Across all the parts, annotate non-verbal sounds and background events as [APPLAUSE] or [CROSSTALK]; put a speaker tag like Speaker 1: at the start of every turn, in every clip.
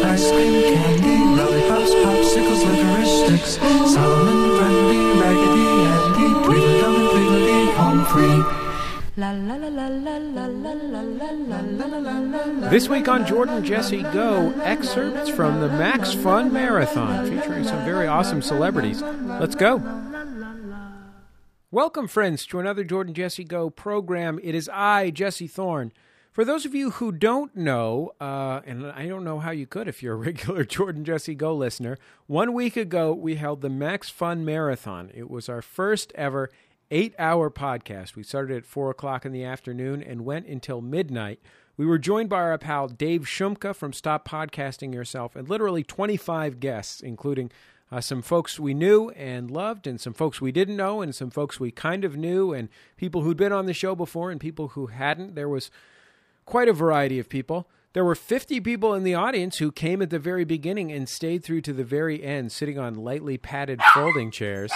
Speaker 1: ice cream, candy, lollipops, popsicles, licorice sticks, Solomon, brandy, raggedy, Andy, Tweedledum and Tweedledee, home free.
Speaker 2: La la la la la la la la la la la la la la la.
Speaker 3: This week on Jordan Jesse Go, excerpts from the Max Fun Marathon featuring some very awesome celebrities. Let's go. Welcome, friends, to another Jordan Jesse Go program. It is I, Jesse Thorne. For those of you who don't know, uh, and I don't know how you could if you're a regular [LAUGHS] Jordan Jesse Go listener, one week ago we held the Max Fun Marathon. It was our first ever eight hour podcast. We started at four o'clock in the afternoon and went until midnight. We were joined by our pal Dave Shumka from Stop Podcasting Yourself and literally 25 guests, including uh, some folks we knew and loved, and some folks we didn't know, and some folks we kind of knew, and people who'd been on the show before and people who hadn't. There was quite a variety of people. There were 50 people in the audience who came at the very beginning and stayed through to the very end, sitting on lightly padded folding chairs.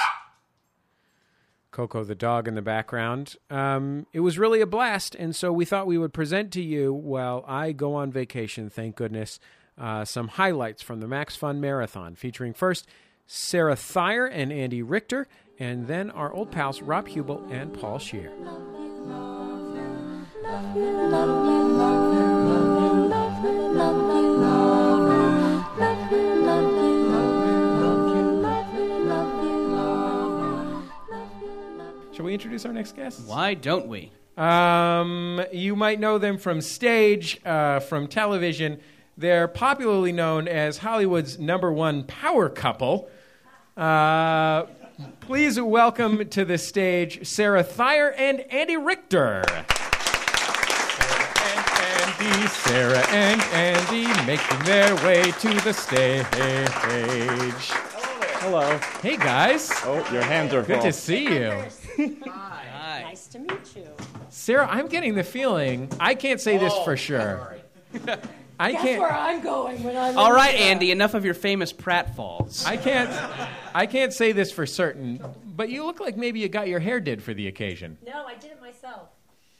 Speaker 3: Coco the dog in the background. Um, it was really a blast, and so we thought we would present to you while I go on vacation, thank goodness, uh, some highlights from the Max Fun Marathon, featuring first Sarah Thayer and Andy Richter, and then our old pals Rob Hubel and Paul Shear. Shall we introduce our next guests?
Speaker 4: Why don't we?
Speaker 3: Um, you might know them from stage, uh, from television. They're popularly known as Hollywood's number one power couple. Uh, please welcome to the stage Sarah Thayer and Andy Richter. Sarah and Andy, Sarah and Andy making their way to the stage. Hello there. Hello. Hey guys.
Speaker 5: Oh, your hands are
Speaker 3: Good
Speaker 5: full.
Speaker 3: to see you.
Speaker 6: Nice to meet you.
Speaker 3: Sarah, I'm getting the feeling I can't say this for sure. I
Speaker 6: That's where
Speaker 3: can't.
Speaker 6: I'm going when I'm.
Speaker 4: All right, Andy, enough of your famous pratfalls.
Speaker 3: I can't. I can't say this for certain. But you look like maybe you got your hair did for the occasion.
Speaker 6: No, I did it myself.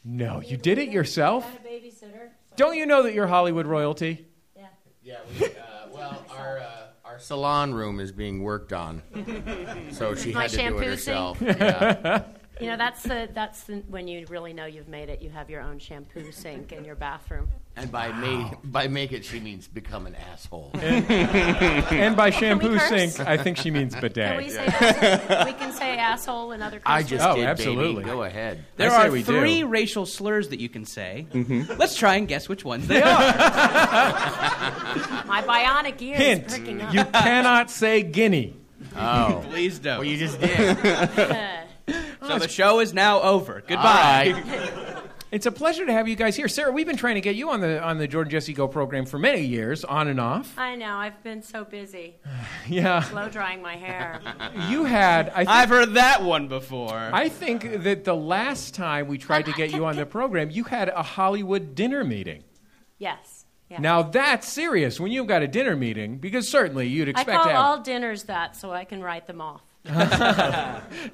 Speaker 3: No, you did it yourself.
Speaker 6: I had a babysitter.
Speaker 3: Don't you know that you're Hollywood royalty?
Speaker 6: Yeah.
Speaker 7: Yeah, we, uh, well, our, uh, our salon room is being worked on, so she
Speaker 6: My
Speaker 7: had to do
Speaker 6: shampoo
Speaker 7: it
Speaker 6: thing?
Speaker 7: herself. Yeah.
Speaker 6: You know, that's the that's the, when you really know you've made it. You have your own shampoo sink in your bathroom.
Speaker 7: And by make by make it, she means become an
Speaker 4: [LAUGHS]
Speaker 7: asshole.
Speaker 3: And by shampoo
Speaker 6: curse?
Speaker 3: sink, I think she means
Speaker 6: Can we
Speaker 3: bidet.
Speaker 6: say asshole? we can say asshole in other.
Speaker 7: I
Speaker 6: curse
Speaker 7: just
Speaker 3: Oh,
Speaker 7: did,
Speaker 3: absolutely.
Speaker 7: baby. Go ahead.
Speaker 4: There
Speaker 3: say
Speaker 4: are
Speaker 3: we do.
Speaker 4: three racial slurs that you can say. Let's try and guess which ones they are.
Speaker 6: words. My bionic ear
Speaker 3: Hint:
Speaker 6: is pricking up.
Speaker 3: You cannot say guinea.
Speaker 7: Oh,
Speaker 4: [LAUGHS] Please don't.
Speaker 7: well, you just did.
Speaker 4: so the show is now over. Goodbye. [LAUGHS]
Speaker 3: It's a pleasure to have you guys here, Sarah. We've been trying to get you on the on the Jordan Jesse Go program for many years, on and off.
Speaker 6: I know. I've been so busy
Speaker 3: Yeah,
Speaker 6: blow drying
Speaker 3: [LAUGHS]
Speaker 6: my hair.
Speaker 3: you had. I think,
Speaker 4: I've heard that one before.
Speaker 3: I think that the last time we tried to get you on the program, you had a Hollywood dinner meeting.
Speaker 6: Yes. Yeah.
Speaker 3: Now that's serious when you've got a dinner meeting, because certainly you'd
Speaker 6: I
Speaker 3: expect
Speaker 6: call
Speaker 3: to have,
Speaker 6: all dinners that, so I can write them off.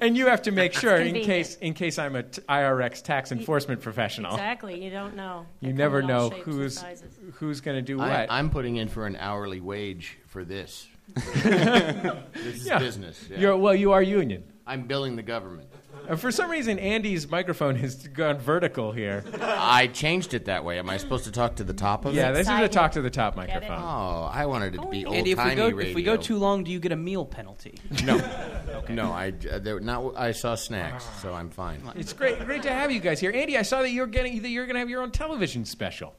Speaker 3: and you have to make sure in
Speaker 6: convenient.
Speaker 3: case in case I'm a t- IRX tax enforcement professional.
Speaker 6: Exactly. You don't know. They
Speaker 3: Oh. You
Speaker 6: come
Speaker 3: never
Speaker 6: in all
Speaker 3: know
Speaker 6: shapes and
Speaker 3: who's
Speaker 6: sizes.
Speaker 3: who's going to do
Speaker 7: I,
Speaker 3: what.
Speaker 7: I'm putting in for an hourly wage
Speaker 4: [LAUGHS]
Speaker 7: for this. this is business. yeah.
Speaker 3: You're, well, you are union.
Speaker 7: I'm billing the government.
Speaker 3: Uh, For some reason, Andy's microphone has gone vertical here.
Speaker 7: I changed it that way. Am I supposed to talk to the top of
Speaker 3: Yeah,
Speaker 7: it?
Speaker 3: this is a
Speaker 6: Excited.
Speaker 3: talk to the top
Speaker 6: it?
Speaker 3: microphone.
Speaker 7: Oh, I wanted it to be old
Speaker 4: Andy, if we, go,
Speaker 7: radio.
Speaker 4: if we go too long, do you get a meal penalty?
Speaker 7: No, no, I uh, there, not. I saw snacks, so I'm fine.
Speaker 3: It's great, great to have you guys here, Andy. I saw that you're getting that you're going to have your own television special.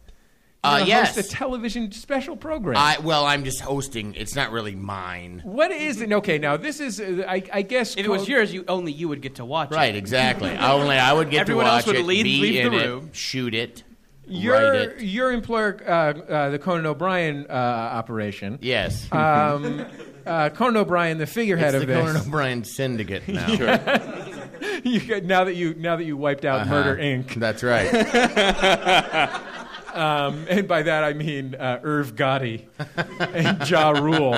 Speaker 3: You're
Speaker 7: Uh,
Speaker 3: gonna
Speaker 7: yes,
Speaker 3: host a television special program.
Speaker 7: I well, I'm just hosting. It's not really mine.
Speaker 3: what is it? Okay, now this is uh, I, I guess
Speaker 4: If it was
Speaker 3: co-
Speaker 4: yours, you only you would get to watch
Speaker 7: Right, exactly. Only I would get
Speaker 4: Everyone
Speaker 7: to
Speaker 4: else
Speaker 7: watch
Speaker 4: would
Speaker 7: it,
Speaker 4: leave-
Speaker 7: be
Speaker 4: leave the
Speaker 7: in
Speaker 4: room.
Speaker 7: it, shoot it,
Speaker 3: your
Speaker 7: write it.
Speaker 3: your employer, uh, uh, the Conan O'Brien uh, operation.
Speaker 7: Yes,
Speaker 3: Um, uh, Conan O'Brien, the figurehead
Speaker 7: it's
Speaker 3: of
Speaker 7: the
Speaker 3: this. [LAUGHS]
Speaker 7: Conan O'Brien syndicate now. Uh-huh.
Speaker 3: you, got- now that you now that you wiped out Murder Inc. [LAUGHS]
Speaker 7: That's right.
Speaker 3: Um, and by that I mean uh, Irv Gotti and Ja
Speaker 7: [LAUGHS]
Speaker 3: Rule.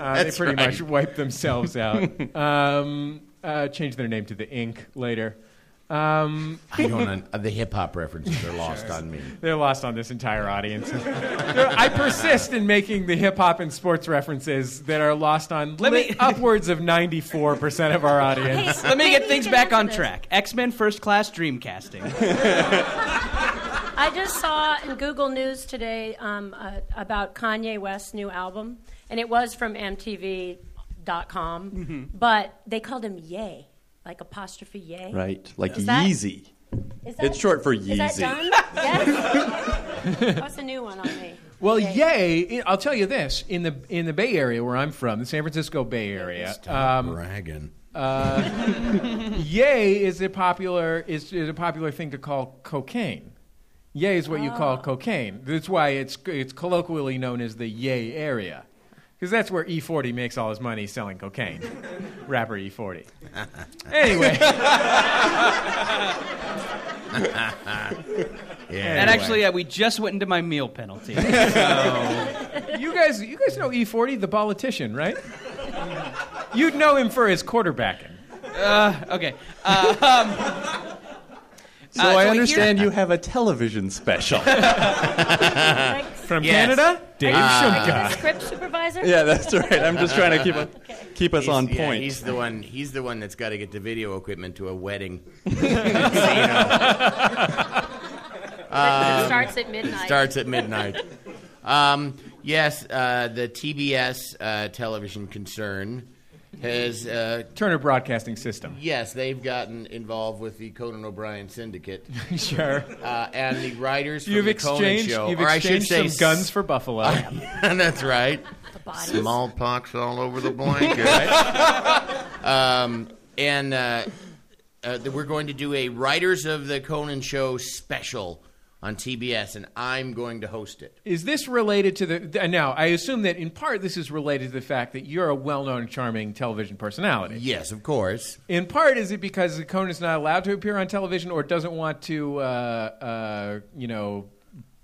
Speaker 3: Uh, they pretty much wiped themselves
Speaker 7: [LAUGHS]
Speaker 3: out. Um, uh, changed their name to The Inc. later. Um,
Speaker 7: I don't, uh, the hip hop references are lost on me.
Speaker 3: they're lost on this entire audience. They're- I persist in making the hip hop and sports references that are lost on
Speaker 4: Let me-
Speaker 3: li- upwards of 94% of our audience.
Speaker 4: Let me
Speaker 6: Maybe
Speaker 4: get
Speaker 6: you
Speaker 4: things
Speaker 6: can
Speaker 4: back on
Speaker 6: answer this.
Speaker 4: track. X Men First Class
Speaker 5: [LAUGHS]
Speaker 4: Dreamcasting.
Speaker 6: I just saw in Google News today um, uh, about Kanye West's new album, and it was from MTV.com, but they called him Yay, like apostrophe Yay.
Speaker 5: Right? Like
Speaker 6: Is that- Uh,
Speaker 5: Yeezy.
Speaker 6: Is
Speaker 5: It's short for
Speaker 6: Is that
Speaker 5: Yeezy. [LAUGHS]
Speaker 6: done? Yes. That's a new one on me.
Speaker 3: Well, yay! I- I'll tell you this: in the in the Bay Area where I'm from, the San Francisco Bay Area, um,
Speaker 7: Bragging.
Speaker 3: yay is a popular is, is a popular thing to call cocaine. Yay is what you
Speaker 7: Ah.
Speaker 3: call cocaine. That's why it's it's colloquially known as the yay area, because that's where E40 makes all his money selling
Speaker 7: [LAUGHS]
Speaker 3: cocaine. Rapper E40. Anyway,
Speaker 7: Yeah.
Speaker 4: And actually, uh, we just went into my meal penalty.
Speaker 5: [LAUGHS]
Speaker 3: you guys you guys know E40, the politician, right? You'd know him for his quarterbacking.
Speaker 4: okay. uh, um,
Speaker 5: So
Speaker 4: so
Speaker 5: I
Speaker 4: here-
Speaker 5: understand you have a television [LAUGHS] special. yeah, Ah.
Speaker 6: Like,
Speaker 3: From
Speaker 4: Yes.
Speaker 3: Canada, Dave
Speaker 7: Ah.
Speaker 3: Shumka.
Speaker 6: like the script supervisor?
Speaker 5: that's right. I'm just trying to
Speaker 6: [LAUGHS]
Speaker 5: keep, a, keep us on
Speaker 7: yeah,
Speaker 5: point.
Speaker 7: he's the one. He's the one that's got to get the video equipment to a wedding.
Speaker 6: But
Speaker 5: Um,
Speaker 6: it starts at midnight.
Speaker 7: Starts at midnight. Um, yes, uh, the TBS uh, television concern has uh,
Speaker 3: Turner Broadcasting System. [LAUGHS]
Speaker 7: yes, they've gotten involved with the Conan O'Brien syndicate
Speaker 3: sure.
Speaker 7: uh, and the writers from
Speaker 3: You've
Speaker 7: the Conan
Speaker 3: exchanged,
Speaker 7: show,
Speaker 3: you've
Speaker 7: or I should
Speaker 3: exchanged
Speaker 7: say
Speaker 3: some
Speaker 7: [LAUGHS]
Speaker 3: guns for Buffalo.
Speaker 7: that's right.
Speaker 6: The bodies.
Speaker 7: Smallpox all over [LAUGHS] the blanket. um, and uh, uh, that we're going to do a Writers of the Conan Show special on TBS, and I'm going to host it.
Speaker 3: is this related to the. th- Now, I assume that in part this is related to the fact that you're a well known, charming television personality.
Speaker 7: Yes, of course.
Speaker 3: In part, is it because Conan's not allowed to appear on television or doesn't want to, uh, uh, you know,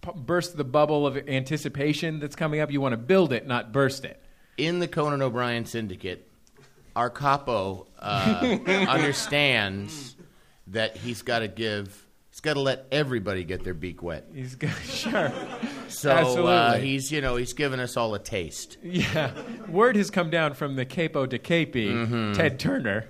Speaker 3: p- burst the bubble of anticipation that's coming up? You want to build it, not burst it.
Speaker 7: In the Conan O'Brien syndicate, our capo
Speaker 3: [LAUGHS]
Speaker 7: uh, understands that he's got to give. He's got to let everybody get their beak wet.
Speaker 3: He's got, [LAUGHS] sure.
Speaker 7: So uh,
Speaker 3: Absolutely.
Speaker 7: he's, you know, he's given us all a taste.
Speaker 3: Yeah. Word has come down from the capo de capi, Ted [LAUGHS] Turner,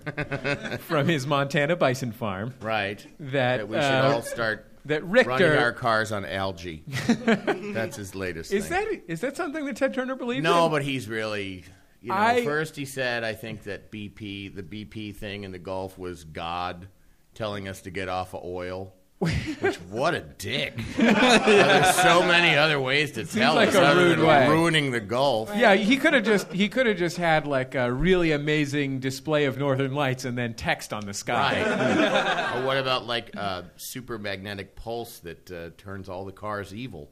Speaker 3: from his Montana bison farm,
Speaker 7: Right.
Speaker 3: That,
Speaker 7: we should
Speaker 3: uh,
Speaker 7: all start
Speaker 3: that Richter-
Speaker 7: running our cars on algae. [LAUGHS] That's his latest
Speaker 3: Is
Speaker 7: thing.
Speaker 3: that is that something that Ted Turner believes?
Speaker 7: No,
Speaker 3: in?
Speaker 7: but he's really you know,
Speaker 3: I-
Speaker 7: first he said I think that BP the BP thing in the Gulf was God telling us to get off of
Speaker 3: [LAUGHS]
Speaker 7: oil. Which what a dick. There's so many other ways to tell
Speaker 3: like
Speaker 7: us
Speaker 3: a
Speaker 7: other
Speaker 3: rude
Speaker 7: than
Speaker 3: way.
Speaker 7: ruining the Gulf.
Speaker 3: yeah, he could have just he could have just had like a really amazing display of northern lights and then text on the sky.
Speaker 7: Right. or what about like uh, super magnetic pulse that uh, turns all the cars evil?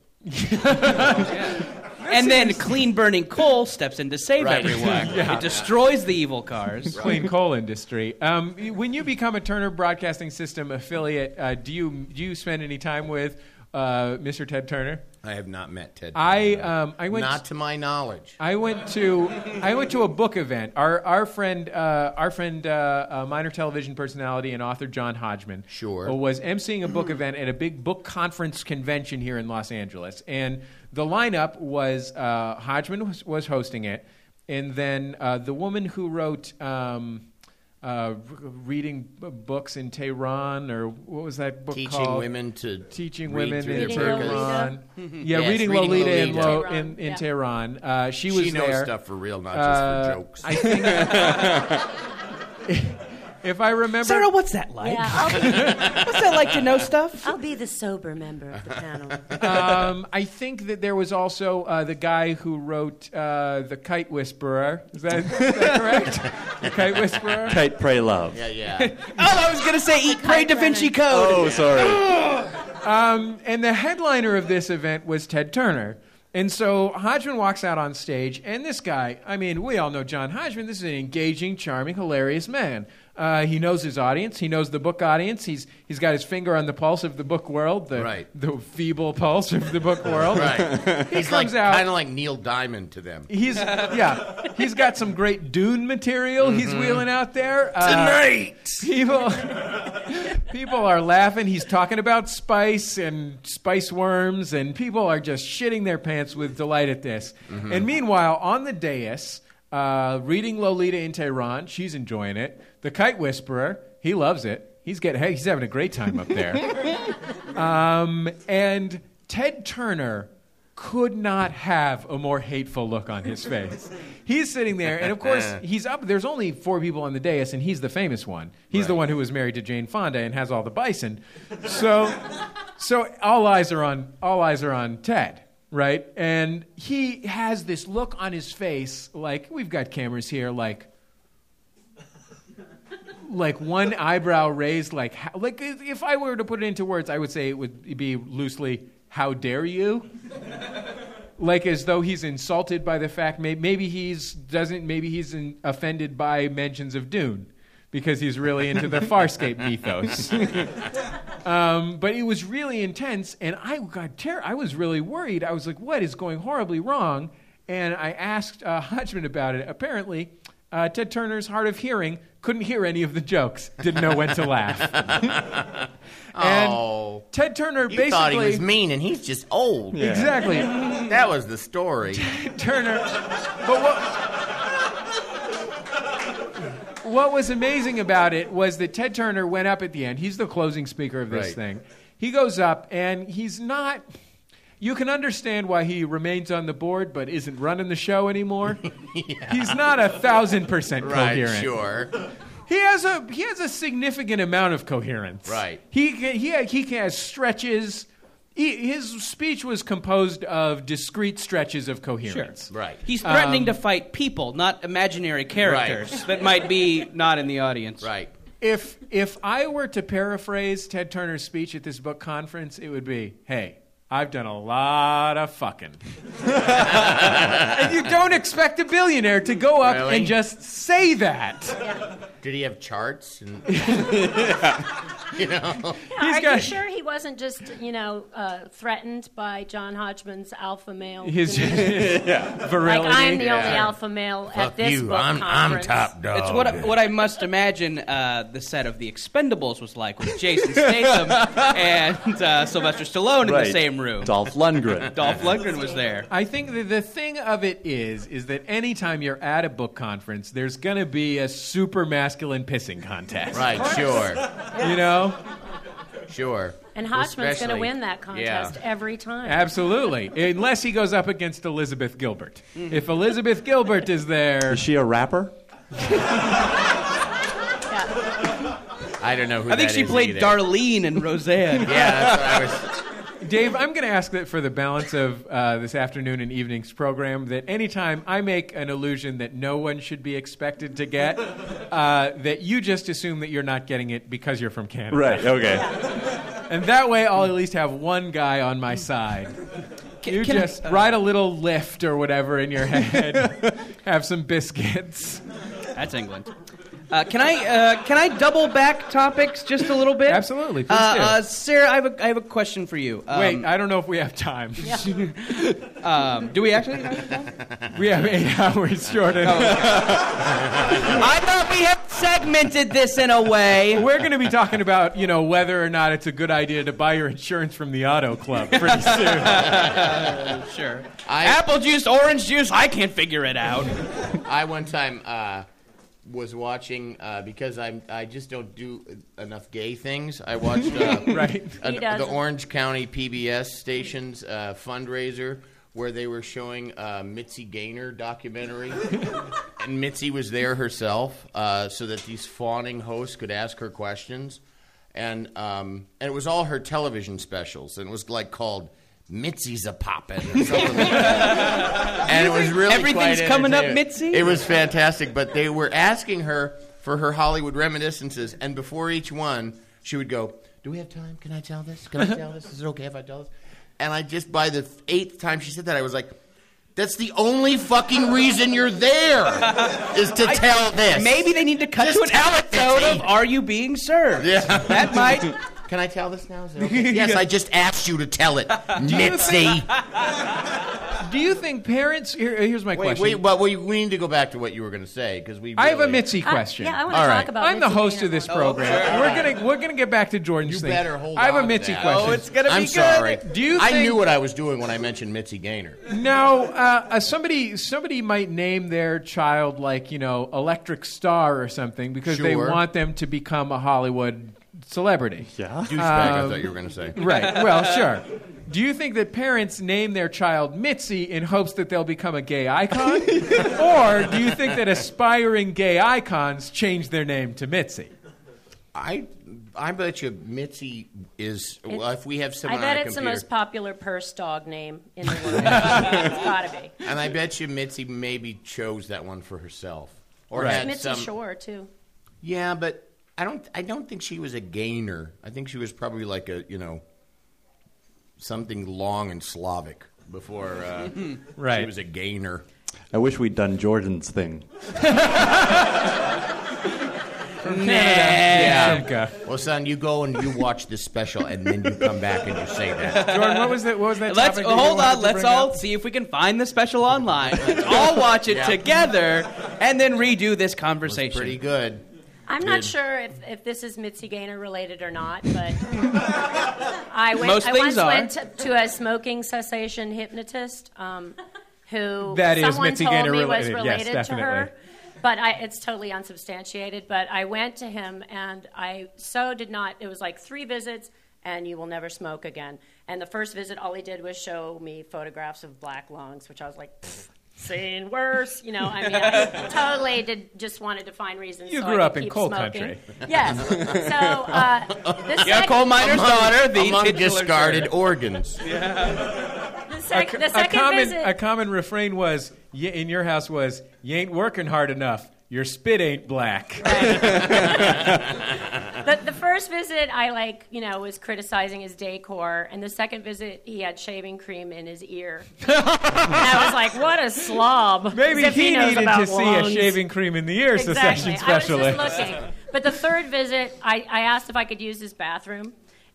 Speaker 4: and then clean burning coal steps in to save
Speaker 7: Right,
Speaker 4: everyone.
Speaker 7: exactly. [LAUGHS] Yeah.
Speaker 4: It destroys the evil cars.
Speaker 3: Clean coal industry. Um, when you become a Turner Broadcasting System affiliate, uh, do you do you spend any time with uh, Mr. Ted Turner?
Speaker 7: I have not met Ted.
Speaker 3: I
Speaker 7: Turner.
Speaker 3: um, I went
Speaker 7: not to my knowledge.
Speaker 3: I went to I went to a book event. Our our friend uh, our friend uh, uh, minor television personality and author John Hodgman
Speaker 7: Sure.
Speaker 3: was emceeing a book event at a big book conference convention here in Los Angeles, and the lineup was uh, Hodgman was, was hosting it, and then uh, the woman who wrote. Um, uh, re- reading b- books in Tehran, or what was that book
Speaker 7: Teaching
Speaker 3: called?
Speaker 7: women to
Speaker 3: teaching
Speaker 7: read
Speaker 3: women
Speaker 7: through
Speaker 3: in
Speaker 7: their
Speaker 6: Reading Lolita.
Speaker 3: Tehran.
Speaker 7: [LAUGHS]
Speaker 3: Yeah,
Speaker 7: Yes,
Speaker 3: reading
Speaker 7: reading
Speaker 3: Lolita, in,
Speaker 7: Lolita.
Speaker 3: Lo- in, in
Speaker 6: Yeah.
Speaker 3: Tehran. Uh, she was
Speaker 7: She knows
Speaker 3: there.
Speaker 7: stuff for real, not
Speaker 3: Uh,
Speaker 7: just for jokes.
Speaker 3: I think
Speaker 7: [LAUGHS]
Speaker 3: if I remember,
Speaker 4: Sarah, what's that like?
Speaker 6: Yeah, I'll be,
Speaker 4: What's that like to know [LAUGHS] stuff?
Speaker 6: I'll be the sober member of the panel.
Speaker 3: um, I think that there was also uh, the guy who wrote uh, the Kite Whisperer. Is that, is that
Speaker 7: [LAUGHS]
Speaker 3: correct? the Kite Whisperer.
Speaker 5: Kite, pray, love.
Speaker 3: [LAUGHS]
Speaker 7: yeah, yeah.
Speaker 4: Oh, I was going to say, eat, pray, Da Vinci Code.
Speaker 5: Oh, sorry.
Speaker 3: And the headliner of this event was Ted Turner. And so Hodgman walks out on stage, and this guy, I mean, we all know John Hodgman. This is an engaging, charming, hilarious man. Uh, he knows his audience. He knows the book audience. He's he's got his finger on the pulse of the book world, the
Speaker 7: Right.
Speaker 3: the feeble pulse of the book world.
Speaker 7: Right.
Speaker 3: [LAUGHS] He
Speaker 7: He's like
Speaker 3: comes out.
Speaker 7: kind of like Neil Diamond to them.
Speaker 3: He's yeah. He's got some great Dune material he's
Speaker 7: Mm-hmm.
Speaker 3: wheeling out there. [LAUGHS] Uh, people people are laughing. He's talking about spice and spice worms, and people are just shitting their pants with delight at this. And meanwhile, on the dais, uh, reading Lolita in Tehran, she's enjoying it. The Kite Whisperer, he loves it. He's getting hey, he's having a great time up there. um, and Ted Turner could not have a more hateful look on his face. He's sitting there, and of course, he's up. There's only four people on the dais, and he's the famous one. He's the one who was married to Jane Fonda and has all the bison. So, so all eyes are on all eyes are on Ted, right? And he has this look on his face, like we've got cameras here, like. Like one eyebrow raised, like how, like if if I were to put it into words, I would say it would be loosely, "How dare you?" like as though he's insulted by the fact may- maybe he's doesn't maybe he's in, offended by mentions of Dune because he's really into the Farscape mythos. [LAUGHS] um, but it was really intense, and I got ter- I was really worried. I was like, "What is going horribly wrong?" And I asked uh, Hodgman about it. Apparently, uh, Ted Turner's hard of hearing couldn't hear any of the jokes. Didn't know when to
Speaker 7: [LAUGHS]
Speaker 3: laugh. and
Speaker 7: Oh.
Speaker 3: Ted Turner
Speaker 7: You
Speaker 3: basically
Speaker 7: thought he was mean, and he's just old.
Speaker 3: exactly.
Speaker 7: That was the story.
Speaker 3: Turner. But what, what was amazing about it was that Ted Turner went up at the end. He's the closing speaker of this
Speaker 7: Right.
Speaker 3: thing. He goes up, and he's not. You can understand why he remains on the board, but isn't running the show anymore.
Speaker 7: [LAUGHS]
Speaker 3: He's not a thousand percent
Speaker 7: Right,
Speaker 3: [LAUGHS] coherent.
Speaker 7: sure.
Speaker 3: He has a he has a significant amount of coherence.
Speaker 7: Right.
Speaker 3: He can- he he can has stretches. He, his speech was composed of discrete stretches of coherence.
Speaker 7: Right. Um,
Speaker 4: He's
Speaker 3: [LAUGHS]
Speaker 4: threatening to fight people, not imaginary characters that might be not in the audience.
Speaker 7: Right.
Speaker 3: if if I were to paraphrase Ted Turner's speech at this book conference, it would be, "Hey, I've done a lot of fucking." and [LAUGHS] you don't expect a billionaire to go up
Speaker 7: Really?
Speaker 3: and just say that.
Speaker 7: Did he have charts?
Speaker 3: [LAUGHS]
Speaker 7: And
Speaker 3: He's
Speaker 6: Are you
Speaker 3: got-
Speaker 6: sure he wasn't just, you know, uh, threatened by John Hodgman's alpha male?
Speaker 3: [LAUGHS] [LAUGHS] His
Speaker 6: like
Speaker 3: virility.
Speaker 6: I'm the only
Speaker 7: Yeah.
Speaker 6: alpha male at
Speaker 7: fuck
Speaker 6: this
Speaker 7: you.
Speaker 6: book
Speaker 7: I'm, I'm
Speaker 6: conference.
Speaker 7: top dog.
Speaker 4: It's what I, what I must imagine uh, the set of The Expendables was like with Jason
Speaker 7: [LAUGHS]
Speaker 4: Statham and uh, Sylvester Stallone in the same room.
Speaker 5: Dolph [LAUGHS] Lundgren.
Speaker 4: Dolph Lundgren was there.
Speaker 3: I think that the thing of it is, is that anytime you're at a book conference, there's going to be a super masculine pissing contest.
Speaker 7: Right, sure.
Speaker 3: You know?
Speaker 7: Sure.
Speaker 6: And Hodgman's going to
Speaker 7: Especially-
Speaker 6: win that contest
Speaker 7: Yeah.
Speaker 6: every time.
Speaker 3: Absolutely. Unless he goes up against Elizabeth Gilbert. If Elizabeth Gilbert is there,
Speaker 5: Is she a rapper?
Speaker 6: Yeah.
Speaker 7: I don't know who
Speaker 4: I think
Speaker 7: that
Speaker 4: she
Speaker 7: is
Speaker 4: played
Speaker 7: either.
Speaker 4: Darlene in Roseanne.
Speaker 7: Yeah, that's
Speaker 3: [LAUGHS]
Speaker 7: what I was.
Speaker 3: Dave, I'm going to ask that for the balance of uh, this afternoon and evening's program that anytime I make an illusion that no one should be expected to get, uh, that you just assume that you're not getting it because you're from Canada.
Speaker 5: Right, okay.
Speaker 3: And that way I'll at least have one guy on my side.
Speaker 4: Can-
Speaker 3: You
Speaker 4: can I-
Speaker 3: just ride a little lift or whatever in your head, have some biscuits.
Speaker 4: That's England. Uh, can I uh, can I double back topics just a little bit?
Speaker 3: Absolutely, please
Speaker 4: uh,
Speaker 3: do.
Speaker 4: Uh, Sarah, I have a I have a question for you. Um,
Speaker 3: Wait, I don't know if we have time.
Speaker 4: um, do we actually?
Speaker 3: We have eight [LAUGHS] hours short. of-
Speaker 4: [LAUGHS] I thought we had segmented this in a way.
Speaker 3: We're going to be talking about, you know, whether or not it's a good idea to buy your insurance from the auto club [LAUGHS] pretty soon.
Speaker 4: Sure.
Speaker 7: I-
Speaker 4: Apple juice, orange juice. I can't figure it out.
Speaker 7: I one time uh, was watching uh, because I'm I just don't do enough gay things. I watched
Speaker 4: [LAUGHS]
Speaker 7: uh,
Speaker 3: Right.
Speaker 7: an-
Speaker 6: He
Speaker 7: the
Speaker 6: doesn't.
Speaker 7: Orange County PBS station's uh, fundraiser where they were showing uh, Mitzi
Speaker 4: [LAUGHS]
Speaker 7: Gaynor documentary, and Mitzi was there herself uh, so that these fawning hosts could ask her questions, and um, and it was all her television specials, and it was like called. Mitzi's a poppin', or something like
Speaker 4: [LAUGHS]
Speaker 7: that. and it was really
Speaker 4: Everything's
Speaker 7: quite
Speaker 4: coming up,
Speaker 7: entertaining.
Speaker 4: Mitzi?
Speaker 7: It was fantastic, but they were asking her for her Hollywood reminiscences, and before each one, she would go, "Do we have time? Can I tell this? Can I tell this? Is it okay if I tell this?" And I just by the eighth time she said that, I was like, That's the only fucking reason you're there is to tell this.
Speaker 4: Maybe they need to cut
Speaker 7: Just
Speaker 4: to an
Speaker 7: tell it,
Speaker 4: episode
Speaker 7: Bitsy.
Speaker 4: of "Are You Being Served?" Yeah, that might.
Speaker 7: Can I tell this now? Is it okay? yes, I just asked you to tell it, Mitzi.
Speaker 3: Do you think parents? Here, here's my
Speaker 7: Wait,
Speaker 3: question.
Speaker 7: wait, but we, we need to go back to what you were going to say because we.
Speaker 3: I have a
Speaker 7: really-
Speaker 3: Mitzi question.
Speaker 6: I, Uh, yeah, I want to
Speaker 7: All
Speaker 6: talk
Speaker 7: right.
Speaker 6: about.
Speaker 3: I'm the
Speaker 6: Mitzi
Speaker 3: host
Speaker 6: being
Speaker 3: of this
Speaker 6: on-
Speaker 3: program. We're gonna we're gonna get back to Jordan's
Speaker 7: You
Speaker 3: thing.
Speaker 7: better hold
Speaker 3: I have
Speaker 7: on
Speaker 3: a
Speaker 7: to
Speaker 3: Mitzi
Speaker 7: that.
Speaker 3: question. [LAUGHS]
Speaker 7: Oh,
Speaker 4: it's gonna
Speaker 7: I'm
Speaker 4: be
Speaker 7: sorry.
Speaker 4: good.
Speaker 3: Do you
Speaker 7: I
Speaker 3: think-
Speaker 7: knew what I was doing when I mentioned Mitzi Gaynor.
Speaker 3: No, uh, uh, somebody somebody might name their child like you know Electric Star or something because they
Speaker 7: Sure.
Speaker 3: want them to become a Hollywood celebrity.
Speaker 5: Yeah.
Speaker 7: Douchebag, I thought you were going to say.
Speaker 3: Um,
Speaker 4: [LAUGHS]
Speaker 3: Right. Well, sure. Do you think that parents name their child Mitzi in hopes that they'll become a gay
Speaker 4: [LAUGHS]
Speaker 3: icon, or do you think that aspiring gay icons change their name to Mitzi?
Speaker 7: I, I bet you Mitzi is. Well, if we have
Speaker 6: I
Speaker 7: someone
Speaker 6: bet
Speaker 7: on a
Speaker 6: it's the
Speaker 7: computer,
Speaker 6: most popular purse dog name
Speaker 3: [LAUGHS]
Speaker 6: in the world. it's gotta be.
Speaker 7: and I bet you Mitzi maybe chose that one for herself, or
Speaker 3: Right.
Speaker 7: had
Speaker 6: Mitzi
Speaker 7: some.
Speaker 6: Shore too.
Speaker 7: Yeah, but I don't. I don't think she was a gainer. I think she was probably like a you know something long and Slavic before uh,
Speaker 3: [LAUGHS] Right.
Speaker 7: she was a gainer.
Speaker 5: I wish we'd done Jordan's thing.
Speaker 4: Um,
Speaker 7: Yeah.
Speaker 3: Simca.
Speaker 7: Well, son, you go and you watch this special, and then you come back and you say that.
Speaker 3: Jordan, what was that? What was that?
Speaker 4: Let's
Speaker 3: topic that you
Speaker 4: hold
Speaker 3: wanted
Speaker 4: on.
Speaker 3: to
Speaker 4: Let's
Speaker 3: bring
Speaker 4: all
Speaker 3: up?
Speaker 4: see if we can find the special [LAUGHS] online. Let's all watch it together and then redo this conversation.
Speaker 7: Pretty good.
Speaker 6: I'm
Speaker 7: Good.
Speaker 6: not sure if, if this is Mitzi Gaynor related or not, but I went.
Speaker 4: Most
Speaker 6: I
Speaker 4: things
Speaker 6: once
Speaker 4: are.
Speaker 6: went to, to a smoking cessation hypnotist um, who
Speaker 3: That is
Speaker 6: someone
Speaker 3: Mitzi
Speaker 6: told
Speaker 3: Gaynor
Speaker 6: me
Speaker 3: related. Yes,
Speaker 6: was related to her.
Speaker 3: definitely.
Speaker 6: But I, it's totally unsubstantiated. But I went to him, and I so did not. It was like three visits, and you will never smoke again. And the first visit, all he did was show me photographs of black lungs, which I was like. "Pfft, Seen worse, you know. I mean,
Speaker 4: [LAUGHS]
Speaker 6: I totally did. Just wanted to find reasons.
Speaker 3: You
Speaker 6: so
Speaker 3: grew
Speaker 6: I
Speaker 3: up
Speaker 6: could
Speaker 3: in
Speaker 6: keep
Speaker 3: coal
Speaker 6: smoking.
Speaker 3: country. [LAUGHS]
Speaker 6: Yes. So uh, the,
Speaker 4: Yeah,
Speaker 6: sec-
Speaker 4: coal miner's daughter, the
Speaker 7: Among
Speaker 4: titular
Speaker 7: discarded
Speaker 4: juror.
Speaker 7: organs.
Speaker 6: the, sec- the
Speaker 3: a
Speaker 6: second
Speaker 3: common
Speaker 6: visit.
Speaker 3: a common refrain was y- in your house was you ain't working hard enough. Your spit ain't black.
Speaker 6: the, the first visit, I like, you know, was criticizing his decor, and the second visit, he had shaving cream in his
Speaker 3: [LAUGHS]
Speaker 6: ear. and I was like, what a slob.
Speaker 3: Maybe
Speaker 6: As if
Speaker 3: he,
Speaker 6: knows
Speaker 3: needed
Speaker 6: about
Speaker 3: to see a
Speaker 6: lungs.
Speaker 3: shaving cream in the ear
Speaker 6: Exactly.
Speaker 3: secession specialist.
Speaker 6: I was just looking. But the third visit, I, I asked if I could use his bathroom.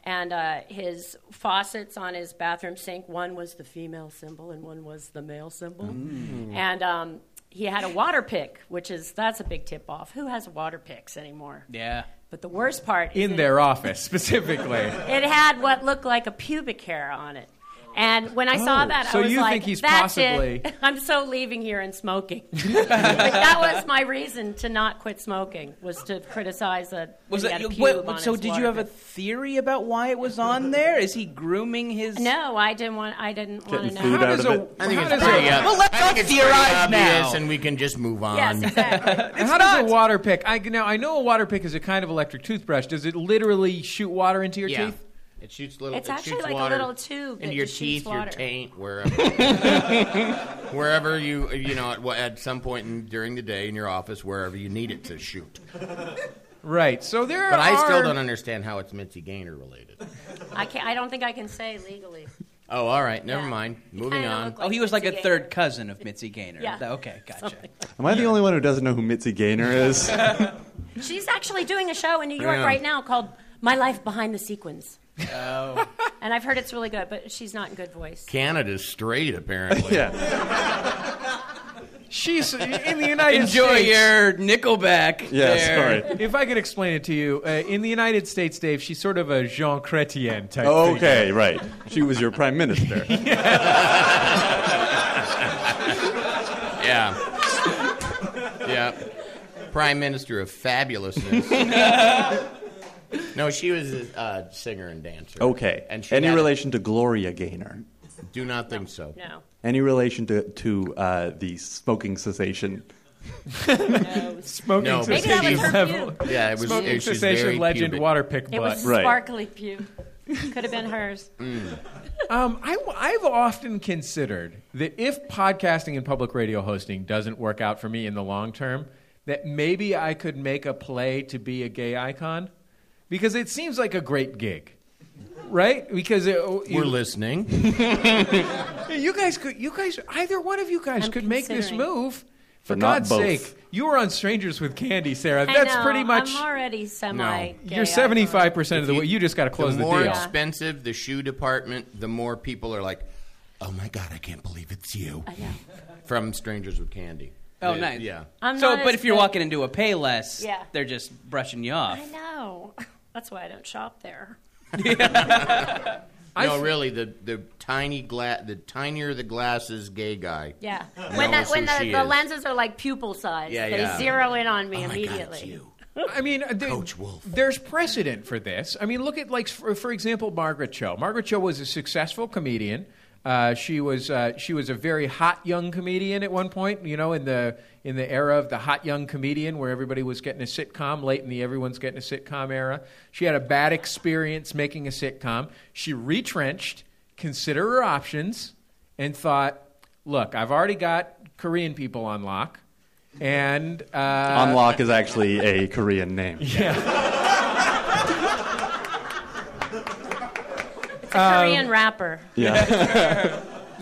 Speaker 6: And uh, his faucets on his bathroom sink, one was the female symbol and one was the male symbol.
Speaker 3: Mm.
Speaker 6: And um, he had a water pick, which is, that's a big tip off. Who has water picks anymore?
Speaker 4: Yeah.
Speaker 6: But the worst part is
Speaker 3: in
Speaker 6: it-
Speaker 3: their office
Speaker 7: [LAUGHS]
Speaker 3: specifically.
Speaker 6: It had what looked like a pubic hair on it. And when I saw
Speaker 3: Oh,
Speaker 6: that,
Speaker 3: so
Speaker 6: I was
Speaker 3: you
Speaker 6: like,
Speaker 3: think he's
Speaker 6: "That's
Speaker 3: possibly-
Speaker 6: it. [LAUGHS] I'm so leaving here
Speaker 3: [LAUGHS]
Speaker 6: and smoking." Like, that was my reason to not quit smoking was to criticize that.
Speaker 4: Was
Speaker 6: he had
Speaker 4: that,
Speaker 6: a pube
Speaker 4: wait,
Speaker 6: on
Speaker 4: so
Speaker 6: his
Speaker 4: did
Speaker 6: water
Speaker 4: you have a
Speaker 6: bill.
Speaker 4: theory about why it was on there? Is he grooming his?
Speaker 6: No, I didn't want. I didn't want to
Speaker 5: Getting
Speaker 6: know.
Speaker 5: food
Speaker 3: How
Speaker 5: out
Speaker 3: does
Speaker 5: of
Speaker 3: a-
Speaker 5: it.
Speaker 7: I think
Speaker 3: how
Speaker 7: it's
Speaker 3: does
Speaker 7: pretty
Speaker 3: a-
Speaker 7: ob-
Speaker 4: Well, let's
Speaker 7: I think
Speaker 4: not
Speaker 7: it's pretty
Speaker 4: theorize
Speaker 7: obvious,
Speaker 4: now.
Speaker 7: and we can just move on.
Speaker 6: Yes, exactly.
Speaker 3: how does a
Speaker 4: not.
Speaker 3: water pick? I now I know a water pick is a kind of electric toothbrush. Does it literally shoot water into your
Speaker 7: Yeah.
Speaker 3: teeth?
Speaker 7: It shoots little.
Speaker 6: It's
Speaker 7: it
Speaker 6: actually
Speaker 7: shoots
Speaker 6: like a
Speaker 7: water
Speaker 6: little tube
Speaker 7: into
Speaker 6: that
Speaker 7: your
Speaker 6: just shoots
Speaker 7: teeth, your
Speaker 6: water.
Speaker 7: taint, wherever, [LAUGHS] wherever you you know at, wha- at some point in, during the day in your office, wherever you need it to shoot.
Speaker 3: Right. So there
Speaker 7: But
Speaker 3: are.
Speaker 7: I still don't understand how it's Mitzi Gaynor related.
Speaker 6: I can't. I don't think I can say legally.
Speaker 7: Oh, all right, never
Speaker 6: Yeah.
Speaker 7: mind.
Speaker 6: You
Speaker 7: Moving
Speaker 6: kinda
Speaker 7: on.
Speaker 6: look
Speaker 4: Oh, he was like a
Speaker 6: Mitzi
Speaker 4: third cousin of Mitzi Gaynor.
Speaker 6: Yeah. [LAUGHS]
Speaker 4: Okay, gotcha.
Speaker 5: Am I the only one who doesn't know who Mitzi Gaynor [LAUGHS] is?
Speaker 6: She's actually doing a show in New York
Speaker 7: Yeah.
Speaker 6: right now called "My Life Behind the Sequins." Oh. and I've heard it's really good, but she's not in good voice.
Speaker 7: Canada's straight,
Speaker 5: [LAUGHS]
Speaker 7: apparently.
Speaker 5: yeah.
Speaker 3: She's in the
Speaker 7: [LAUGHS]
Speaker 3: United
Speaker 4: Enjoy
Speaker 3: States.
Speaker 4: your Nickelback.
Speaker 5: Yeah,
Speaker 4: there.
Speaker 5: sorry.
Speaker 3: If I could explain it to you, uh, in the United States, Dave, she's sort of a Jean Chrétien type.
Speaker 7: Oh,
Speaker 3: figure.
Speaker 5: Okay, right. She was your prime minister.
Speaker 7: Yeah. yeah. Prime Minister of
Speaker 5: [LAUGHS]
Speaker 7: fabulousness. no, she was a uh, singer and
Speaker 5: [LAUGHS]
Speaker 7: dancer.
Speaker 5: [LAUGHS] Okay.
Speaker 7: And she
Speaker 5: Any
Speaker 7: had a-
Speaker 5: relation to Gloria Gaynor?
Speaker 7: Do not think so.
Speaker 6: No,
Speaker 5: Any relation to, to uh, the smoking cessation?
Speaker 3: Smoking
Speaker 7: No, but
Speaker 6: maybe that
Speaker 3: cessation
Speaker 6: was her
Speaker 3: level.
Speaker 6: pube.
Speaker 7: Yeah, it was.
Speaker 3: Smoking
Speaker 7: it- she's very
Speaker 3: cessation legend
Speaker 7: pubic.
Speaker 3: water pick
Speaker 6: It
Speaker 3: butt.
Speaker 6: was
Speaker 5: Right.
Speaker 6: sparkly pube. Could have
Speaker 3: [LAUGHS]
Speaker 6: been hers.
Speaker 3: Um, I, I've often considered that if podcasting and public radio hosting doesn't work out for me in the long term, that maybe I could make a play to be a gay icon because it seems like a great gig, right? Because it,
Speaker 7: We're
Speaker 3: you-
Speaker 7: listening.
Speaker 3: You guys could. You guys, either one of you guys
Speaker 6: I'm
Speaker 3: could make this
Speaker 6: considering.
Speaker 3: move. For
Speaker 5: But not
Speaker 3: God's
Speaker 5: both.
Speaker 3: sake, you were on Strangers with Candy, Sarah.
Speaker 6: I
Speaker 3: That's
Speaker 6: know,
Speaker 3: pretty much.
Speaker 6: I'm already semi. gay, I
Speaker 3: You're seventy-five percent of [LAUGHS] the
Speaker 7: If
Speaker 3: way. You just got to close the,
Speaker 7: the more
Speaker 3: deal.
Speaker 7: expensive the shoe department, the more people are like, "Oh my god, I can't believe it's you."
Speaker 6: thought. I know.
Speaker 7: From Strangers with Candy.
Speaker 4: Oh,
Speaker 7: They-
Speaker 4: nice.
Speaker 7: Yeah.
Speaker 6: I'm
Speaker 4: so,
Speaker 6: not as
Speaker 4: but if you're
Speaker 6: good-
Speaker 4: walking into a Payless,
Speaker 6: Yeah.
Speaker 4: they're just brushing
Speaker 6: [LAUGHS]
Speaker 4: you off.
Speaker 6: I know. That's why I don't shop there.
Speaker 7: no, really, the the tiny gla- the tinier the glasses, gay guy.
Speaker 6: Yeah. When, that,
Speaker 7: almost
Speaker 6: when
Speaker 7: who
Speaker 6: the,
Speaker 7: she
Speaker 6: the
Speaker 7: is.
Speaker 6: lenses are like pupil size,
Speaker 7: Yeah,
Speaker 6: they
Speaker 7: yeah.
Speaker 6: zero in on me
Speaker 7: Oh my
Speaker 6: immediately.
Speaker 7: god, it's you.
Speaker 3: I mean, uh, there-
Speaker 7: Coach Wolf.
Speaker 3: There's precedent for this. I mean, look at like for, for example, Margaret Cho. Margaret Cho was a successful comedian. Uh, she was uh, she was a very hot young comedian at one point. You know, in the in the era of the hot young comedian, where everybody was getting a sitcom late in the everyone's getting a sitcom era. She had a bad experience making a sitcom. She retrenched, considered her options, and thought, "Look, I've already got Korean people on lock." And uh,
Speaker 5: Unlock is actually a
Speaker 3: [LAUGHS]
Speaker 5: Korean name.
Speaker 6: It's a
Speaker 3: Um,
Speaker 6: Korean rapper.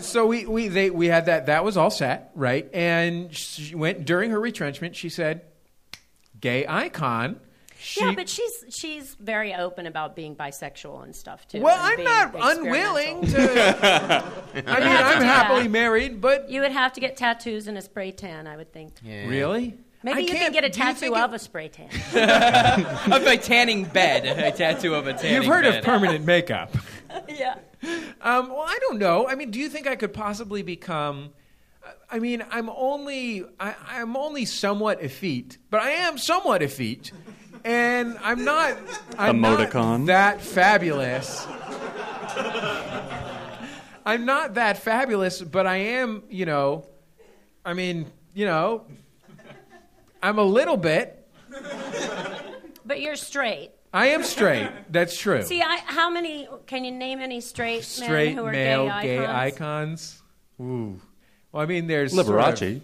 Speaker 3: So we we they we had that that was all set right, and she went during her retrenchment. She said, "Gay icon." She,
Speaker 6: yeah, but she's she's very open about being bisexual and stuff too.
Speaker 3: well,
Speaker 6: and
Speaker 3: I'm
Speaker 6: being
Speaker 3: not unwilling
Speaker 6: [LAUGHS] experimental.
Speaker 3: to. I mean,
Speaker 6: have to
Speaker 3: I'm
Speaker 6: do
Speaker 3: happily
Speaker 6: that.
Speaker 3: married, but
Speaker 6: You would have to get tattoos and a spray tan, I would think.
Speaker 3: really,
Speaker 6: Maybe
Speaker 3: I
Speaker 6: you can
Speaker 3: can't-
Speaker 6: get a
Speaker 3: do you think
Speaker 6: tattoo
Speaker 3: it-
Speaker 6: of a spray tan. [LAUGHS]
Speaker 4: of a tanning bed, [LAUGHS] a tattoo of a tanning.
Speaker 3: You've heard
Speaker 4: bed.
Speaker 3: of permanent makeup.
Speaker 6: [LAUGHS] yeah.
Speaker 3: Um, well, I don't know. I mean, do you think I could possibly become? I mean, I'm only I, I'm only somewhat effete, but I am somewhat effete, and I'm not I'm not
Speaker 5: Emoticon.
Speaker 3: that fabulous. I'm not that fabulous, but I am. You know, I mean, you know, I'm a little bit.
Speaker 6: But you're straight.
Speaker 3: I am straight. That's true.
Speaker 6: See, I, how many can you name any straight,
Speaker 3: straight
Speaker 6: men who are
Speaker 3: male gay
Speaker 6: gay, icons?
Speaker 3: icons. Ooh. Well, I mean, there's sort of-
Speaker 5: Liberace.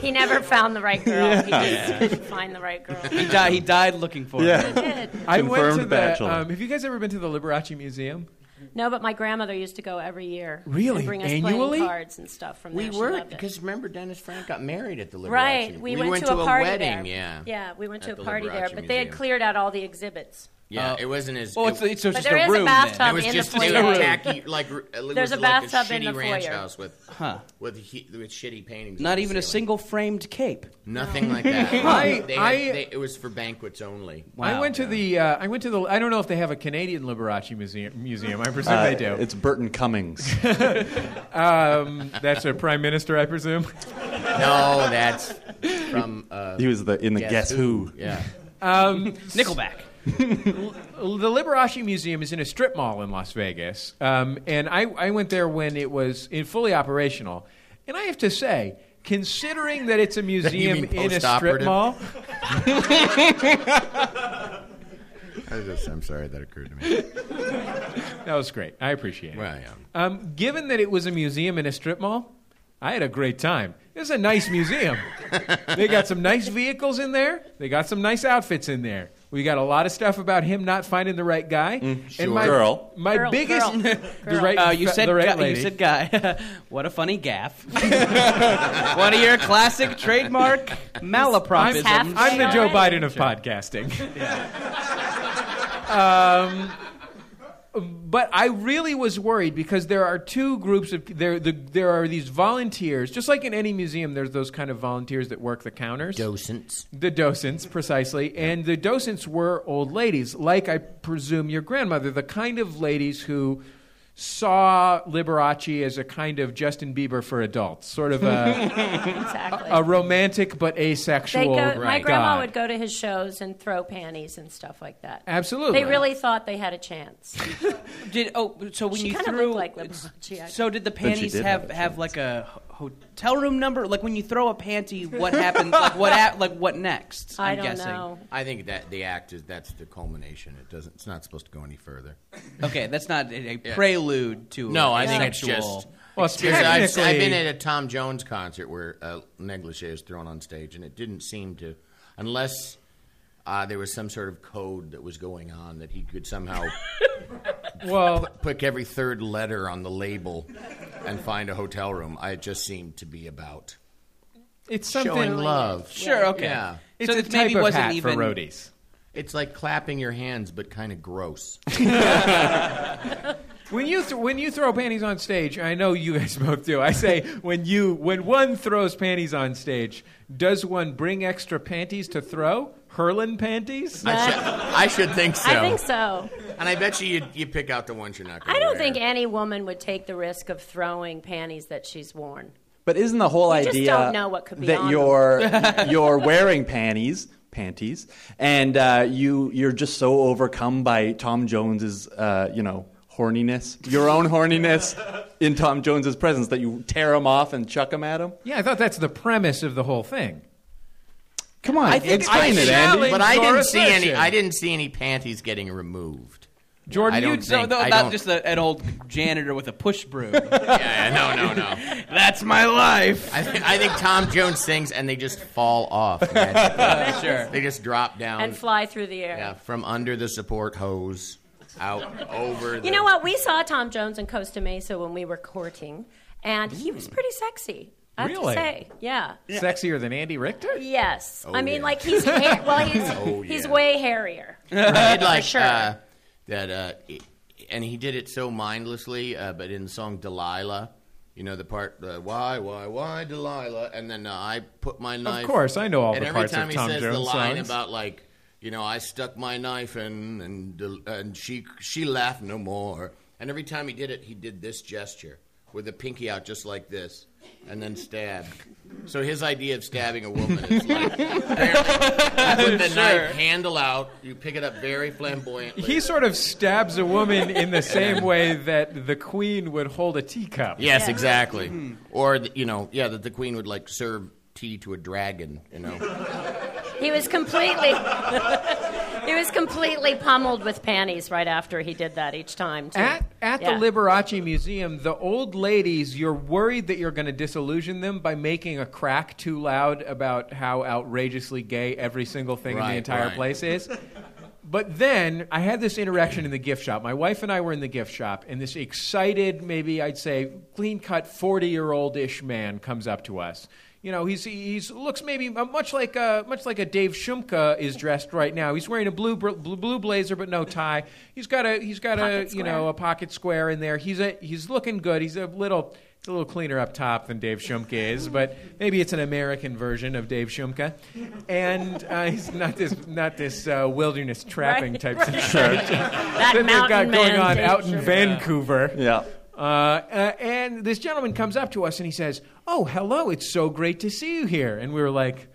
Speaker 6: He never found the right girl. He just find the right girl. He
Speaker 4: He died. He died looking for. it.
Speaker 5: Yeah.
Speaker 6: did.
Speaker 3: I went to
Speaker 5: Confirmed
Speaker 3: the.
Speaker 5: bachelor.
Speaker 3: Um, have you guys ever been to the Liberace Museum?
Speaker 6: No, but my grandmother used to go every year.
Speaker 3: Really?
Speaker 6: And bring us
Speaker 3: Annually?
Speaker 6: playing cards and stuff from
Speaker 7: We
Speaker 6: there. She
Speaker 7: were
Speaker 6: loved it.
Speaker 7: because remember Dennis Frank got married at the Liberace.
Speaker 6: right. We, went, to a, party
Speaker 7: wedding.
Speaker 6: there.
Speaker 7: Yeah.
Speaker 6: Yeah, we went to a
Speaker 7: At the
Speaker 6: party there,
Speaker 7: Liberace
Speaker 6: but they had
Speaker 7: Museum.
Speaker 6: cleared out all the exhibits.
Speaker 7: Yeah.
Speaker 4: Oh.
Speaker 7: it wasn't as.
Speaker 4: Well,
Speaker 7: it-
Speaker 4: it's, it's, it's
Speaker 6: But
Speaker 4: just
Speaker 6: there
Speaker 4: a
Speaker 6: is a
Speaker 4: room. then.
Speaker 6: bathtub.
Speaker 7: It was
Speaker 6: in the
Speaker 7: just
Speaker 6: foyer.
Speaker 7: it was tacky, like r- it
Speaker 6: There's
Speaker 7: was
Speaker 6: a
Speaker 7: like
Speaker 6: bathtub
Speaker 7: a
Speaker 6: in
Speaker 7: shitty
Speaker 6: the
Speaker 7: ranch
Speaker 6: foyer.
Speaker 7: house with with he, with shitty paintings. on
Speaker 4: Not
Speaker 7: the
Speaker 4: even a
Speaker 7: ceiling.
Speaker 4: single framed cape.
Speaker 7: Nothing
Speaker 4: [LAUGHS]
Speaker 7: like that.
Speaker 3: I-
Speaker 7: they had,
Speaker 3: I-
Speaker 7: they, it was for banquets only.
Speaker 3: I went to the. Uh, I went to the. I don't know if they have a Canadian Liberace museum. Museum. I presume
Speaker 5: Uh,
Speaker 3: they do.
Speaker 5: It's
Speaker 3: [LAUGHS]
Speaker 5: Burton Cummings.
Speaker 3: That's a prime minister, I presume.
Speaker 7: No, that's from uh,
Speaker 5: He was the in the Guess, Who.
Speaker 7: Yeah,
Speaker 4: Nickelback.
Speaker 3: the Liberace Museum is in a strip mall in Las Vegas, um, and I, I went there when it was in fully operational. And I have to say, considering that
Speaker 7: [LAUGHS]
Speaker 3: it's a museum
Speaker 7: mean
Speaker 3: in a strip
Speaker 7: post-operative?
Speaker 3: mall,
Speaker 7: [LAUGHS] I just, I'm sorry that occurred to me.
Speaker 3: [LAUGHS] that was great. I appreciate it.
Speaker 7: Right.
Speaker 3: Um, given that it was a museum in a strip mall, I had a great time. This is a nice museum. they got some nice vehicles in there. They got some nice outfits in there. We got a lot of stuff about him not finding the right guy. and my,
Speaker 5: Girl.
Speaker 3: My
Speaker 6: Girl,
Speaker 3: biggest,
Speaker 6: girl,
Speaker 3: [LAUGHS] the
Speaker 6: girl.
Speaker 3: right,
Speaker 4: Uh, you
Speaker 3: fe-
Speaker 4: said
Speaker 3: the right
Speaker 4: guy,
Speaker 3: lady.
Speaker 4: you said guy. [LAUGHS] what a funny gaff. [LAUGHS] One of your classic
Speaker 3: [LAUGHS]
Speaker 4: trademark malapropisms.
Speaker 6: half-
Speaker 3: I'm the
Speaker 6: Hey,
Speaker 3: Joe
Speaker 6: already.
Speaker 3: Biden of podcasting. um, but I really was worried because there are two groups of there. The, there are these volunteers, just like in any museum. There's those kind of volunteers that work the counters,
Speaker 7: Docents.
Speaker 3: the docents precisely, and the docents were old ladies, like I presume your grandmother, the kind of ladies who. Saw Liberace as a kind of Justin Bieber for adults, sort of a,
Speaker 6: Exactly.
Speaker 3: a romantic but
Speaker 6: they
Speaker 3: asexual.
Speaker 6: go, My
Speaker 3: god.
Speaker 6: grandma would go to his shows and throw panties and stuff like that.
Speaker 3: Absolutely.
Speaker 6: They really thought they had a chance.
Speaker 4: Did oh so when
Speaker 6: She
Speaker 4: you
Speaker 6: kind of
Speaker 4: threw
Speaker 6: looked like Liberace. actually.
Speaker 4: so did the panties
Speaker 5: did
Speaker 4: have
Speaker 5: have a
Speaker 4: have like a ho- hotel room number? Like when you throw a panty, what happens? like what a- like what next?
Speaker 6: I
Speaker 4: I'm
Speaker 6: don't
Speaker 4: guessing.
Speaker 6: know.
Speaker 7: I think that the act is that's the culmination. It doesn't. It's not supposed to go any further.
Speaker 4: Okay, that's not a, a prelude to
Speaker 7: No,
Speaker 4: I
Speaker 7: I think it's just.
Speaker 3: Well,
Speaker 7: Because I've, I've been
Speaker 3: technically-
Speaker 7: at a Tom Jones concert where uh, negligee is thrown on stage, and it didn't seem to, [LAUGHS] unless uh, there was some sort of code that was going on that he could somehow
Speaker 8: Well,
Speaker 7: Pick every third letter on the label and find a hotel room. I just seemed to be about
Speaker 3: It's something
Speaker 7: showing love.
Speaker 4: Sure, okay.
Speaker 7: Yeah.
Speaker 3: It's
Speaker 4: so
Speaker 3: a
Speaker 4: it
Speaker 3: type
Speaker 4: maybe
Speaker 3: of
Speaker 4: wasn't
Speaker 3: hat
Speaker 4: even
Speaker 3: for roadies.
Speaker 7: It's like clapping your hands, but kind of gross.
Speaker 3: When you th- when you throw panties on stage, I know you guys [LAUGHS] both do. I say when you when one throws panties on stage, does one bring extra panties to throw? Hurling panties?
Speaker 7: I, should, I should think so.
Speaker 6: I think so.
Speaker 7: And I bet you you, you pick out the ones you're not going
Speaker 6: I don't think any woman would take the risk of throwing panties that she's worn.
Speaker 5: But isn't the whole
Speaker 6: just
Speaker 5: idea
Speaker 6: don't know what could be
Speaker 5: that
Speaker 6: on
Speaker 5: you're [LAUGHS] you're wearing panties, panties, and uh, you you're just so overcome by Tom Jones's uh, you know horniness, your own horniness in Tom Jones's presence that you tear him off and chuck him at him?
Speaker 3: Yeah, I thought that's the premise of the whole thing.
Speaker 5: Come on,
Speaker 3: I
Speaker 5: explain it,
Speaker 3: challenge
Speaker 5: Andy.
Speaker 7: But I
Speaker 3: your
Speaker 7: didn't see any.
Speaker 3: assertion.
Speaker 7: I didn't see any panties getting removed.
Speaker 3: Jordan,
Speaker 7: I
Speaker 3: you
Speaker 7: don't
Speaker 3: so
Speaker 4: So,
Speaker 7: think-
Speaker 4: though,
Speaker 7: I
Speaker 4: not
Speaker 7: don't-
Speaker 4: just a, an old janitor with a push broom.
Speaker 7: [LAUGHS]
Speaker 4: [LAUGHS]
Speaker 7: Yeah, yeah, no, no, no.
Speaker 4: That's my life.
Speaker 7: I, think I think Tom Jones sings and they just fall off. magically.
Speaker 4: Sure.
Speaker 7: They just drop down.
Speaker 6: And fly through the air.
Speaker 7: Um, yeah, from under the support hose, out over. The,
Speaker 6: You know what? We saw Tom Jones in Costa Mesa when we were courting, and he
Speaker 7: Mm.
Speaker 6: was pretty sexy. I have
Speaker 3: Really?
Speaker 6: to say, yeah.
Speaker 3: sexier than Andy Richter?
Speaker 6: Yes, I mean,
Speaker 7: Oh, yeah.
Speaker 6: like he's ha-
Speaker 7: [LAUGHS]
Speaker 6: well, he's
Speaker 7: Oh,
Speaker 6: he's
Speaker 7: yeah.
Speaker 6: way hairier.
Speaker 7: I did like
Speaker 6: sure.
Speaker 7: uh, that, uh, i- and he did it so mindlessly. Uh, but in the song Delilah, you know the part uh, why, why, why Delilah, and then uh, I put my knife.
Speaker 3: course, I know all
Speaker 7: and
Speaker 3: the
Speaker 7: every
Speaker 3: parts of
Speaker 7: time he
Speaker 3: Tom
Speaker 7: says the
Speaker 3: Jones
Speaker 7: line
Speaker 3: songs.
Speaker 7: about like. You know, I stuck my knife in, and del- and she she laughed no more. And every time he did it, he did this gesture with the pinky out, just like this, and then stabbed. So his idea of stabbing a woman is like [LAUGHS]
Speaker 4: [LAUGHS]
Speaker 7: put the knife handle out. You pick it up very flamboyantly.
Speaker 3: He sort of stabs a woman in the same way that the queen would hold a teacup.
Speaker 7: yes, exactly.
Speaker 4: Hmm.
Speaker 7: Or th- you know, yeah, that the queen would like serve tea to a dragon.
Speaker 4: [LAUGHS]
Speaker 7: You know,
Speaker 6: He was completely [LAUGHS] he was completely pummeled with panties right after he did that each time. Too.
Speaker 3: At, at
Speaker 6: Yeah.
Speaker 3: the Liberace Museum, the old ladies, you're worried that you're going to disillusion them by making a crack too loud about how outrageously gay every single thing in the
Speaker 7: Right,
Speaker 3: entire
Speaker 7: right.
Speaker 3: place
Speaker 7: [LAUGHS]
Speaker 3: is. But then I had this interaction in the gift shop. My wife and I were in the gift shop, and this excited, maybe I'd say clean cut 40 year old ish man comes up to us. You know, he's, he's looks maybe uh, much like, a, much like a Dave Shumka is dressed right now. He's wearing a blue, br- blue, blue blazer but no tie. He's got a, he's got a
Speaker 6: Pocket
Speaker 3: you
Speaker 6: square.
Speaker 3: know, a pocket square in there. He's, a, he's looking good. He's a little, a little cleaner up top than Dave Shumka is, but maybe it's an American version of Dave Shumka. And uh, he's not this, not this uh, wilderness trapping
Speaker 6: Right,
Speaker 3: type
Speaker 6: right.
Speaker 3: situation
Speaker 6: [LAUGHS] that
Speaker 3: that they've got
Speaker 6: mountain man
Speaker 3: going on
Speaker 6: did
Speaker 3: out in
Speaker 6: sure.
Speaker 3: Vancouver.
Speaker 5: Yeah.
Speaker 3: Uh, uh, and this gentleman comes up to us and he says, "Oh, hello! It's so great to see you here." And we were like,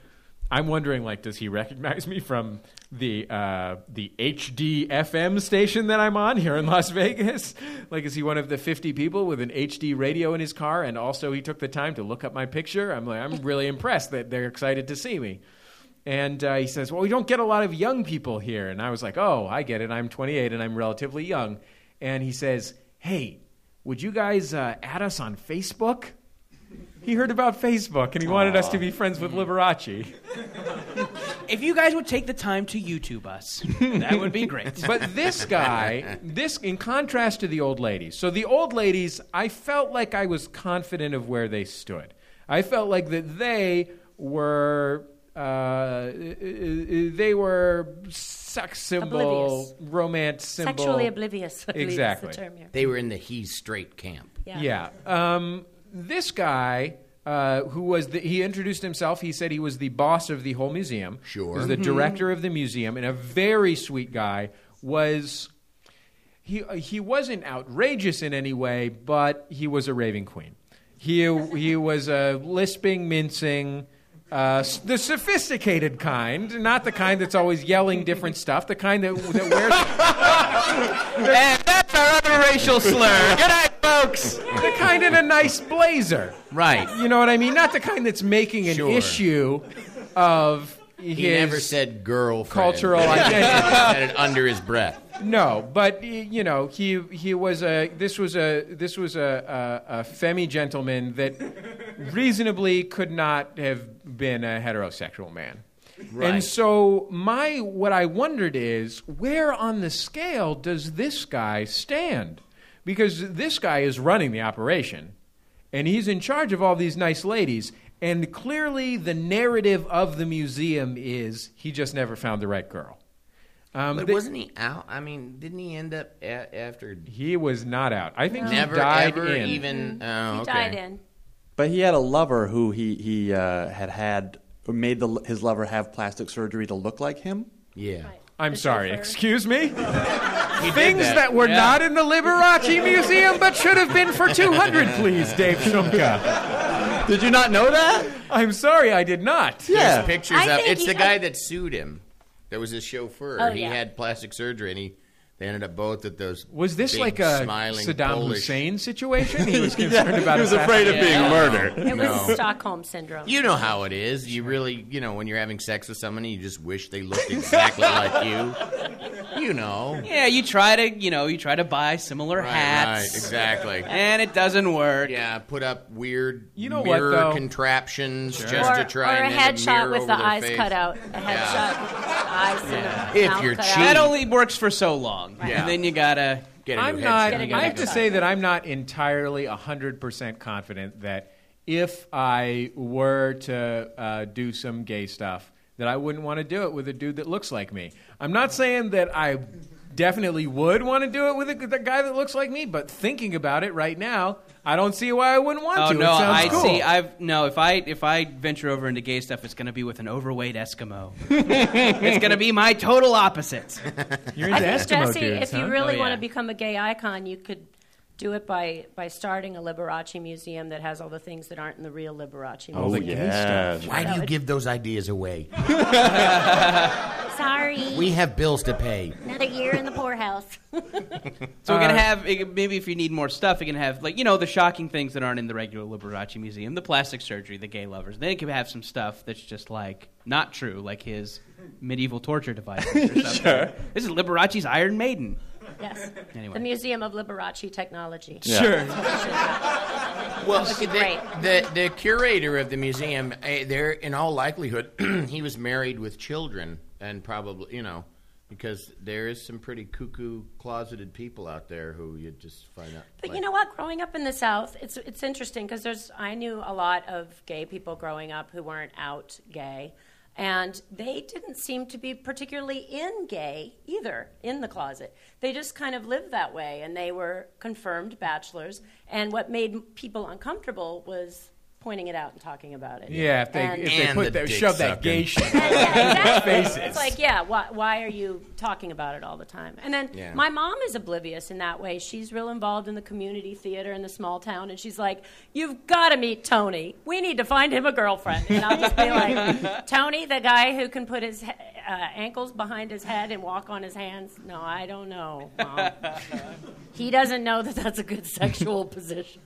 Speaker 3: "I'm wondering, like, does he recognize me from the uh, the HD FM station that I'm on here in Las [LAUGHS] Vegas? Like, is he one of the 50 people with an HD radio in his car? And also, he took the time to look up my picture. I'm like, I'm really impressed that they're excited to see me." And uh, he says, Well, we don't get a lot of young people here. And I was like, Oh, I get it. I'm 28 and I'm relatively young. And he says, Hey, would you guys uh, add us on Facebook? He heard about Facebook and he wanted us to be friends with Liberace.
Speaker 4: If you guys would take the time to YouTube [LAUGHS] us, that would be great.
Speaker 3: But this guy, this in contrast to the old ladies. So the old ladies, I felt like I was confident of where they stood. I felt like that they were uh, they were sex symbol,
Speaker 6: Oblivious.
Speaker 3: romance symbol,
Speaker 6: Sexually oblivious. I believe is
Speaker 3: Exactly.
Speaker 6: the term here.
Speaker 7: they were in the he's straight camp.
Speaker 3: Yeah. Um, this guy, uh, who was the, he introduced himself. He said he was the boss of the whole museum.
Speaker 7: Sure.
Speaker 3: He was the director of the museum, and a very sweet guy. Was he? uh, He wasn't outrageous in any way, but he was a raving queen. He he was a lisping, mincing. Uh, s- the sophisticated kind, not the kind that's always yelling different stuff. The kind that, that wears
Speaker 4: and that's our other racial slur. Good night, folks.
Speaker 3: the kind in a nice blazer.
Speaker 7: Right.
Speaker 3: You know what I mean? Not the kind that's making an
Speaker 7: Sure.
Speaker 3: issue of his
Speaker 7: He never said girlfriend.
Speaker 3: cultural
Speaker 7: He
Speaker 3: identity.
Speaker 7: said it under his breath.
Speaker 3: No, but y- you know, he he was a this was a this was a a, a femi
Speaker 7: [LAUGHS]
Speaker 3: gentleman that reasonably could not have been a heterosexual man. And
Speaker 7: Right.
Speaker 3: so my what I wondered is where on the scale does this guy stand? Because this guy is running the operation and he's in charge of all these nice ladies and clearly the narrative of the museum is he just never found the right girl. Um,
Speaker 7: But
Speaker 3: th-
Speaker 7: wasn't he out? I mean, didn't he end up a- after
Speaker 3: he was not out. I think
Speaker 7: never
Speaker 3: he died
Speaker 7: ever
Speaker 3: in.
Speaker 7: even? Oh,
Speaker 6: Mm-hmm. He
Speaker 7: okay.
Speaker 6: died in.
Speaker 5: But he had a lover who he he uh, had had or made the, his lover have plastic surgery to look like him.
Speaker 7: Yeah.
Speaker 3: I'm
Speaker 6: The
Speaker 3: sorry,
Speaker 6: chauffeur.
Speaker 3: excuse me? Things that.
Speaker 7: that.
Speaker 3: were not in the Liberace Museum but should have been for 200, please, Dave Shumka.
Speaker 5: Did you not know that?
Speaker 3: I'm sorry, I did not.
Speaker 7: There's
Speaker 5: Yeah.
Speaker 7: pictures
Speaker 6: I
Speaker 7: of
Speaker 6: think
Speaker 7: it's
Speaker 6: he-
Speaker 7: the guy
Speaker 6: I-
Speaker 7: that sued him. That was his chauffeur.
Speaker 6: Oh,
Speaker 7: he
Speaker 6: yeah.
Speaker 7: had plastic surgery, and he they ended up both at those.
Speaker 3: Was this
Speaker 7: big,
Speaker 3: like a
Speaker 7: smiling
Speaker 3: Saddam
Speaker 7: Polish-
Speaker 3: Hussein situation? He was concerned about
Speaker 5: he was
Speaker 3: his
Speaker 5: afraid of
Speaker 3: ass-
Speaker 5: being
Speaker 7: Yeah.
Speaker 5: murdered.
Speaker 6: It was
Speaker 7: No.
Speaker 6: Stockholm syndrome.
Speaker 7: You know how it is. You really, you know, when you're having sex with somebody, you just wish they looked
Speaker 6: [LAUGHS]
Speaker 7: exactly like you. You know.
Speaker 4: Yeah, you try to, you know, you try to buy similar
Speaker 7: Right,
Speaker 4: hats,
Speaker 7: right, exactly.
Speaker 4: and it doesn't work.
Speaker 7: Yeah, put up weird
Speaker 3: You know what,
Speaker 7: mirror
Speaker 3: though?
Speaker 7: contraptions just
Speaker 6: or,
Speaker 7: to try
Speaker 6: or
Speaker 7: and
Speaker 6: a
Speaker 7: end mirror
Speaker 6: headshot with
Speaker 7: over
Speaker 6: the
Speaker 7: their
Speaker 6: eyes
Speaker 7: face.
Speaker 6: cut out. A headshot with the eyes and the
Speaker 7: If
Speaker 6: mouth
Speaker 7: you're
Speaker 6: cut
Speaker 7: cheap.
Speaker 4: That
Speaker 6: out.
Speaker 4: only works for so long,
Speaker 7: Yeah.
Speaker 4: and then you gotta.
Speaker 7: Get a new
Speaker 3: e- I'm not,
Speaker 7: headshot.
Speaker 6: Get a new
Speaker 3: I have to
Speaker 6: headshot.
Speaker 3: say that I'm not entirely 100% confident that if I were to uh, do some gay stuff, that I wouldn't want to do it with a dude that looks like me. I'm not saying that I definitely would want to do it with a, with a guy that looks like me, but thinking about it right now, I don't see why I wouldn't want
Speaker 4: Oh
Speaker 3: to.
Speaker 4: no,
Speaker 3: it sounds
Speaker 4: I
Speaker 3: cool.
Speaker 4: see. I've no. If I if I venture over into gay stuff, it's gonna be with an overweight
Speaker 7: [LAUGHS]
Speaker 4: Eskimo. it's gonna be my total opposite.
Speaker 3: You're
Speaker 6: I
Speaker 3: into
Speaker 6: think,
Speaker 3: Eskimo
Speaker 6: Jesse,
Speaker 3: dudes,
Speaker 6: if you
Speaker 3: huh?
Speaker 6: really
Speaker 4: Oh,
Speaker 6: want
Speaker 4: yeah.
Speaker 6: to become a gay icon, you could do it by, by starting a Liberace museum that has all the things that aren't in the real Liberace museum.
Speaker 5: yes.
Speaker 7: Why do you give those ideas away?
Speaker 6: [LAUGHS] Sorry,
Speaker 7: We have bills to pay.
Speaker 6: another year in the poorhouse.
Speaker 4: So we can
Speaker 7: Uh-huh.
Speaker 4: have it- maybe if you need more stuff, you can have like you know the shocking things that aren't in the regular Liberace museum, the plastic surgery, the gay lovers. Then you can have some stuff that's just like not true, like his medieval torture
Speaker 7: [LAUGHS]
Speaker 4: devices. Or something. This is Liberace's Iron Maiden.
Speaker 6: yes.
Speaker 4: Anyway.
Speaker 6: The Museum of Liberace Technology.
Speaker 5: Sure.
Speaker 7: Well,
Speaker 6: Which
Speaker 7: the,
Speaker 6: is great.
Speaker 7: the the curator of the museum, eh, there in all likelihood, [CLEARS THROAT] he was married with children, and probably you know, because there is some pretty cuckoo closeted people out there who you just find out.
Speaker 6: But you
Speaker 7: like-
Speaker 6: know what? Growing up in the South, it's it's interesting because there's I knew a lot of gay people growing up who weren't out gay, and they didn't seem to be particularly in gay either in the closet. They just kind of lived that way, and they were confirmed bachelors. And what made people uncomfortable was pointing it out and talking about it.
Speaker 3: Yeah, if they,
Speaker 6: And-
Speaker 3: if they
Speaker 7: And
Speaker 3: put
Speaker 7: the
Speaker 3: that,
Speaker 7: dick
Speaker 3: shove that
Speaker 7: sucking.
Speaker 3: gay shit.
Speaker 6: yeah, exactly.
Speaker 3: Faces.
Speaker 6: It's like, yeah, why, why are you talking about it all the time? And then
Speaker 7: Yeah.
Speaker 6: my mom is oblivious in that way. She's real involved in the community theater in the small town, and she's like, "You've got to meet Tony. We need to find him a girlfriend." And I'll just
Speaker 3: [LAUGHS]
Speaker 6: be like, "Tony, the guy who can put his he- uh, ankles behind his head and walk on his hands? No, I don't know.
Speaker 3: [LAUGHS]
Speaker 6: Mom. he doesn't know that that's a good sexual position."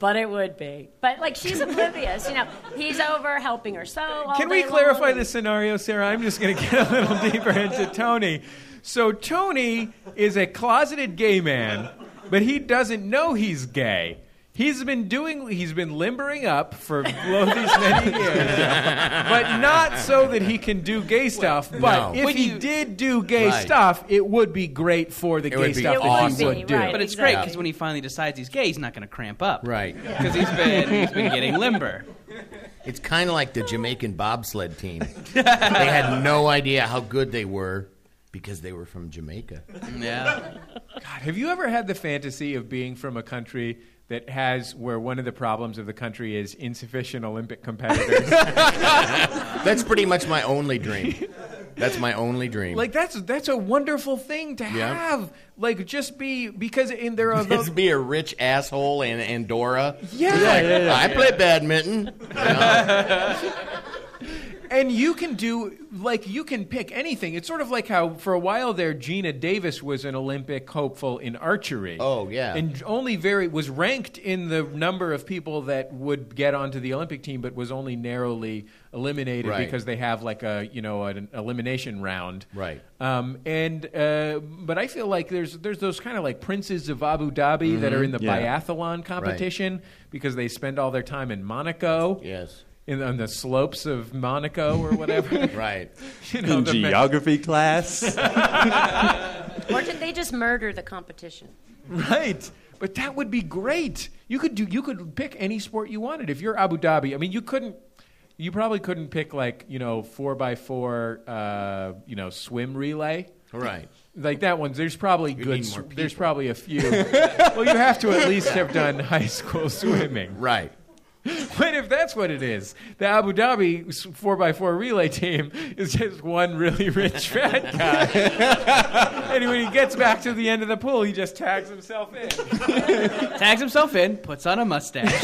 Speaker 6: But it would be. But like she's oblivious, you know. He's over helping her sew. all
Speaker 3: Can we
Speaker 6: day
Speaker 3: clarify
Speaker 6: long.
Speaker 3: this scenario, Sarah? I'm just going to [LAUGHS] get a little deeper into Tony. So Tony is a closeted gay man, but he doesn't know he's gay. He's been doing. He's been limbering up for lo- these many years, but not so that he can do gay stuff. But
Speaker 7: no.
Speaker 3: if
Speaker 4: When
Speaker 3: he
Speaker 4: you-
Speaker 3: did do gay
Speaker 7: Right.
Speaker 3: stuff, it would be great for the gay
Speaker 7: would be
Speaker 3: stuff that he
Speaker 7: awesome.
Speaker 3: would do.
Speaker 6: Right.
Speaker 4: But it's
Speaker 6: Exactly.
Speaker 4: great because when he finally decides he's gay, he's not going to cramp up,
Speaker 7: Right.
Speaker 4: Because he's been he's been getting limber.
Speaker 7: It's kind of like the Jamaican bobsled team.
Speaker 6: [LAUGHS]
Speaker 7: they had no idea how good they were because they were from Jamaica.
Speaker 4: Yeah.
Speaker 3: God, have you ever had the fantasy of being from a country that has where one of the problems of the country is insufficient Olympic competitors?
Speaker 7: That's pretty much my only dream. That's my only dream. [LAUGHS]
Speaker 3: like that's that's a wonderful thing to
Speaker 7: Yeah.
Speaker 3: have. Like just be because in
Speaker 7: [LAUGHS]
Speaker 3: there are
Speaker 7: Just
Speaker 3: the,
Speaker 7: be a rich asshole in Andorra.
Speaker 3: yeah,
Speaker 7: I play badminton.
Speaker 3: and you can do like you can pick anything. It's sort of like how for a while there Gina Davis was an Olympic hopeful in archery.
Speaker 7: Oh, yeah.
Speaker 3: and only very was ranked in the number of people that would get onto the Olympic team, but was only narrowly eliminated
Speaker 7: Right.
Speaker 3: because they have like a you know an elimination round.
Speaker 7: Right.
Speaker 3: Um, and uh, but I feel like there's there's those kind of like princes of Abu Dhabi
Speaker 7: Mm-hmm.
Speaker 3: that are in the
Speaker 5: Yeah.
Speaker 3: biathlon competition because they spend all their time in Monaco.
Speaker 7: Yes.
Speaker 3: in, on the slopes of Monaco or whatever.
Speaker 7: [LAUGHS] Right.
Speaker 3: you know,
Speaker 5: in
Speaker 3: the ma-
Speaker 5: geography class.
Speaker 6: Or did they just murder the competition?
Speaker 3: Right. But that would be great. You could do you could pick any sport you wanted. If you're Abu Dhabi, I mean you couldn't you probably couldn't pick like, you know, four by four uh, you know, swim relay.
Speaker 7: Right.
Speaker 3: Like that one, there's probably good.
Speaker 7: need more
Speaker 3: sw- there's probably a few. [LAUGHS] well, you have to at
Speaker 7: [LAUGHS]
Speaker 3: least have done high school swimming.
Speaker 7: Right.
Speaker 3: What if that's what it is? The Abu Dhabi s- 4x4 relay team is just one really [LAUGHS] rich fat guy. [LAUGHS] and when he gets back to the end of the pool, he just tags himself in.
Speaker 4: Tags himself in, puts on a
Speaker 7: [LAUGHS]
Speaker 4: mustache,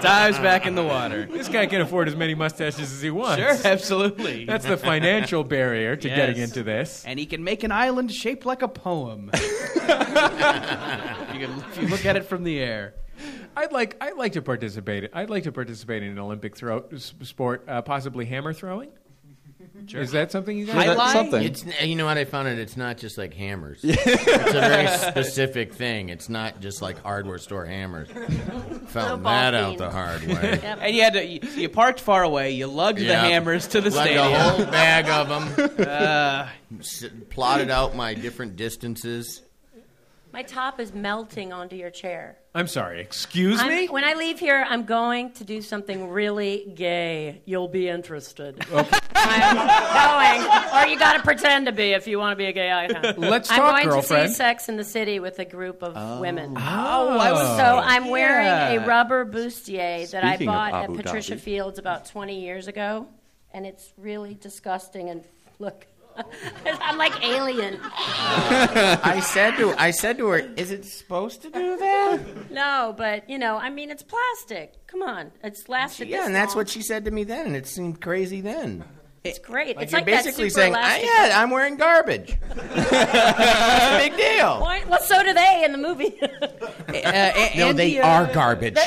Speaker 4: dives back in the water.
Speaker 3: This guy can afford as many mustaches as he wants.
Speaker 4: Sure, absolutely.
Speaker 3: That's the financial barrier to getting
Speaker 4: Yes.
Speaker 3: into this.
Speaker 4: and he can make an island shaped like a
Speaker 7: [LAUGHS]
Speaker 4: poem. you can, if you look at it from the air.
Speaker 3: I'd like, I'd like to participate. I'd like to participate in an Olympic throw, s- sport, uh, possibly hammer throwing. Is that something you guys?
Speaker 4: I
Speaker 5: That's
Speaker 4: lie?
Speaker 5: something.
Speaker 7: It's you know what I found out. It's not just
Speaker 3: [LAUGHS]
Speaker 7: like hammers. it's a very specific thing. It's not just like hardware store hammers.
Speaker 6: No
Speaker 7: Found
Speaker 6: ball
Speaker 7: that out
Speaker 6: fiend.
Speaker 7: the hard way.
Speaker 4: [LAUGHS]
Speaker 6: Yep.
Speaker 4: And you had to, you, you parked far away, you lugged the
Speaker 7: Yeah.
Speaker 4: hammers to the
Speaker 7: Lugged
Speaker 4: stadium. Uh.
Speaker 7: a whole bag
Speaker 4: [LAUGHS]
Speaker 7: of them. S- plotted out my different distances.
Speaker 6: My top is melting onto your chair.
Speaker 3: I'm sorry. Excuse
Speaker 6: I'm-
Speaker 3: me.
Speaker 6: When I leave here, I'm going to do something really gay. You'll be interested. I'm going, or you got to pretend to be if you want to be a gay icon.
Speaker 3: Let's
Speaker 6: I'm
Speaker 3: talk,
Speaker 6: going to
Speaker 3: girlfriend.
Speaker 6: see Sex in the City with a group of women.
Speaker 4: Oh, I was
Speaker 6: So I'm wearing
Speaker 4: Yeah.
Speaker 6: a rubber bustier
Speaker 5: Speaking
Speaker 6: that I
Speaker 5: of
Speaker 6: bought at
Speaker 5: Abu
Speaker 6: Patricia
Speaker 5: Dhabi.
Speaker 6: Fields about 20 years ago, and it's really disgusting. And look, [LAUGHS] I'm like alien.
Speaker 7: I said to I said to her, "Is it supposed to do that?"
Speaker 6: No, but you know, I mean, it's plastic. Come on, it's lasted.
Speaker 7: Yeah,
Speaker 6: this
Speaker 7: and that's
Speaker 6: long.
Speaker 7: what she said to me then, and it seemed crazy then.
Speaker 6: It's great. it's
Speaker 7: you're
Speaker 6: like
Speaker 7: basically
Speaker 6: that super
Speaker 7: saying, I,
Speaker 6: elastic
Speaker 7: "Yeah, I'm
Speaker 4: [LAUGHS]
Speaker 7: wearing garbage." It's a big deal.
Speaker 6: Why- Well, so do they in the movie. [LAUGHS]
Speaker 4: [LAUGHS] uh, A-
Speaker 7: No,
Speaker 4: Andy,
Speaker 7: they
Speaker 4: uh,
Speaker 7: are garbage.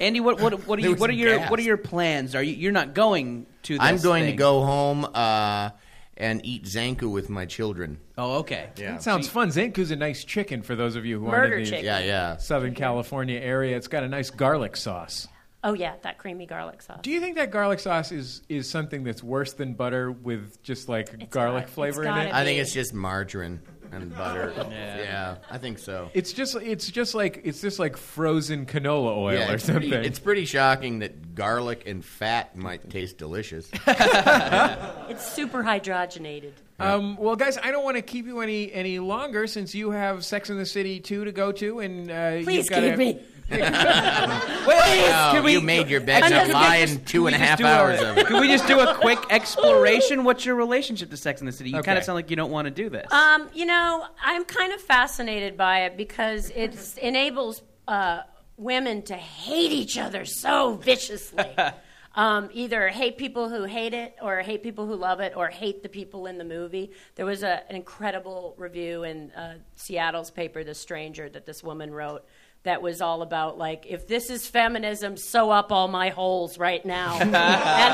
Speaker 4: Andy, what [LAUGHS] what what are you,
Speaker 7: was
Speaker 4: what are your
Speaker 7: gas.
Speaker 4: what are your plans? Are you you're not going to? This
Speaker 7: I'm going to
Speaker 4: thing.
Speaker 7: go home uh, and eat zanku with my children.
Speaker 4: Oh, okay.
Speaker 7: Yeah,
Speaker 3: That sounds fun. Zanku's a nice chicken for those of you who aren't
Speaker 6: Murder
Speaker 3: in the
Speaker 6: chicken.
Speaker 7: yeah, yeah.
Speaker 3: Southern California area. It's got a nice garlic sauce.
Speaker 6: oh yeah, that creamy garlic sauce.
Speaker 3: Do you think that garlic sauce is, is something that's worse than butter with just like garlic
Speaker 6: got-
Speaker 3: flavor
Speaker 6: it's
Speaker 3: in
Speaker 6: gotta
Speaker 3: it?
Speaker 6: be.
Speaker 7: I think it's just margarine and
Speaker 4: [LAUGHS]
Speaker 7: butter. yeah. I think so.
Speaker 3: It's just it's just like it's just like frozen canola oil
Speaker 7: Yeah,
Speaker 3: or
Speaker 7: it's,
Speaker 3: something.
Speaker 7: pretty, it's pretty shocking that garlic and fat might taste delicious.
Speaker 6: It's super hydrogenated.
Speaker 3: um, well, guys, I don't want to keep you any any longer since you have Sex in the City two to go to, and uh,
Speaker 6: Please
Speaker 3: you've gotta-
Speaker 6: keep me.
Speaker 4: Wait,
Speaker 7: Oh,
Speaker 4: can we,
Speaker 7: you made your bed
Speaker 6: I'm
Speaker 7: and
Speaker 6: just-
Speaker 7: lying two and a
Speaker 4: just
Speaker 7: half
Speaker 4: do a-
Speaker 7: hours of it.
Speaker 4: Can we just do a quick exploration? What's your relationship to Sex in the City? You kind
Speaker 3: Okay.
Speaker 4: of sound like you don't want to do this.
Speaker 6: Um, you know, I'm kind of fascinated by it because it enables uh, women to hate each other so
Speaker 7: [LAUGHS]
Speaker 6: viciously. Um, either hate people who hate it, or hate people who love it, or hate the people in the movie. There was a, an incredible review in uh, Seattle's paper, The Stranger, that this woman wrote that was all about like, if this is feminism, sew up all my holes right
Speaker 3: [LAUGHS]
Speaker 6: now. and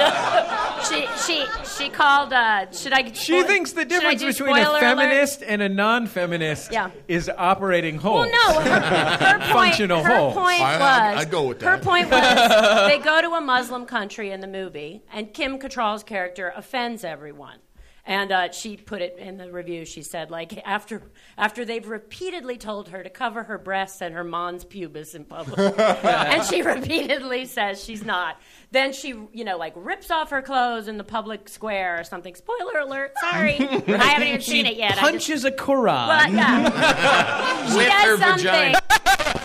Speaker 6: uh, she she she called. Uh, should I?
Speaker 3: She thinks the difference between a feminist and a non-feminist
Speaker 6: Yeah.
Speaker 3: is operating whole.
Speaker 6: Well, no, her, her point,
Speaker 3: Functional
Speaker 6: her
Speaker 3: holes.
Speaker 6: point
Speaker 7: I-
Speaker 6: was.
Speaker 7: I- I go with
Speaker 6: Her
Speaker 7: that.
Speaker 6: point
Speaker 7: [LAUGHS]
Speaker 6: was they go to a Muslim country in the movie, and Kim Cattrall's character offends everyone. And uh, she put it in the review. She said, like after after they've repeatedly told her to cover her breasts and her mons pubis in
Speaker 7: [LAUGHS]
Speaker 6: public, and she repeatedly says she's not. Then she, you know, like rips off her clothes in the public square or something. Spoiler alert!
Speaker 7: [LAUGHS]
Speaker 6: Sorry, I haven't even seen it yet. I just-
Speaker 4: Punches a Quran.
Speaker 6: well,
Speaker 7: [LAUGHS]
Speaker 6: yeah. she
Speaker 7: her
Speaker 6: does something.
Speaker 7: vagina.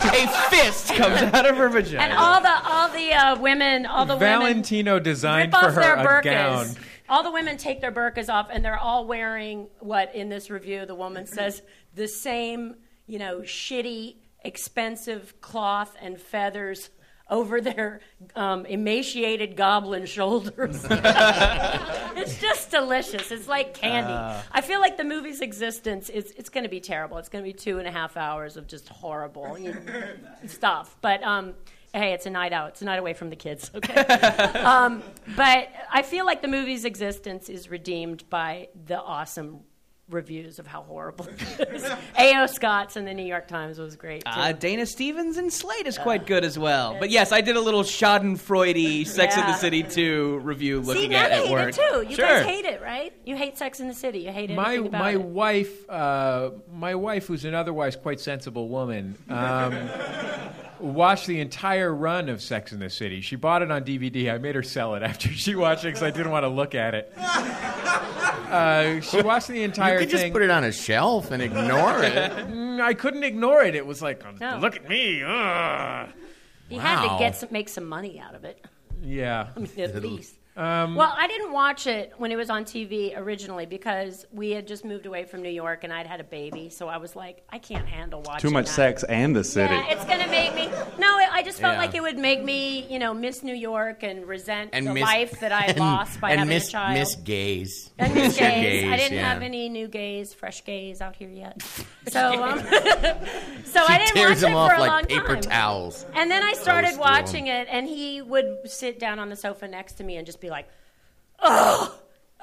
Speaker 4: A fist comes out of her vagina.
Speaker 6: And all the all the uh, women, all the
Speaker 3: Valentino
Speaker 6: women rip
Speaker 3: designed for
Speaker 6: off
Speaker 3: her
Speaker 6: their
Speaker 3: a
Speaker 6: burkas.
Speaker 3: gown.
Speaker 6: All the women take their burkas off, and they're all wearing what in this review the woman says the same, you know, shitty, expensive cloth and feathers over their um, emaciated goblin shoulders. [LAUGHS] it's just delicious. It's like candy.
Speaker 3: Ah.
Speaker 6: I feel like the movie's existence is it's going to be terrible. It's going to be two and a half hours of just horrible stuff. But um, hey, it's a night out. It's a night away from the kids. [LAUGHS] Okay. um, but I feel like the movie's existence is redeemed by the awesome reviews of how horrible it [LAUGHS] is. A.O. Scott's in the New York Times was great. Too.
Speaker 4: Uh, Dana Stevens and Slate is quite good as well. But yes, I did a little
Speaker 6: [LAUGHS]
Speaker 4: Schadenfreude Sex and
Speaker 6: Yeah.
Speaker 4: the City 2 review looking
Speaker 6: See, now
Speaker 4: at
Speaker 6: they
Speaker 4: at
Speaker 6: hate
Speaker 4: work.
Speaker 6: it too. You
Speaker 4: sure.
Speaker 6: guys hate it, right? You hate Sex in the City. You hate
Speaker 3: my
Speaker 6: everything about
Speaker 3: my
Speaker 6: it.
Speaker 3: wife uh, my wife who's an otherwise quite sensible woman
Speaker 6: [LAUGHS]
Speaker 3: um, watched the entire run of Sex in the City. She bought it on DVD. I made her sell it after she watched it because I didn't want to look at it. Uh, she watched the
Speaker 7: You
Speaker 3: entire
Speaker 7: could just
Speaker 3: thing.
Speaker 7: put it on a shelf and
Speaker 6: [LAUGHS]
Speaker 7: ignore it.
Speaker 3: I couldn't ignore it. It was like,
Speaker 6: No.
Speaker 3: look at me. ugh."
Speaker 6: you had to
Speaker 7: Wow.
Speaker 6: get some, make some money out of it.
Speaker 3: Yeah.
Speaker 6: I mean, at least. well, I didn't watch it when it was on TV originally because we had just moved away from New York and I'd had a baby, so I was like, I can't handle watching
Speaker 5: Too much
Speaker 6: that.
Speaker 5: sex and the city.
Speaker 6: Yeah, it's gonna make me. No, it, I just felt
Speaker 7: Yeah.
Speaker 6: like it would make me, you know, miss New York and resent
Speaker 7: And
Speaker 6: the
Speaker 7: miss,
Speaker 6: life that I
Speaker 7: [LAUGHS] and-
Speaker 6: lost by
Speaker 7: and
Speaker 6: having
Speaker 7: miss,
Speaker 6: a child.
Speaker 7: Miss gays.
Speaker 6: and [LAUGHS] miss
Speaker 7: your
Speaker 6: gays. I
Speaker 7: gays,
Speaker 6: didn't
Speaker 7: yeah.
Speaker 6: have any new gays, fresh gays out here
Speaker 7: [LAUGHS]
Speaker 6: yet. So, um, [LAUGHS] so I didn't watch
Speaker 7: Tears them
Speaker 6: it
Speaker 7: off
Speaker 6: for a long
Speaker 7: like paper
Speaker 6: time.
Speaker 7: towels.
Speaker 6: And then I started
Speaker 7: Toast
Speaker 6: watching it, and he would sit down on the sofa next to me and just be like, "Ugh,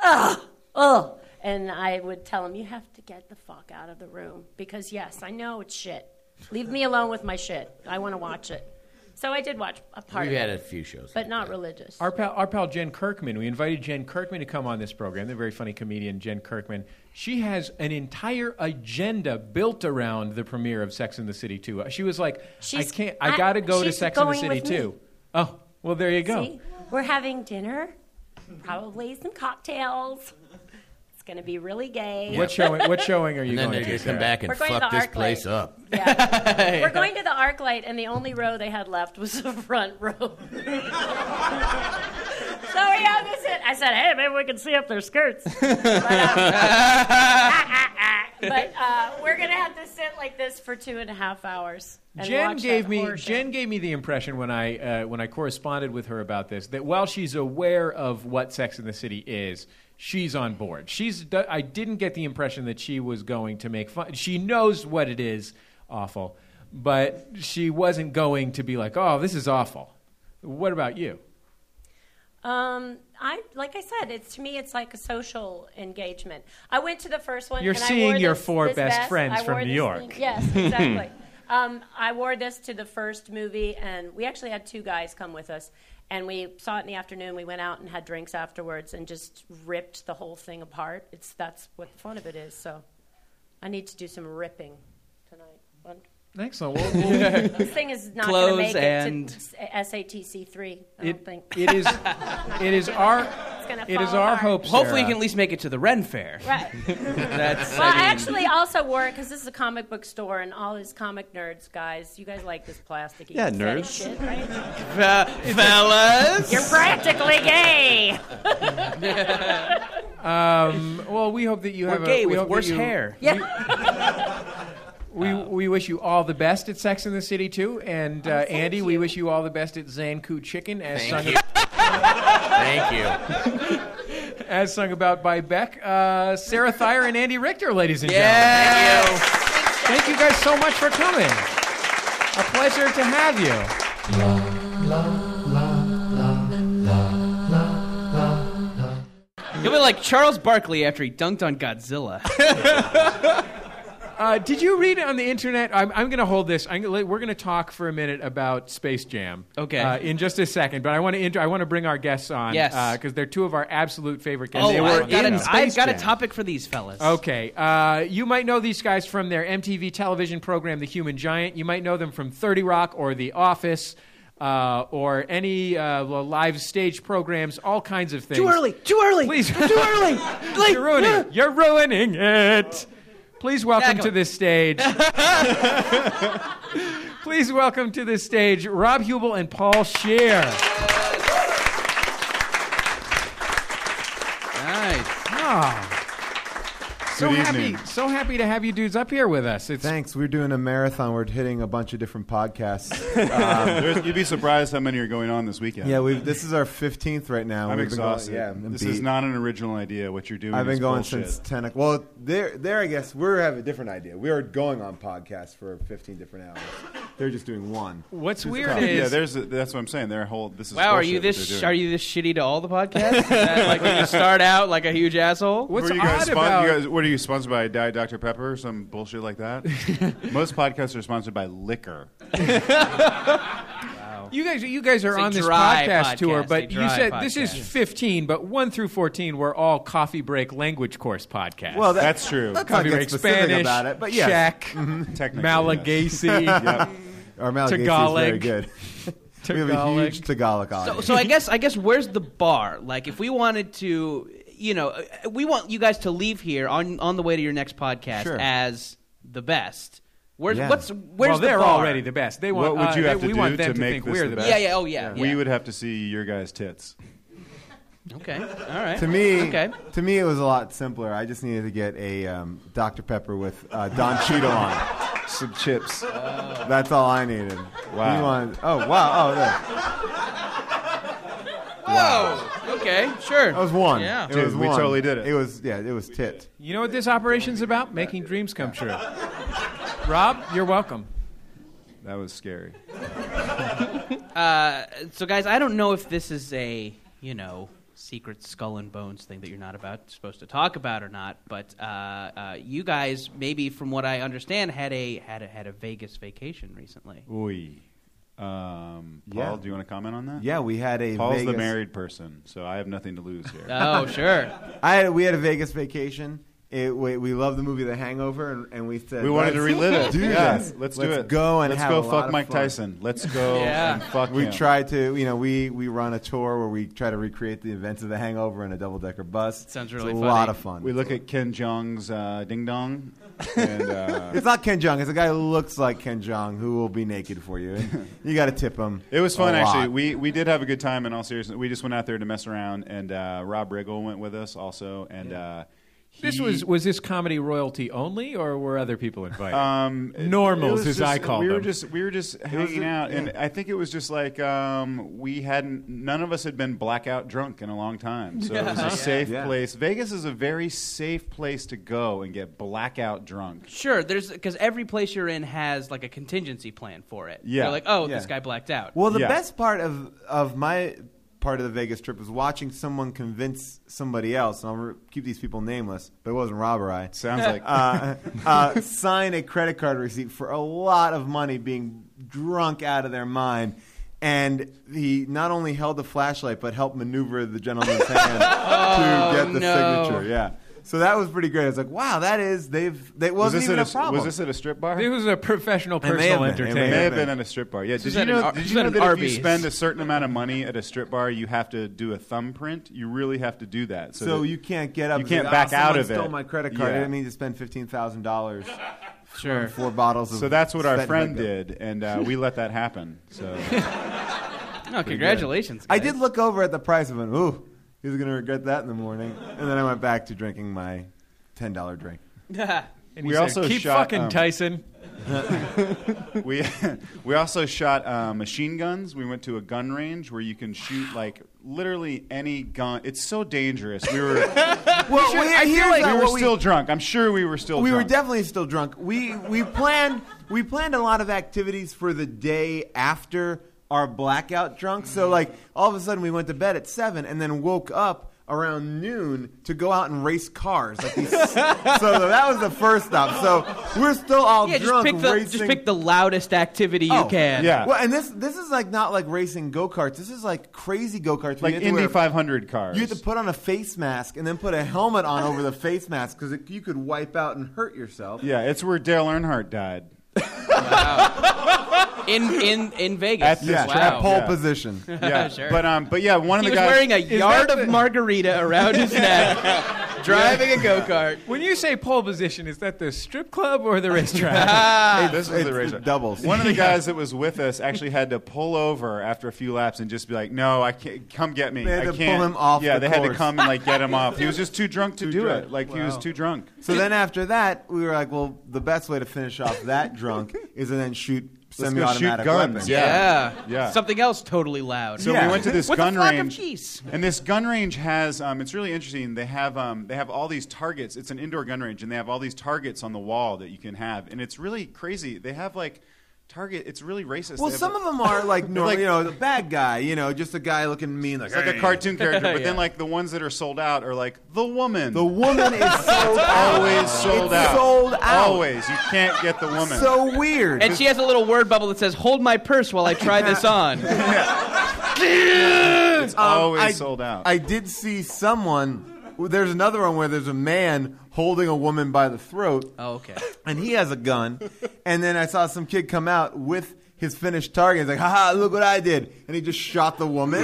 Speaker 6: ugh, ugh," and I would tell him, "You have to get the fuck out of the room because yes, I know it's shit. Leave me alone with my shit. I want to watch it." So I did watch a part,
Speaker 7: We've
Speaker 6: of
Speaker 7: had
Speaker 6: it,
Speaker 7: a few shows.
Speaker 6: but not religious.
Speaker 3: Our pal, our pal Jen Kirkman, we invited Jen Kirkman to come on this program, the very funny comedian Jen Kirkman. She has an entire agenda built around the premiere of Sex in the City 2. She was like,
Speaker 6: She's-
Speaker 3: I can't, I
Speaker 6: I-
Speaker 3: gotta go to
Speaker 6: she's
Speaker 3: Sex in the
Speaker 6: going
Speaker 3: City
Speaker 6: with me.
Speaker 3: 2. Oh, well, there you go.
Speaker 6: See, we're having dinner, probably some cocktails. It's gonna be really gay.
Speaker 3: What, showing, what showing are you
Speaker 7: and then
Speaker 3: going
Speaker 7: they're
Speaker 3: to? Sarah?
Speaker 7: going to come back and
Speaker 6: We're going to
Speaker 7: fuck
Speaker 6: the
Speaker 7: this
Speaker 6: Arclight.
Speaker 7: place up.
Speaker 6: Yeah. We're going to the arc light, and the only row they had left was the front row. [LAUGHS] so we had to sit. I said, hey, maybe we can see up their skirts. But, uh, [LAUGHS] but uh, we're going to have to sit like this for two and a half hours. And
Speaker 3: Jen
Speaker 6: watch
Speaker 3: gave
Speaker 6: that
Speaker 3: me
Speaker 6: horror show.
Speaker 3: Jen gave me the impression when I uh, when I corresponded with her about this that while she's aware of what Sex in the City is, she's on board. She's d- I didn't get the impression that she was going to make fun. She knows what it is, awful, but she wasn't going to be like, "Oh, this is awful." What about you?
Speaker 6: Um, I like I said, it's to me, it's like a social engagement. I went to the first one.
Speaker 3: You're
Speaker 6: and I
Speaker 3: seeing
Speaker 6: wore
Speaker 3: your
Speaker 6: this-
Speaker 3: four
Speaker 6: this
Speaker 3: best
Speaker 6: vest.
Speaker 3: friends
Speaker 6: I
Speaker 3: from
Speaker 6: wore
Speaker 3: New
Speaker 6: this
Speaker 3: York.
Speaker 6: thing-
Speaker 3: [LAUGHS]
Speaker 6: Yes, exactly. um, I wore this to the first movie, and we actually had two guys come with us, and we saw it in the afternoon. We went out and had drinks afterwards, and just ripped the whole thing apart. It's that's what the fun of it is. So, I need to do some ripping tonight. One-
Speaker 3: Excellent. Well, well,
Speaker 6: This thing is not going
Speaker 4: Clothes
Speaker 6: to make
Speaker 4: and-
Speaker 6: it to SATC three. [LAUGHS] I don't
Speaker 3: it,
Speaker 6: think
Speaker 3: it is it
Speaker 6: [LAUGHS]
Speaker 3: is our
Speaker 6: gonna
Speaker 3: it is
Speaker 6: fall
Speaker 3: our
Speaker 6: apart.
Speaker 3: hope.
Speaker 4: Hopefully, you
Speaker 3: Sarah.
Speaker 4: can at least make it to the
Speaker 6: [LAUGHS]
Speaker 4: Ren Fair.
Speaker 3: [LAUGHS]
Speaker 6: right.
Speaker 4: That's
Speaker 6: Well,
Speaker 4: I mean,
Speaker 6: I actually also wore because this is a comic book store, and all these comic nerds, guys, you guys like this plastic.
Speaker 5: Yeah,
Speaker 6: confetti
Speaker 5: nerds.
Speaker 6: Shit, right?
Speaker 4: uh, fellas.
Speaker 6: You're practically gay.
Speaker 3: Well, we hope that you
Speaker 4: We're
Speaker 3: have
Speaker 4: gay
Speaker 3: a, we
Speaker 4: with
Speaker 3: hope that
Speaker 4: worse
Speaker 3: you-
Speaker 4: hair.
Speaker 3: [LAUGHS] We, we wish you all the best at Sex in the City too, and uh, Andy, we wish you all the best at Zanku Chicken, as
Speaker 7: Thank
Speaker 3: sung,
Speaker 7: you. Thank you.
Speaker 3: as sung about by Beck, uh, Sarah Thayer, and Andy Richter, ladies and
Speaker 4: Yeah.
Speaker 3: gentlemen. Thank you guys so much for coming. A pleasure to have you.
Speaker 4: You'll be like Charles Barkley after he dunked on
Speaker 6: [LAUGHS]
Speaker 4: Godzilla.
Speaker 3: Uh, did you read on the internet? I'm, I'm going to hold this. I'm gonna, we're going to talk for a minute about Space Jam.
Speaker 4: Okay.
Speaker 3: Uh, in just a second, but I want to inter- I want to bring our guests on.
Speaker 4: Yes.
Speaker 3: because they're two of our absolute favorite guests.
Speaker 4: oh,
Speaker 5: they
Speaker 3: on
Speaker 5: were
Speaker 4: I've
Speaker 3: the
Speaker 4: got,
Speaker 5: in
Speaker 3: show.
Speaker 4: a, I've
Speaker 5: Space
Speaker 4: got a
Speaker 5: Jam.
Speaker 4: topic for these fellas.
Speaker 3: Okay. Uh, you might know these guys from their MTV television program, The Human Giant. You might know them from 30 Rock or The Office uh, or any uh, well, live stage programs, all kinds of things.
Speaker 4: Too early. Too early.
Speaker 6: [LAUGHS]
Speaker 3: Please.
Speaker 4: Too early. Like,
Speaker 3: You're ruining it. You're ruining it. Please welcome
Speaker 4: Tackle.
Speaker 3: to this stage. [LAUGHS] Please welcome to this stage Rob Hubel and Paul Shear.
Speaker 4: Nice.
Speaker 3: Ah. So
Speaker 1: Good
Speaker 3: happy,
Speaker 1: evening.
Speaker 3: so happy to have you dudes up here with us. It's
Speaker 1: Thanks. We're doing a marathon. We're hitting a bunch of
Speaker 9: [LAUGHS]
Speaker 1: different podcasts. Um,
Speaker 9: There's- you'd be surprised how many are going on this weekend.
Speaker 1: yeah, we've, this is our 15th right now.
Speaker 9: I'm
Speaker 1: We've been
Speaker 9: exhausted.
Speaker 1: Going, yeah, I'm
Speaker 9: this
Speaker 1: beat.
Speaker 9: is not an original idea. What you're doing,
Speaker 1: I've been
Speaker 9: is
Speaker 1: going
Speaker 9: bullshit.
Speaker 1: since 10 o'clock. Well, there, there. I guess we have a different idea. We are going on podcasts for 15 different hours. They're just doing one.
Speaker 3: What's
Speaker 1: Who's
Speaker 4: weird
Speaker 1: the
Speaker 4: is-
Speaker 9: yeah, there's a, that's what I'm saying. Their whole this is
Speaker 4: Wow, are you
Speaker 9: bullshit, what they're
Speaker 4: this
Speaker 9: doing.
Speaker 4: are you this shitty to all the podcasts? Is that, like when you start out like a
Speaker 6: [LAUGHS]
Speaker 4: huge asshole.
Speaker 9: What's you guys, spon- you guys- what are you sponsored by? Diet Dr Pepper or some bullshit like
Speaker 4: [LAUGHS]
Speaker 9: that? Most podcasts are sponsored by liquor.
Speaker 3: You guys, you guys are
Speaker 9: It's a
Speaker 3: on this
Speaker 9: dry
Speaker 3: podcast,
Speaker 9: podcast,
Speaker 3: tour,
Speaker 9: a
Speaker 3: but you
Speaker 9: dry
Speaker 3: said this is
Speaker 9: podcast.
Speaker 3: 15, but 1 through 14 were all coffee break language course podcasts.
Speaker 9: Well, that- That's true. let's not
Speaker 3: coffee
Speaker 9: get
Speaker 3: break
Speaker 9: specific
Speaker 3: Spanish,
Speaker 9: about it, but yes.
Speaker 3: Czech,
Speaker 9: Mhm. Technically,
Speaker 3: Malagasy,
Speaker 9: yes. [LAUGHS] Yep.
Speaker 1: Our Malagasy is very
Speaker 3: Tagalog.
Speaker 1: good. we have a huge Tagalog
Speaker 4: So,
Speaker 1: audience.
Speaker 4: so I guess I guess where's the bar? Like, if we wanted to, you know, uh, we want you guys to leave here on on the way to your next podcast
Speaker 3: Sure.
Speaker 4: as the best. Where's
Speaker 3: Yeah.
Speaker 4: what's where's
Speaker 3: Well,
Speaker 4: the
Speaker 3: they're
Speaker 4: bar?
Speaker 3: already the best. They want-
Speaker 9: what would
Speaker 3: uh,
Speaker 9: you
Speaker 3: they-
Speaker 9: have to
Speaker 3: we
Speaker 9: do
Speaker 3: want them to
Speaker 9: make
Speaker 3: think
Speaker 9: this
Speaker 3: we're
Speaker 9: the
Speaker 3: the
Speaker 9: best?
Speaker 4: best. Yeah, yeah, oh, yeah,
Speaker 9: We
Speaker 4: yeah.
Speaker 9: would have to see your guys' tits.
Speaker 4: Okay, all right.
Speaker 1: To me,
Speaker 4: okay.
Speaker 1: to me, it was a lot simpler. I just needed to get a um, Dr Pepper with uh, Don Cheeto on it. some chips. That's all I needed.
Speaker 9: Wow.
Speaker 1: You wanted- oh wow! Oh, there.
Speaker 4: Whoa. Okay. Sure.
Speaker 1: that was one.
Speaker 3: Yeah.
Speaker 1: it
Speaker 3: Dude,
Speaker 1: was
Speaker 3: we
Speaker 1: one.
Speaker 3: totally did it.
Speaker 1: It was yeah, it was tit.
Speaker 3: You know what this operation's about? Making dreams come true. Rob, you're welcome.
Speaker 9: That was scary.
Speaker 4: Uh, so, guys, I don't know if this is a you know secret skull and bones thing that you're not about supposed to talk about or not, but uh, uh, you guys, maybe from what I understand, had a had a had a Vegas vacation recently.
Speaker 9: Oy. Um, Paul,
Speaker 1: Yeah.
Speaker 9: do you want to comment on that?
Speaker 1: Yeah, we had a
Speaker 9: Paul's the
Speaker 1: Vegas-
Speaker 9: married person, so I have nothing to lose here. [LAUGHS]
Speaker 4: Oh,
Speaker 1: I had, we had a Vegas vacation. It, we, we love the movie The Hangover, and, and we said
Speaker 9: We wanted
Speaker 1: "Let's
Speaker 9: to relive it.
Speaker 1: Do
Speaker 9: Yeah,
Speaker 1: this.
Speaker 9: let's do it.
Speaker 1: Go and
Speaker 9: Let's
Speaker 1: have
Speaker 9: go
Speaker 1: a lot
Speaker 9: fuck
Speaker 1: of
Speaker 9: Mike
Speaker 1: fun.
Speaker 9: Tyson. Let's [LAUGHS] go
Speaker 1: Yeah.
Speaker 9: and fuck
Speaker 1: We
Speaker 9: him.
Speaker 1: tried to, you know, we we run a tour where we try to recreate the events of The Hangover in a double decker bus.
Speaker 9: Sounds
Speaker 1: It's a lot of fun.
Speaker 9: We look at Ken Jong's uh, Ding Dong, and uh,
Speaker 1: it's not Ken Jong. It's a guy who looks like Ken Jong who will be naked for you. And you got to tip him.
Speaker 9: It was
Speaker 1: a
Speaker 9: fun, actually.
Speaker 1: lot.
Speaker 9: We we did have a good time. In all seriousness, we just went out there to mess around, and uh, Rob Riggle went with us also, and uh,
Speaker 3: This
Speaker 9: he-
Speaker 3: was was this comedy royalty only, or were other people invited?
Speaker 9: Um, it- it
Speaker 3: Normals,
Speaker 9: was
Speaker 3: as
Speaker 9: just-
Speaker 3: I call
Speaker 9: we
Speaker 3: them.
Speaker 9: Were just, we were just
Speaker 3: was
Speaker 9: hanging
Speaker 3: a-
Speaker 9: out, and
Speaker 3: yeah.
Speaker 9: I think it was just like um, we hadn't. None of us had been blackout drunk in a long time, so it was
Speaker 4: Yeah.
Speaker 9: a safe
Speaker 4: Yeah.
Speaker 9: place. Vegas is a very safe place to go and get blackout drunk.
Speaker 4: Sure, there's because every place you're in has like a contingency plan for it.
Speaker 9: Yeah.
Speaker 4: They're like, oh,
Speaker 1: Yeah.
Speaker 4: this guy blacked out.
Speaker 1: Well, the best part of of my part of the Vegas trip was watching someone convince somebody else, and I'll re- keep these people nameless, but it wasn't Rob or I.
Speaker 9: Sounds like-
Speaker 1: [LAUGHS] uh, uh, sign a credit card receipt for a lot of money, being drunk out of their mind. And he not only held the flashlight, but helped maneuver the
Speaker 9: [LAUGHS]
Speaker 1: gentleman's hand
Speaker 9: Oh,
Speaker 1: to get the
Speaker 9: no.
Speaker 1: signature. Yeah, so that was pretty great. I was like, "Wow, that is they've that wasn't
Speaker 9: this
Speaker 1: even
Speaker 9: at
Speaker 1: a
Speaker 9: s-
Speaker 1: problem."
Speaker 9: Was this at a strip bar?
Speaker 3: This was a professional
Speaker 1: It may
Speaker 3: personal
Speaker 1: have been. It
Speaker 9: It
Speaker 3: entertainment.
Speaker 9: may have been at a strip bar. Yeah. Did you know? did you know that if you spend a certain amount of money at a strip bar, you have to do a thumbprint? You really have to do that. So,
Speaker 1: So
Speaker 9: that-
Speaker 1: you can't get up.
Speaker 9: You
Speaker 1: and say,
Speaker 9: can't
Speaker 1: "Ah,
Speaker 9: back out
Speaker 1: someone
Speaker 9: of it.
Speaker 1: Stole my credit card. I
Speaker 9: Yeah.
Speaker 1: didn't mean to spend fifteen thousand dollars.
Speaker 9: Sure.
Speaker 1: Four bottles. Of
Speaker 9: So that's what our
Speaker 1: Sven
Speaker 9: friend
Speaker 1: Vodka.
Speaker 9: did, and uh, we let that happen. So,
Speaker 4: No, congratulations.
Speaker 1: [LAUGHS] I
Speaker 4: guys.
Speaker 1: did look over at the price of it. Ooh, he's going to regret that in the morning. And then I went back to drinking my ten dollar drink.
Speaker 9: we also
Speaker 3: keep
Speaker 9: shot,
Speaker 3: fucking
Speaker 9: um,
Speaker 3: Tyson.
Speaker 9: we [LAUGHS] we also shot uh, machine guns. We went to a gun range where you can shoot like literally any gun. It's so dangerous.
Speaker 4: [LAUGHS]
Speaker 9: We were
Speaker 1: [LAUGHS] Well,
Speaker 9: we,
Speaker 1: we- here's
Speaker 9: we
Speaker 1: what
Speaker 9: were
Speaker 1: we-
Speaker 9: still drunk. I'm sure we were still
Speaker 1: we
Speaker 9: drunk.
Speaker 1: were definitely still drunk. We we planned we planned a lot of activities for the day after our blackout drunk.
Speaker 9: Mm-hmm.
Speaker 1: So like all of a sudden we went to bed at seven and then woke up around noon to go out and race cars.
Speaker 9: [LAUGHS]
Speaker 1: Like these, [LAUGHS] so that was the first stop. So we're still all
Speaker 4: yeah, just
Speaker 1: drunk
Speaker 4: pick, the,
Speaker 1: racing.
Speaker 4: just pick the loudest activity you
Speaker 1: Oh,
Speaker 4: can.
Speaker 1: Well, and this this is like not like racing go karts. This is like crazy go karts.
Speaker 9: like Indy 500 cars.
Speaker 1: You had to put on a face mask and then put a helmet on over the face mask because you could wipe out and hurt yourself.
Speaker 9: yeah, it's where Dale Earnhardt died.
Speaker 4: in in in Vegas
Speaker 9: At this
Speaker 4: Wow.
Speaker 9: trap.
Speaker 7: Oh,
Speaker 1: Pole
Speaker 9: Yeah.
Speaker 1: position.
Speaker 9: Yeah,
Speaker 4: Sure.
Speaker 9: but um, but yeah, one of
Speaker 4: he
Speaker 9: the
Speaker 4: was
Speaker 9: guys
Speaker 4: wearing a yard of margarita around
Speaker 9: [LAUGHS]
Speaker 4: his neck, driving a go kart.
Speaker 3: When you say pole position, is that the strip club
Speaker 9: [LAUGHS]
Speaker 3: or the racetrack?
Speaker 9: Ah, this is the razor.
Speaker 1: doubles.
Speaker 9: One
Speaker 1: [LAUGHS]
Speaker 9: of the guys that was with us actually had to pull over after a few laps and just be like, "No, I can't. Come get me.
Speaker 1: They had
Speaker 9: I
Speaker 1: to
Speaker 9: can't."
Speaker 1: pull him off
Speaker 9: Yeah,
Speaker 1: the
Speaker 9: they had to
Speaker 1: course.
Speaker 9: come and like get him off.
Speaker 1: [LAUGHS]
Speaker 9: He was just too drunk to do
Speaker 1: drunk.
Speaker 9: it. Like he was too drunk.
Speaker 1: So then after that, we were like, well, the best way to finish off that
Speaker 9: [LAUGHS]
Speaker 1: drunk is to then shoot
Speaker 9: Let's
Speaker 1: semi
Speaker 9: go shoot
Speaker 1: automatic
Speaker 9: guns.
Speaker 1: weapons.
Speaker 9: Yeah.
Speaker 4: Yeah.
Speaker 9: Yeah.
Speaker 4: Something else totally loud.
Speaker 9: So we went to this
Speaker 4: With a
Speaker 9: gun
Speaker 4: flock of
Speaker 9: range,
Speaker 4: geese.
Speaker 9: and this gun range has. Um, it's really interesting. They have um, they have all these targets. It's an indoor gun range, and they have all these targets on the wall that you can have, and it's really crazy. They have like
Speaker 5: Target, it's really racist.
Speaker 1: Well,
Speaker 5: They have
Speaker 1: some
Speaker 5: a-
Speaker 1: of them are
Speaker 5: [LAUGHS]
Speaker 1: like,
Speaker 5: They're
Speaker 1: normal,
Speaker 5: like-
Speaker 1: you know, the bad guy, you know, just a guy looking mean, like,
Speaker 5: It's like
Speaker 1: "Hey." [LAUGHS]
Speaker 5: a cartoon character, but then
Speaker 4: Yeah.
Speaker 5: like the ones that are sold out are like the woman.
Speaker 1: The woman
Speaker 5: [LAUGHS]
Speaker 1: is sold out.
Speaker 5: always sold
Speaker 1: it's
Speaker 5: out.
Speaker 1: Sold out.
Speaker 5: Always. You can't get the woman.
Speaker 1: So weird.
Speaker 4: And she has a little word bubble that says, "Hold my purse while I
Speaker 9: [LAUGHS]
Speaker 4: try this on."
Speaker 5: it's always
Speaker 1: I-
Speaker 5: sold out.
Speaker 1: I did see someone. There's another one where there's a man holding a woman by the throat,
Speaker 4: oh, okay.
Speaker 1: and he has a gun. And then I saw some kid come out with his finished target. He's like, "Ha ha! Look what I did!" And he just shot the woman. [LAUGHS]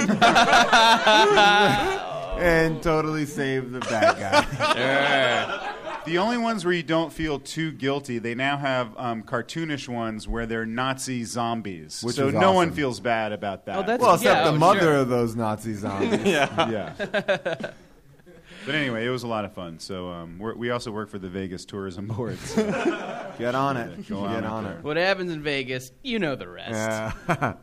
Speaker 1: And totally saved the bad guy.
Speaker 5: the only ones where you don't feel too guilty, they now have um, cartoonish ones where they're Nazi zombies.
Speaker 1: Which
Speaker 5: so
Speaker 1: is
Speaker 5: no one
Speaker 1: awesome.
Speaker 5: feels bad about that.
Speaker 4: Oh, that's-
Speaker 1: Well, except
Speaker 4: Yeah,
Speaker 1: the
Speaker 4: oh,
Speaker 1: mother
Speaker 4: sure.
Speaker 1: of those Nazi
Speaker 7: [LAUGHS]
Speaker 1: zombies.
Speaker 5: yeah. but anyway, it was a lot of fun. So um, we're, we also work for the Vegas Tourism Board. So
Speaker 1: [LAUGHS] Get on it.
Speaker 5: Go on
Speaker 1: Get
Speaker 5: up
Speaker 1: on
Speaker 5: there.
Speaker 1: it.
Speaker 4: What happens in Vegas, you know the rest.
Speaker 1: Yeah.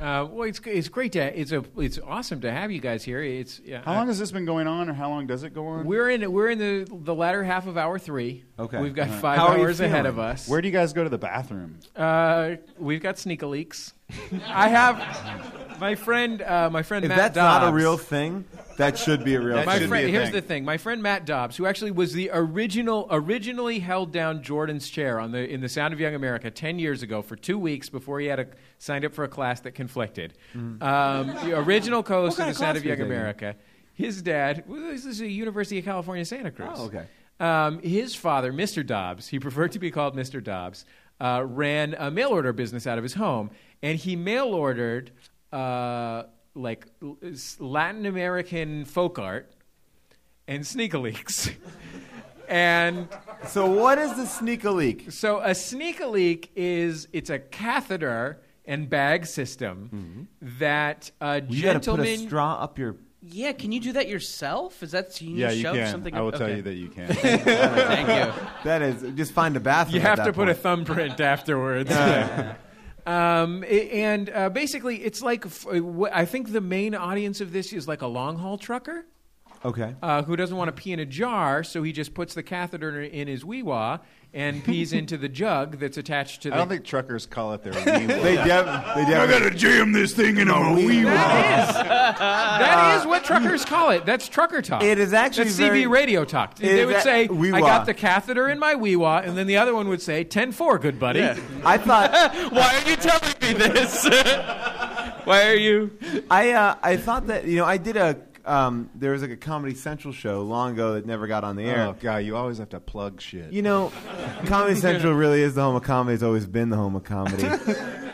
Speaker 3: Uh, well, it's it's great to it's a it's awesome to have you guys here. It's yeah, uh,
Speaker 5: how long has this been going on, or how long does it go on?
Speaker 3: we're in we're in the the latter half of hour three.
Speaker 1: Okay.
Speaker 3: we've got
Speaker 9: Uh-huh.
Speaker 1: All right.
Speaker 3: five
Speaker 1: How are you
Speaker 3: hours ahead
Speaker 1: feeling?
Speaker 3: of us.
Speaker 5: Where do you guys go to the bathroom?
Speaker 3: Uh, we've got sneak leaks. [LAUGHS] I have my friend, uh, my friend
Speaker 1: If
Speaker 3: Matt
Speaker 1: that's
Speaker 3: Dobbs.
Speaker 1: not a real thing, [LAUGHS] that should be a real
Speaker 5: That
Speaker 3: my
Speaker 1: thing.
Speaker 5: should be
Speaker 3: friend,
Speaker 5: a
Speaker 3: here's
Speaker 5: thing.
Speaker 3: the thing. My friend Matt Dobbs, who actually was the original, originally held down Jordan's chair on the in the Sound of Young America ten years ago for two weeks before he had a, signed up for a class that conflicted. Um, the original co-host of
Speaker 1: Mm. kind
Speaker 3: the
Speaker 1: of
Speaker 3: Sound
Speaker 1: class
Speaker 3: of
Speaker 1: were
Speaker 3: Young
Speaker 1: they in?
Speaker 3: America. His dad well, this is a University of California Santa Cruz.
Speaker 1: Oh, okay.
Speaker 3: Um, his father, Mr. Dobbs, he preferred to be called Mr. Dobbs, uh, ran a mail order business out of his home, and he mail ordered uh, like l- s- Latin American folk art and sneaker leaks. and
Speaker 1: So what is the sneak a leak?
Speaker 3: so a sneak leak is it's a catheter and bag system that a
Speaker 1: Mm-hmm. You got to put
Speaker 3: gentleman
Speaker 1: a straw up your.
Speaker 4: Yeah, can you do that yourself? Is that can you
Speaker 5: yeah, you
Speaker 4: shove
Speaker 5: can.
Speaker 4: something?
Speaker 5: I will
Speaker 4: up?
Speaker 5: tell
Speaker 4: Okay.
Speaker 5: you that you can. [LAUGHS]
Speaker 4: Thank you.
Speaker 1: [LAUGHS] That is just find a bathroom.
Speaker 3: You
Speaker 1: at
Speaker 3: have
Speaker 1: that
Speaker 3: to put a
Speaker 1: point. [LAUGHS]
Speaker 3: thumbprint afterwards. Um, a- and uh, basically, it's like f- uh, wh- I think the main audience of this is like a long haul trucker
Speaker 5: [LAUGHS]
Speaker 1: okay.
Speaker 3: uh, who doesn't want to pee in a jar, so he just puts the catheter in his wee wah and
Speaker 1: [LAUGHS]
Speaker 3: pees into the jug that's attached to
Speaker 5: I
Speaker 3: the.
Speaker 5: don't think truckers call it their wee
Speaker 1: They dev- they
Speaker 5: I
Speaker 1: dev-
Speaker 5: gotta jam this thing in a wee
Speaker 3: that is that is what truckers call it. That's trucker talk.
Speaker 1: Uh, It is actually
Speaker 3: that's
Speaker 1: very-
Speaker 3: CB radio talk.
Speaker 1: It
Speaker 3: They
Speaker 1: is
Speaker 3: would
Speaker 1: a-
Speaker 3: say,
Speaker 1: wee
Speaker 3: "I
Speaker 1: wah."
Speaker 3: got the catheter in my wee wah," and then the other one would say, 10-4, good buddy."
Speaker 1: I thought
Speaker 4: Why are you telling me
Speaker 5: [LAUGHS]
Speaker 4: this? Why are you?
Speaker 1: I uh, I thought that you know I did a um, there was like a Comedy Central show long ago that never got on the air.
Speaker 5: Oh god, you always have to plug shit.
Speaker 1: You know, Comedy Central really is the home of comedy. It's always been the home of comedy.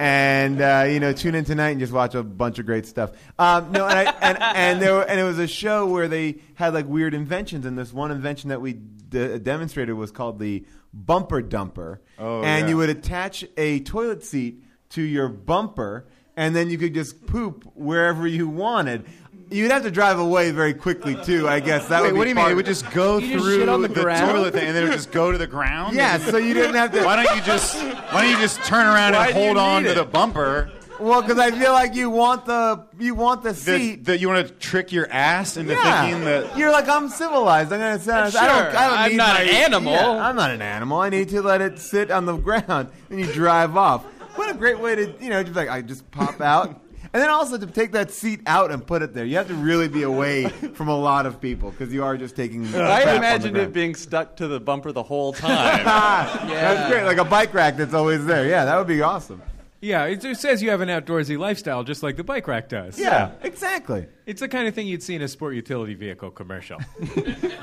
Speaker 1: and uh, you know, tune in tonight and just watch a bunch of great stuff. Um, no, and I, and and there were, and it was a show where they had like weird inventions, and this one invention that we d- demonstrated was called the bumper dumper.
Speaker 5: Oh,
Speaker 1: and
Speaker 5: yeah.
Speaker 1: you would attach a toilet seat to your bumper, and then you could just poop wherever you wanted. You'd have to drive away very quickly too, I guess. That
Speaker 5: Wait,
Speaker 1: would be
Speaker 5: what do you mean?
Speaker 1: part-
Speaker 5: It would just go
Speaker 3: You just
Speaker 5: through
Speaker 3: shit on the
Speaker 5: the,
Speaker 3: ground?
Speaker 5: toilet thing, and then it would just go to the ground.
Speaker 1: Yeah,
Speaker 5: And
Speaker 1: so you didn't have to.
Speaker 5: why don't you just why don't you just turn around
Speaker 1: Why
Speaker 5: and
Speaker 1: do you
Speaker 5: hold on
Speaker 1: need
Speaker 5: to the
Speaker 1: it?
Speaker 5: bumper?
Speaker 1: Well, because I feel like you want the you want the
Speaker 5: The,
Speaker 1: seat.
Speaker 5: the, you want to trick your ass into
Speaker 1: yeah,
Speaker 5: thinking that
Speaker 1: you're like I'm civilized. I'm gonna sound. I don't.
Speaker 4: Sure,
Speaker 1: I don't
Speaker 4: I'm
Speaker 1: need
Speaker 4: not
Speaker 1: my-
Speaker 4: an animal.
Speaker 1: Yeah, I'm not an animal. I need to let it sit on the ground, and you drive off. What a great way to you know just like I just pop out, and then also to take that seat out and put it there. You have to really be away from a lot of people because you are just
Speaker 5: [LAUGHS]
Speaker 1: taking. crap on
Speaker 7: [LAUGHS] I
Speaker 1: the
Speaker 7: imagined
Speaker 1: ground.
Speaker 7: it being stuck to the bumper the whole time.
Speaker 1: Ah, That's great, like a bike rack that's always there. Yeah, that would be awesome.
Speaker 3: Yeah, it it says you have an outdoorsy lifestyle, just like the bike rack does.
Speaker 1: Yeah, exactly.
Speaker 3: It's the kind of thing you'd see in a sport utility vehicle commercial.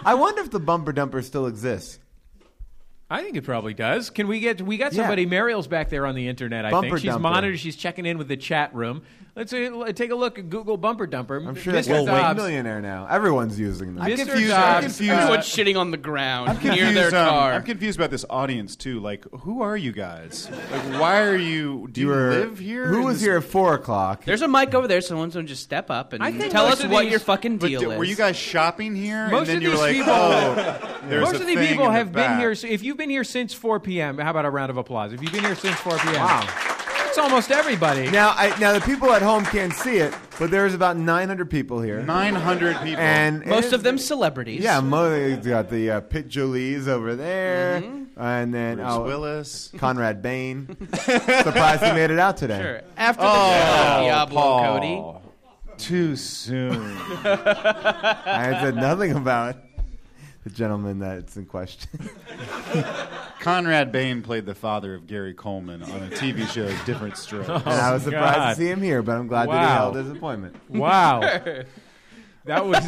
Speaker 1: I wonder if the bumper dumper still exists.
Speaker 3: I think it probably does. Can we get we got
Speaker 1: Yeah.
Speaker 3: somebody? Mariel's back there on the internet. I
Speaker 1: Bumper
Speaker 3: think she's
Speaker 1: dumper.
Speaker 3: monitored. She's checking in with the chat room. Let's uh, l- take a look at Google bumper dumper.
Speaker 1: I'm sure
Speaker 3: Mr.
Speaker 1: that's a
Speaker 3: Dobbs,
Speaker 1: millionaire now. Everyone's using them.
Speaker 3: Mr.
Speaker 5: confused. I'm
Speaker 3: Dobbs,
Speaker 5: confused.
Speaker 3: uh,
Speaker 4: Everyone's shitting on the ground near
Speaker 5: confused,
Speaker 4: their
Speaker 5: um,
Speaker 4: car.
Speaker 5: I'm confused about this audience too. Like, who are you guys? Like, why are you? Do you, live here?
Speaker 1: Who
Speaker 5: in
Speaker 1: was
Speaker 5: this-
Speaker 1: here at four o'clock?
Speaker 4: There's a mic over there, so someone's gonna just step up and
Speaker 3: I think
Speaker 4: tell
Speaker 3: most
Speaker 4: us
Speaker 3: of
Speaker 4: what
Speaker 3: these-
Speaker 4: your fucking
Speaker 5: But
Speaker 4: deal
Speaker 5: d-
Speaker 4: is.
Speaker 5: were you guys shopping here?
Speaker 3: Most
Speaker 5: and then
Speaker 3: of
Speaker 5: you were
Speaker 3: these
Speaker 5: like,
Speaker 3: people-
Speaker 5: oh, there's
Speaker 3: Most
Speaker 5: a
Speaker 3: of the
Speaker 5: thing
Speaker 3: people
Speaker 5: in the
Speaker 3: have been
Speaker 5: back.
Speaker 3: here. So if you've been here since 4 p.m., how about a round of applause? If you've been here since 4 p.m.,
Speaker 1: Wow.
Speaker 3: it's almost everybody.
Speaker 1: Now, I, now the people at home can't see it, But there's about 900 people here.
Speaker 9: 900 people.
Speaker 1: And
Speaker 4: Most
Speaker 1: it-
Speaker 4: of them celebrities.
Speaker 1: Yeah, Mo, you've got the uh, Pit Jolie's over there,
Speaker 5: Mm-hmm.
Speaker 1: and then
Speaker 9: Bruce
Speaker 1: oh,
Speaker 9: Willis.
Speaker 1: Conrad
Speaker 5: [LAUGHS]
Speaker 1: Bain. Surprised he made it out today.
Speaker 4: Sure. After the
Speaker 5: Oh,
Speaker 4: death of Diablo Cody.
Speaker 9: Too soon.
Speaker 1: I said nothing about the gentleman that's in question.
Speaker 9: Conrad Bain played the father of Gary Coleman on a TV show, Different Strokes.
Speaker 1: and I was surprised
Speaker 3: Oh, God.
Speaker 1: to see him here, but I'm glad that he
Speaker 3: Wow.
Speaker 1: held his appointment.
Speaker 3: Wow. That was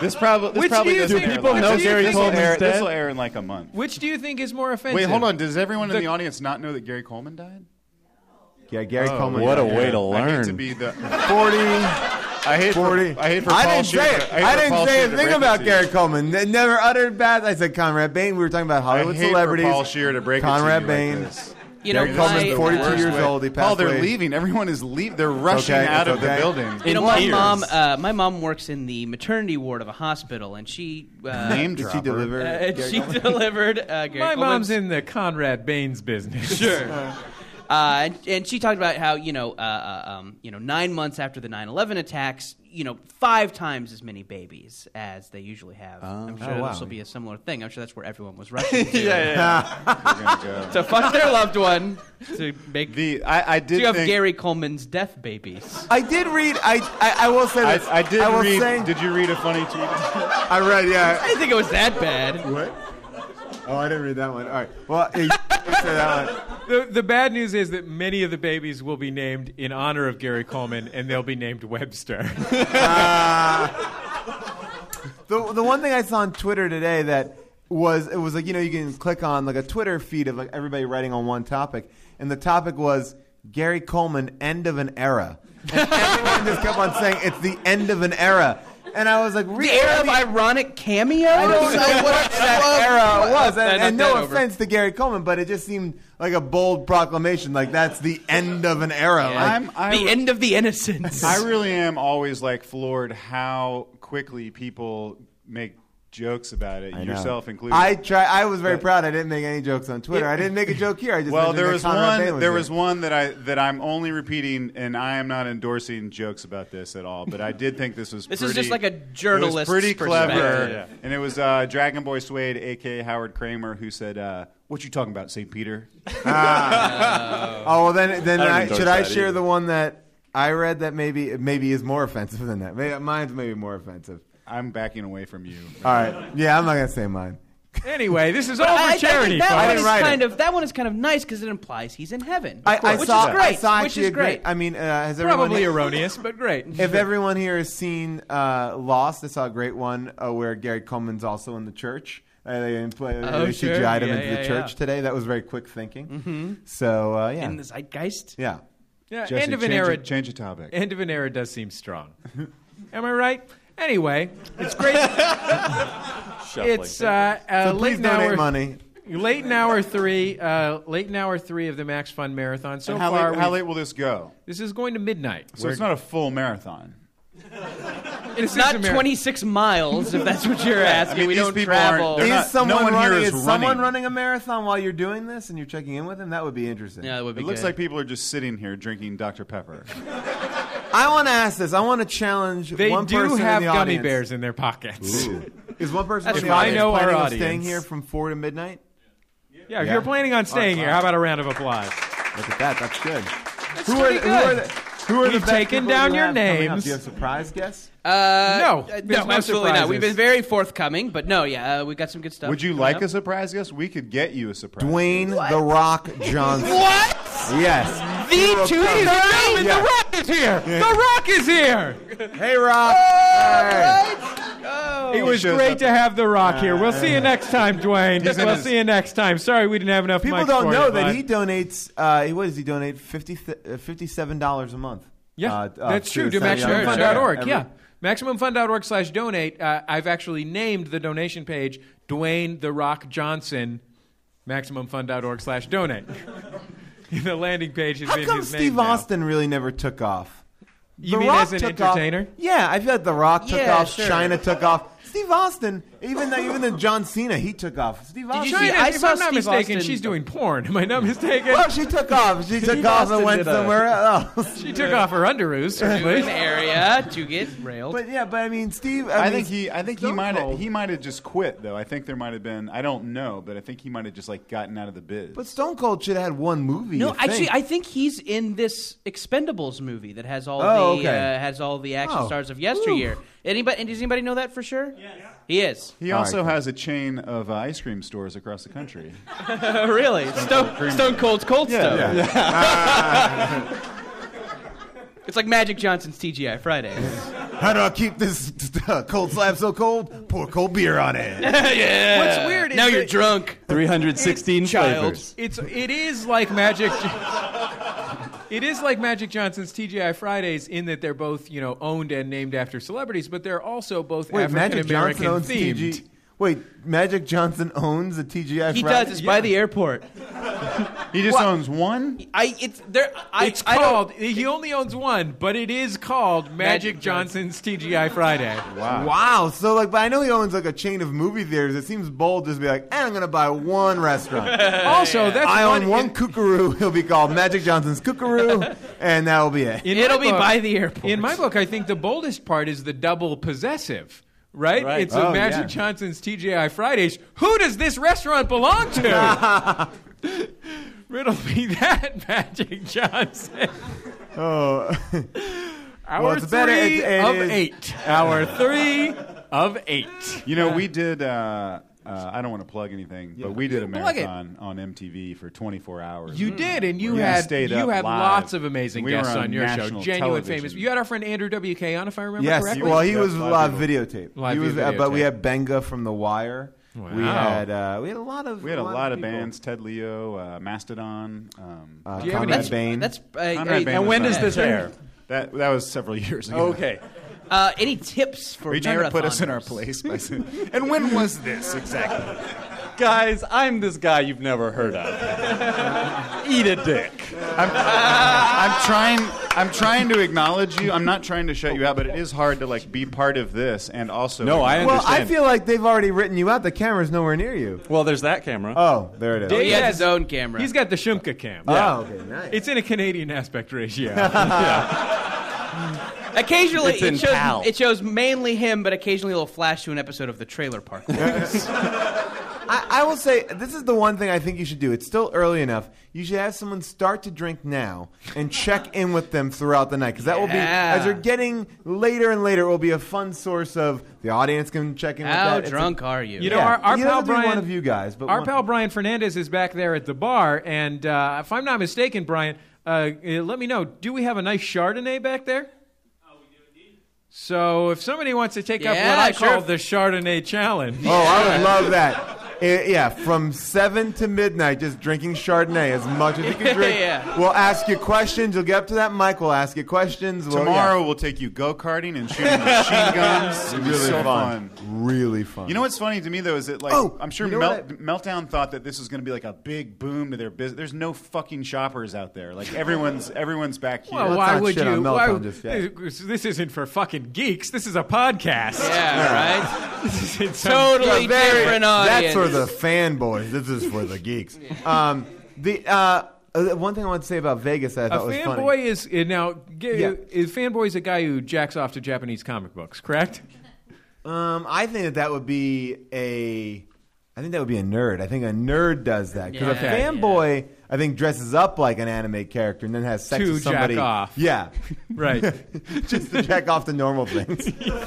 Speaker 9: This, prob- this
Speaker 3: Which
Speaker 9: probably
Speaker 3: do you
Speaker 9: doesn't
Speaker 3: think-
Speaker 9: air
Speaker 3: people
Speaker 9: like-
Speaker 3: know Gary
Speaker 9: This will
Speaker 3: Coleman's
Speaker 9: air- This
Speaker 3: dead?
Speaker 9: will air in like a month.
Speaker 3: which do you think is more offensive?
Speaker 9: Wait, hold on. Does everyone
Speaker 3: The-
Speaker 9: in the audience not know that Gary Coleman died?
Speaker 1: Yeah, Gary
Speaker 3: Oh,
Speaker 1: Coleman.
Speaker 5: Oh, what a
Speaker 1: yeah.
Speaker 5: way to
Speaker 9: I hate to
Speaker 5: learn.
Speaker 9: be the.
Speaker 1: 40,
Speaker 9: I hate
Speaker 1: 40.
Speaker 9: For, I hate for
Speaker 1: I
Speaker 9: Paul
Speaker 1: didn't say
Speaker 9: Schaefer-
Speaker 1: it.
Speaker 9: I, hate
Speaker 1: I
Speaker 9: for
Speaker 1: didn't
Speaker 9: Paul
Speaker 1: say a
Speaker 9: Schaefer to
Speaker 1: thing
Speaker 9: break
Speaker 1: about
Speaker 9: it to you.
Speaker 1: Gary Coleman. They never uttered bad. I said Conrad Bain. We were talking about
Speaker 9: I
Speaker 1: Hollywood
Speaker 9: hate
Speaker 1: celebrities.
Speaker 9: for Paul Shearer to break
Speaker 1: Conrad
Speaker 9: it to you
Speaker 1: Bain.
Speaker 9: Like this.
Speaker 4: You know,
Speaker 1: Gary Coleman's
Speaker 4: my,
Speaker 1: 42
Speaker 4: uh,
Speaker 1: years old. He passed
Speaker 9: Paul, they're
Speaker 1: away.
Speaker 9: leaving. Everyone is leaving. They're rushing
Speaker 1: Okay,
Speaker 9: out
Speaker 1: it's
Speaker 9: of the
Speaker 1: okay.
Speaker 9: building.
Speaker 4: You know, my
Speaker 9: Tears.
Speaker 4: mom, uh, my mom works in the maternity ward of a hospital, and she uh,
Speaker 9: Name
Speaker 1: Did
Speaker 9: dropper.
Speaker 1: she deliver?
Speaker 4: uh, and she delivered. Uh, Gary
Speaker 3: My mom's
Speaker 4: Coleman's-
Speaker 3: in the Conrad Baines business.
Speaker 4: Sure. Uh, and, and she talked about how you know, uh, uh, um, you know, nine months after the 9/11 attacks, you know, five times as many babies as they usually have. I'm sure
Speaker 1: Oh. wow.
Speaker 4: this will be a similar thing. I'm sure that's where
Speaker 1: [LAUGHS]
Speaker 4: everyone was rushing to,
Speaker 9: We're gonna go.
Speaker 4: [LAUGHS] to fuck their loved one to make.
Speaker 9: The I, I did
Speaker 4: Do you have
Speaker 9: think,
Speaker 4: Gary Coleman's death babies?
Speaker 1: I did read. I, I I will say
Speaker 9: I,
Speaker 1: this.
Speaker 9: I did
Speaker 1: will
Speaker 9: read.
Speaker 1: say-
Speaker 9: Did you read a funny tweet?
Speaker 1: I read. Yeah.
Speaker 4: I didn't think it was that bad.
Speaker 1: What? Oh, I didn't read that one. All right. Well, yeah, you say that one.
Speaker 3: [LAUGHS] The, the bad news is that many of the babies will be named in honor of Gary Coleman, and they'll be named Webster.
Speaker 1: The, the one thing I saw on Twitter today that was it was like you know you can click on like a Twitter feed of like everybody writing on one topic, and the topic was Gary Coleman, end of an era. [LAUGHS] And everyone just kept on saying it's the end of an era, and I was like,
Speaker 4: The
Speaker 1: really?
Speaker 4: era of ironic cameos.
Speaker 1: I
Speaker 4: [LAUGHS]
Speaker 1: don't know what that era was, and,
Speaker 4: that
Speaker 1: and no
Speaker 4: over.
Speaker 1: offense to Gary Coleman, but it just seemed like a bold proclamation, like that's the end of an era. Like,
Speaker 9: I'm, I,
Speaker 4: the end of the innocence.
Speaker 9: I really am always like floored how quickly people make jokes about it,
Speaker 1: I know.
Speaker 9: yourself included.
Speaker 1: I try. I was very proud. I didn't make any jokes on Twitter. I didn't make a joke here. I just
Speaker 9: well,
Speaker 1: mentioned
Speaker 9: there
Speaker 1: that
Speaker 9: was
Speaker 1: Conrad Bain
Speaker 9: one. There
Speaker 1: here. [LAUGHS]
Speaker 9: was one that I that I'm only repeating, and I am not endorsing jokes about this at all. But I did think this was
Speaker 4: [LAUGHS] This is
Speaker 9: pretty,
Speaker 4: just like a
Speaker 9: it was
Speaker 4: journalist's
Speaker 9: pretty clever,
Speaker 4: perspective. Yeah.
Speaker 9: and it was uh, Dragon Boy Suede, aka Howard Kramer, who said, uh, "What you talking about, St. Peter?"
Speaker 1: [LAUGHS] Oh, well, then then
Speaker 5: I don't
Speaker 1: I,
Speaker 5: endorse
Speaker 1: should I
Speaker 5: that
Speaker 1: share
Speaker 5: either.
Speaker 1: the one that I read that maybe maybe is more offensive than that? Maybe, mine's maybe more offensive.
Speaker 9: I'm backing away from you.
Speaker 1: All right. Yeah, I'm not gonna say mine.
Speaker 3: anyway, this is all for
Speaker 4: I- I think
Speaker 3: charity.
Speaker 4: that
Speaker 3: folks.
Speaker 4: one
Speaker 1: didn't
Speaker 4: is
Speaker 1: write it.
Speaker 4: kind of that one is kind of nice because it implies he's in heaven,
Speaker 1: I, I
Speaker 4: which
Speaker 1: saw.
Speaker 4: is great.
Speaker 1: I saw
Speaker 4: which
Speaker 1: actually
Speaker 4: is
Speaker 1: a great.
Speaker 4: great.
Speaker 1: I mean, uh, has everyone
Speaker 3: Probably erroneous, but
Speaker 9: [LAUGHS]
Speaker 3: great.
Speaker 1: if everyone here has seen uh, Lost, I saw a great one uh, where Gary Coleman's also in the church. Uh, they didn't play,
Speaker 4: Oh,
Speaker 1: they
Speaker 4: sure.
Speaker 1: CGI'd him
Speaker 4: Yeah,
Speaker 1: into the
Speaker 4: yeah,
Speaker 1: church
Speaker 4: yeah.
Speaker 1: today. That was very quick thinking. Mm-hmm. So uh, yeah,
Speaker 4: in the zeitgeist.
Speaker 1: yeah.
Speaker 3: Yeah,
Speaker 9: Jesse,
Speaker 3: end of an
Speaker 9: change
Speaker 3: era.
Speaker 9: It, change the topic.
Speaker 3: End of an era does seem strong. Am I right? Anyway, it's great. it's uh, uh,
Speaker 1: So
Speaker 3: late
Speaker 1: please
Speaker 3: in
Speaker 1: donate
Speaker 3: hour,
Speaker 1: money.
Speaker 3: Late in hour three. Uh, late in hour three of the Max Fun Marathon. So
Speaker 9: And how,
Speaker 3: far,
Speaker 9: late, how
Speaker 3: we've-
Speaker 9: late will this go?
Speaker 3: this is going to midnight.
Speaker 9: So it's not a full marathon.
Speaker 3: This is a
Speaker 4: Not
Speaker 3: marathon.
Speaker 4: 26 miles, if that's
Speaker 1: [LAUGHS]
Speaker 4: what you're asking.
Speaker 9: mean,
Speaker 4: we
Speaker 9: these
Speaker 4: don't
Speaker 9: people aren't-
Speaker 4: travel.
Speaker 9: they're
Speaker 1: is
Speaker 9: not- no
Speaker 1: someone
Speaker 9: one here
Speaker 1: running?
Speaker 9: is
Speaker 1: someone
Speaker 9: running.
Speaker 1: running a marathon while you're doing this and you're checking in with them? That would be interesting.
Speaker 4: Yeah, that would be
Speaker 9: It looks
Speaker 4: good.
Speaker 9: like people are just sitting here drinking Dr. Pepper.
Speaker 1: [LAUGHS] I want to ask this. I want to challenge
Speaker 3: They
Speaker 1: one person
Speaker 3: do have
Speaker 1: in the
Speaker 3: gummy
Speaker 1: audience.
Speaker 3: bears in their pockets.
Speaker 1: Is one person
Speaker 3: That's
Speaker 1: in the
Speaker 3: fine. I
Speaker 1: audience
Speaker 3: know our
Speaker 1: planning on
Speaker 3: audience.
Speaker 1: staying here from four to midnight?
Speaker 3: Yeah, if
Speaker 1: Yeah.
Speaker 3: you're planning on staying
Speaker 1: All right.
Speaker 3: here, how about a round of applause?
Speaker 1: Look at that. That's good.
Speaker 3: who, are,
Speaker 1: Who are the, who are the
Speaker 3: We've
Speaker 1: best
Speaker 3: taken
Speaker 1: people
Speaker 3: down
Speaker 1: you
Speaker 3: your
Speaker 1: have coming up?
Speaker 3: names.
Speaker 1: Do you have surprise guests?
Speaker 4: Uh,
Speaker 3: No,
Speaker 4: uh,
Speaker 3: there's
Speaker 4: no,
Speaker 3: no
Speaker 4: absolutely not. We've been
Speaker 3: surprises.
Speaker 4: very forthcoming, but no, yeah, uh, we got some good stuff.
Speaker 9: Would you
Speaker 4: coming
Speaker 9: like
Speaker 4: up.
Speaker 9: a surprise guest? We could get you a surprise.
Speaker 1: Dwayne The Rock Johnson.
Speaker 3: What?
Speaker 1: Yes.
Speaker 3: The two
Speaker 1: Ladies
Speaker 3: gentlemen,
Speaker 1: and Yeah.
Speaker 3: The Rock is here. The Rock is here.
Speaker 1: Hey, Rock. Hey.
Speaker 3: It was
Speaker 9: shows
Speaker 3: great
Speaker 9: up.
Speaker 3: to have The Rock here. We'll see you next time, Dwayne.
Speaker 9: He's in
Speaker 3: We'll
Speaker 9: his-
Speaker 3: see you next time. Sorry, we didn't have enough.
Speaker 1: People
Speaker 3: mics
Speaker 1: don't
Speaker 3: for
Speaker 1: know
Speaker 3: you,
Speaker 1: that
Speaker 3: but-
Speaker 1: he donates. Uh, he- what does he donate? 50, th- uh, Fifty-seven dollars a month.
Speaker 3: Yeah,
Speaker 1: uh, uh,
Speaker 3: that's true. To
Speaker 1: Saudi Arabia.
Speaker 3: MaximumFun.org.
Speaker 1: Every-
Speaker 3: yeah, MaximumFun.org slash donate. Uh, I've actually named the donation page Dwayne The Rock Johnson. MaximumFun.org slash donate. [LAUGHS] the landing page has
Speaker 1: How
Speaker 3: been
Speaker 1: come
Speaker 3: his
Speaker 1: Steve
Speaker 3: name now.
Speaker 1: Austin really never took off?
Speaker 3: You mean as an
Speaker 1: took
Speaker 3: entertainer?
Speaker 1: Off. Yeah, I feel like The Rock took
Speaker 4: Yeah,
Speaker 1: off.
Speaker 4: sure.
Speaker 1: China took off. Steve Austin, even though, even though John Cena, he took off. Steve Austin.
Speaker 4: you see- I
Speaker 3: if
Speaker 4: saw
Speaker 3: I'm not
Speaker 4: Steve
Speaker 3: mistaken,
Speaker 4: Austin-
Speaker 3: she's doing porn. Am I not mistaken?
Speaker 1: well, she took off. She took off
Speaker 5: Austin
Speaker 1: and went
Speaker 5: did a-
Speaker 1: somewhere
Speaker 4: [LAUGHS]
Speaker 1: else.
Speaker 3: she took off her
Speaker 1: [LAUGHS]
Speaker 3: underoos, certainly.
Speaker 4: An area to get railed.
Speaker 1: But yeah, but I mean, Steve. I,
Speaker 9: I
Speaker 1: mean,
Speaker 9: think he. I think he
Speaker 1: Stone
Speaker 9: might.
Speaker 1: Cold.
Speaker 9: He might have just quit though. I think there might have been. I don't know, but I think he might have just like gotten out of the biz.
Speaker 1: But Stone Cold should have had one movie.
Speaker 4: no,
Speaker 1: you think.
Speaker 4: actually, I think he's in this Expendables movie that has all
Speaker 1: Oh,
Speaker 4: the
Speaker 1: okay.
Speaker 4: uh, has all the action
Speaker 1: Oh.
Speaker 4: stars of yesteryear. Anybody? And does anybody know that for sure? Yeah, he is.
Speaker 9: he also has a chain of uh, ice cream stores across the
Speaker 1: [LAUGHS]
Speaker 9: country.
Speaker 4: Oh, really? Stone, Stone Cold's Cold Stone. It's like Magic Johnson's TGI Fridays.
Speaker 1: How do I keep this [LAUGHS] cold slab so cold? Pour cold beer on it.
Speaker 4: yeah. What's weird? Now you're drunk.
Speaker 5: 316
Speaker 4: Child.
Speaker 5: flavors.
Speaker 3: It's it is like Magic. It is like Magic Johnson's TGI Fridays in that they're both you know owned and named after celebrities, but they're also both
Speaker 1: Wait,
Speaker 3: African
Speaker 1: Magic Johnson
Speaker 3: American
Speaker 1: owns
Speaker 3: themed.
Speaker 1: TG. Wait, Magic Johnson owns a TGI. Fridays?
Speaker 4: He does. It's by the airport.
Speaker 9: He just owns one.
Speaker 4: I. It's there. I.
Speaker 3: It's
Speaker 4: I don't-
Speaker 3: called. He only owns one, but it is called Magic
Speaker 4: Magic
Speaker 3: Johnson's TGI Friday.
Speaker 1: Wow. So like, but I know he owns like a chain of movie theaters. It seems bold just to be like, and I'm gonna buy one restaurant.
Speaker 3: [LAUGHS] Also, that's
Speaker 1: I own
Speaker 3: one.
Speaker 1: one kookaroo. [LAUGHS] He'll be called Magic Johnson's Kookaroo, and that'll be it.
Speaker 3: in
Speaker 4: It'll
Speaker 3: my
Speaker 4: be
Speaker 3: book-
Speaker 4: by the airport.
Speaker 3: In my book, I think the boldest part is the double possessive. Right?
Speaker 5: Right.
Speaker 3: It's a
Speaker 1: Oh,
Speaker 3: Magic
Speaker 1: yeah.
Speaker 3: Johnson's TGI Fridays. Who does this restaurant belong to?
Speaker 1: [LAUGHS]
Speaker 3: Riddle me that, [LAUGHS] Magic Johnson.
Speaker 1: Oh,
Speaker 3: Hour
Speaker 1: it's
Speaker 3: three
Speaker 1: better- it- it
Speaker 3: of
Speaker 1: is-
Speaker 3: eight. Hour three of eight.
Speaker 9: You know, we did. Uh, uh, I don't want to plug anything, but we did a
Speaker 3: Plug it.
Speaker 9: marathon on MTV for 24 hours.
Speaker 3: You did, and you
Speaker 9: We
Speaker 3: had
Speaker 9: stayed
Speaker 3: you
Speaker 9: up
Speaker 3: had
Speaker 9: live.
Speaker 3: lots of amazing
Speaker 9: We were
Speaker 3: guests on,
Speaker 9: on
Speaker 3: your show.
Speaker 9: national
Speaker 3: Genuine
Speaker 9: television.
Speaker 3: famous. You had our friend Andrew WK on, if I remember
Speaker 1: yes.
Speaker 3: correctly.
Speaker 1: Well, he
Speaker 9: Yeah,
Speaker 1: was
Speaker 9: live
Speaker 1: live
Speaker 9: people.
Speaker 1: videotape.
Speaker 3: Live
Speaker 1: he was, uh, but we
Speaker 3: videotape.
Speaker 1: had Benga from The Wire. We
Speaker 3: Wow.
Speaker 1: had uh, we had a lot of
Speaker 9: We had a lot, of
Speaker 1: people.
Speaker 9: bands: Ted Leo, uh, Mastodon. Um,
Speaker 1: Uh,
Speaker 3: Do you have any-
Speaker 1: Conrad
Speaker 3: That's-
Speaker 1: Bain.
Speaker 4: That's. Uh,
Speaker 9: Conrad
Speaker 4: any,
Speaker 9: Bain was
Speaker 5: when does
Speaker 9: on
Speaker 5: this
Speaker 9: it.
Speaker 5: air?
Speaker 9: That that was several years ago.
Speaker 5: Okay.
Speaker 4: Uh, any tips for
Speaker 9: Are you trying to put us in our
Speaker 4: marathoners?
Speaker 5: [LAUGHS]
Speaker 9: place? by saying- and when was this exactly?
Speaker 5: Guys, I'm this guy you've never heard of. Eat a dick.
Speaker 9: I'm, I'm trying. I'm trying to acknowledge you. I'm not trying to shut you out, but it is hard to like be part of this and also.
Speaker 5: No, I
Speaker 1: well, I
Speaker 5: understand.
Speaker 1: feel like they've already written you out. The camera's nowhere near you.
Speaker 5: Well, there's that camera.
Speaker 1: Oh, there it is.
Speaker 4: He has his own camera.
Speaker 3: He's got the Shumka cam.
Speaker 1: Oh, okay, nice.
Speaker 3: It's in a Canadian aspect ratio.
Speaker 1: [LAUGHS]
Speaker 4: Occasionally,
Speaker 5: It's in
Speaker 4: it
Speaker 5: PAL.
Speaker 4: shows, it shows mainly him, but occasionally a little flash to an episode of the Trailer Park.
Speaker 1: I, I will say this is the one thing I think you should do. It's still early enough. You should have someone start to drink now and check in with them throughout the night because that will be
Speaker 4: Yeah.
Speaker 1: as you're getting later and later. It will be a fun source of the audience can check in.
Speaker 4: How
Speaker 1: with that. It's a-
Speaker 4: drunk are you?
Speaker 3: You know,
Speaker 1: yeah.
Speaker 3: our, our
Speaker 1: You don't
Speaker 3: pal
Speaker 1: have to be
Speaker 3: Brian,
Speaker 1: one of you guys, but
Speaker 3: our
Speaker 1: one-
Speaker 3: pal Brian Fernandez is back there at the bar, and uh, if I'm not mistaken, Brian, uh, uh, let me know. Do we have a nice Chardonnay back there?
Speaker 4: Oh,
Speaker 3: So if somebody wants to take up what
Speaker 4: Yeah,
Speaker 3: I
Speaker 4: sure.
Speaker 3: call the Chardonnay challenge,
Speaker 1: Oh, I would love that. I- yeah, from seven to midnight, just drinking Chardonnay as much as you can drink.
Speaker 4: [LAUGHS] Yeah.
Speaker 1: We'll ask you questions. You'll get up to that mic. We'll ask you questions. We'll-
Speaker 9: Tomorrow we'll take you go karting and
Speaker 1: [LAUGHS]
Speaker 9: shooting machine guns. It'll be
Speaker 1: Really
Speaker 9: so
Speaker 1: fun.
Speaker 9: fun.
Speaker 1: yeah. really fun.
Speaker 9: You know what's funny to me though is that like
Speaker 1: Oh,
Speaker 9: I'm sure
Speaker 1: you know
Speaker 9: Melt-
Speaker 1: what
Speaker 9: Meltdown thought that this was going to be like a big boom to their business. There's no fucking shoppers out there. Like everyone's everyone's back here.
Speaker 3: well,
Speaker 1: let's
Speaker 3: why
Speaker 1: not
Speaker 3: would
Speaker 1: shit on
Speaker 3: you?
Speaker 1: Mel
Speaker 3: Why,
Speaker 1: Pound just
Speaker 3: [LAUGHS]
Speaker 1: yet.
Speaker 3: this, this isn't for fucking geeks. This is a podcast.
Speaker 4: yeah, right.
Speaker 3: [LAUGHS] This is
Speaker 4: Totally different
Speaker 1: That's
Speaker 4: audience.
Speaker 1: for the fanboys. This is for the geeks. Um, the uh, uh, one thing I want to say about Vegas, that I
Speaker 3: A
Speaker 1: thought was funny.
Speaker 3: fanboy is uh, now. G-
Speaker 1: Yeah.
Speaker 3: is fanboy is a guy who jacks off to Japanese comic books,
Speaker 1: [LAUGHS]
Speaker 3: correct?
Speaker 1: Um, I think that that would be a. I think that would be a nerd. I think a nerd does that because
Speaker 3: Yeah. Okay.
Speaker 1: a fanboy, I think, dresses up like an anime character and then has sex
Speaker 3: To
Speaker 1: with somebody.
Speaker 3: jack off.
Speaker 1: Yeah, [LAUGHS] Um,
Speaker 3: Right.
Speaker 1: just to check off the normal
Speaker 9: [LAUGHS]
Speaker 1: things.
Speaker 4: wait, wait, wait,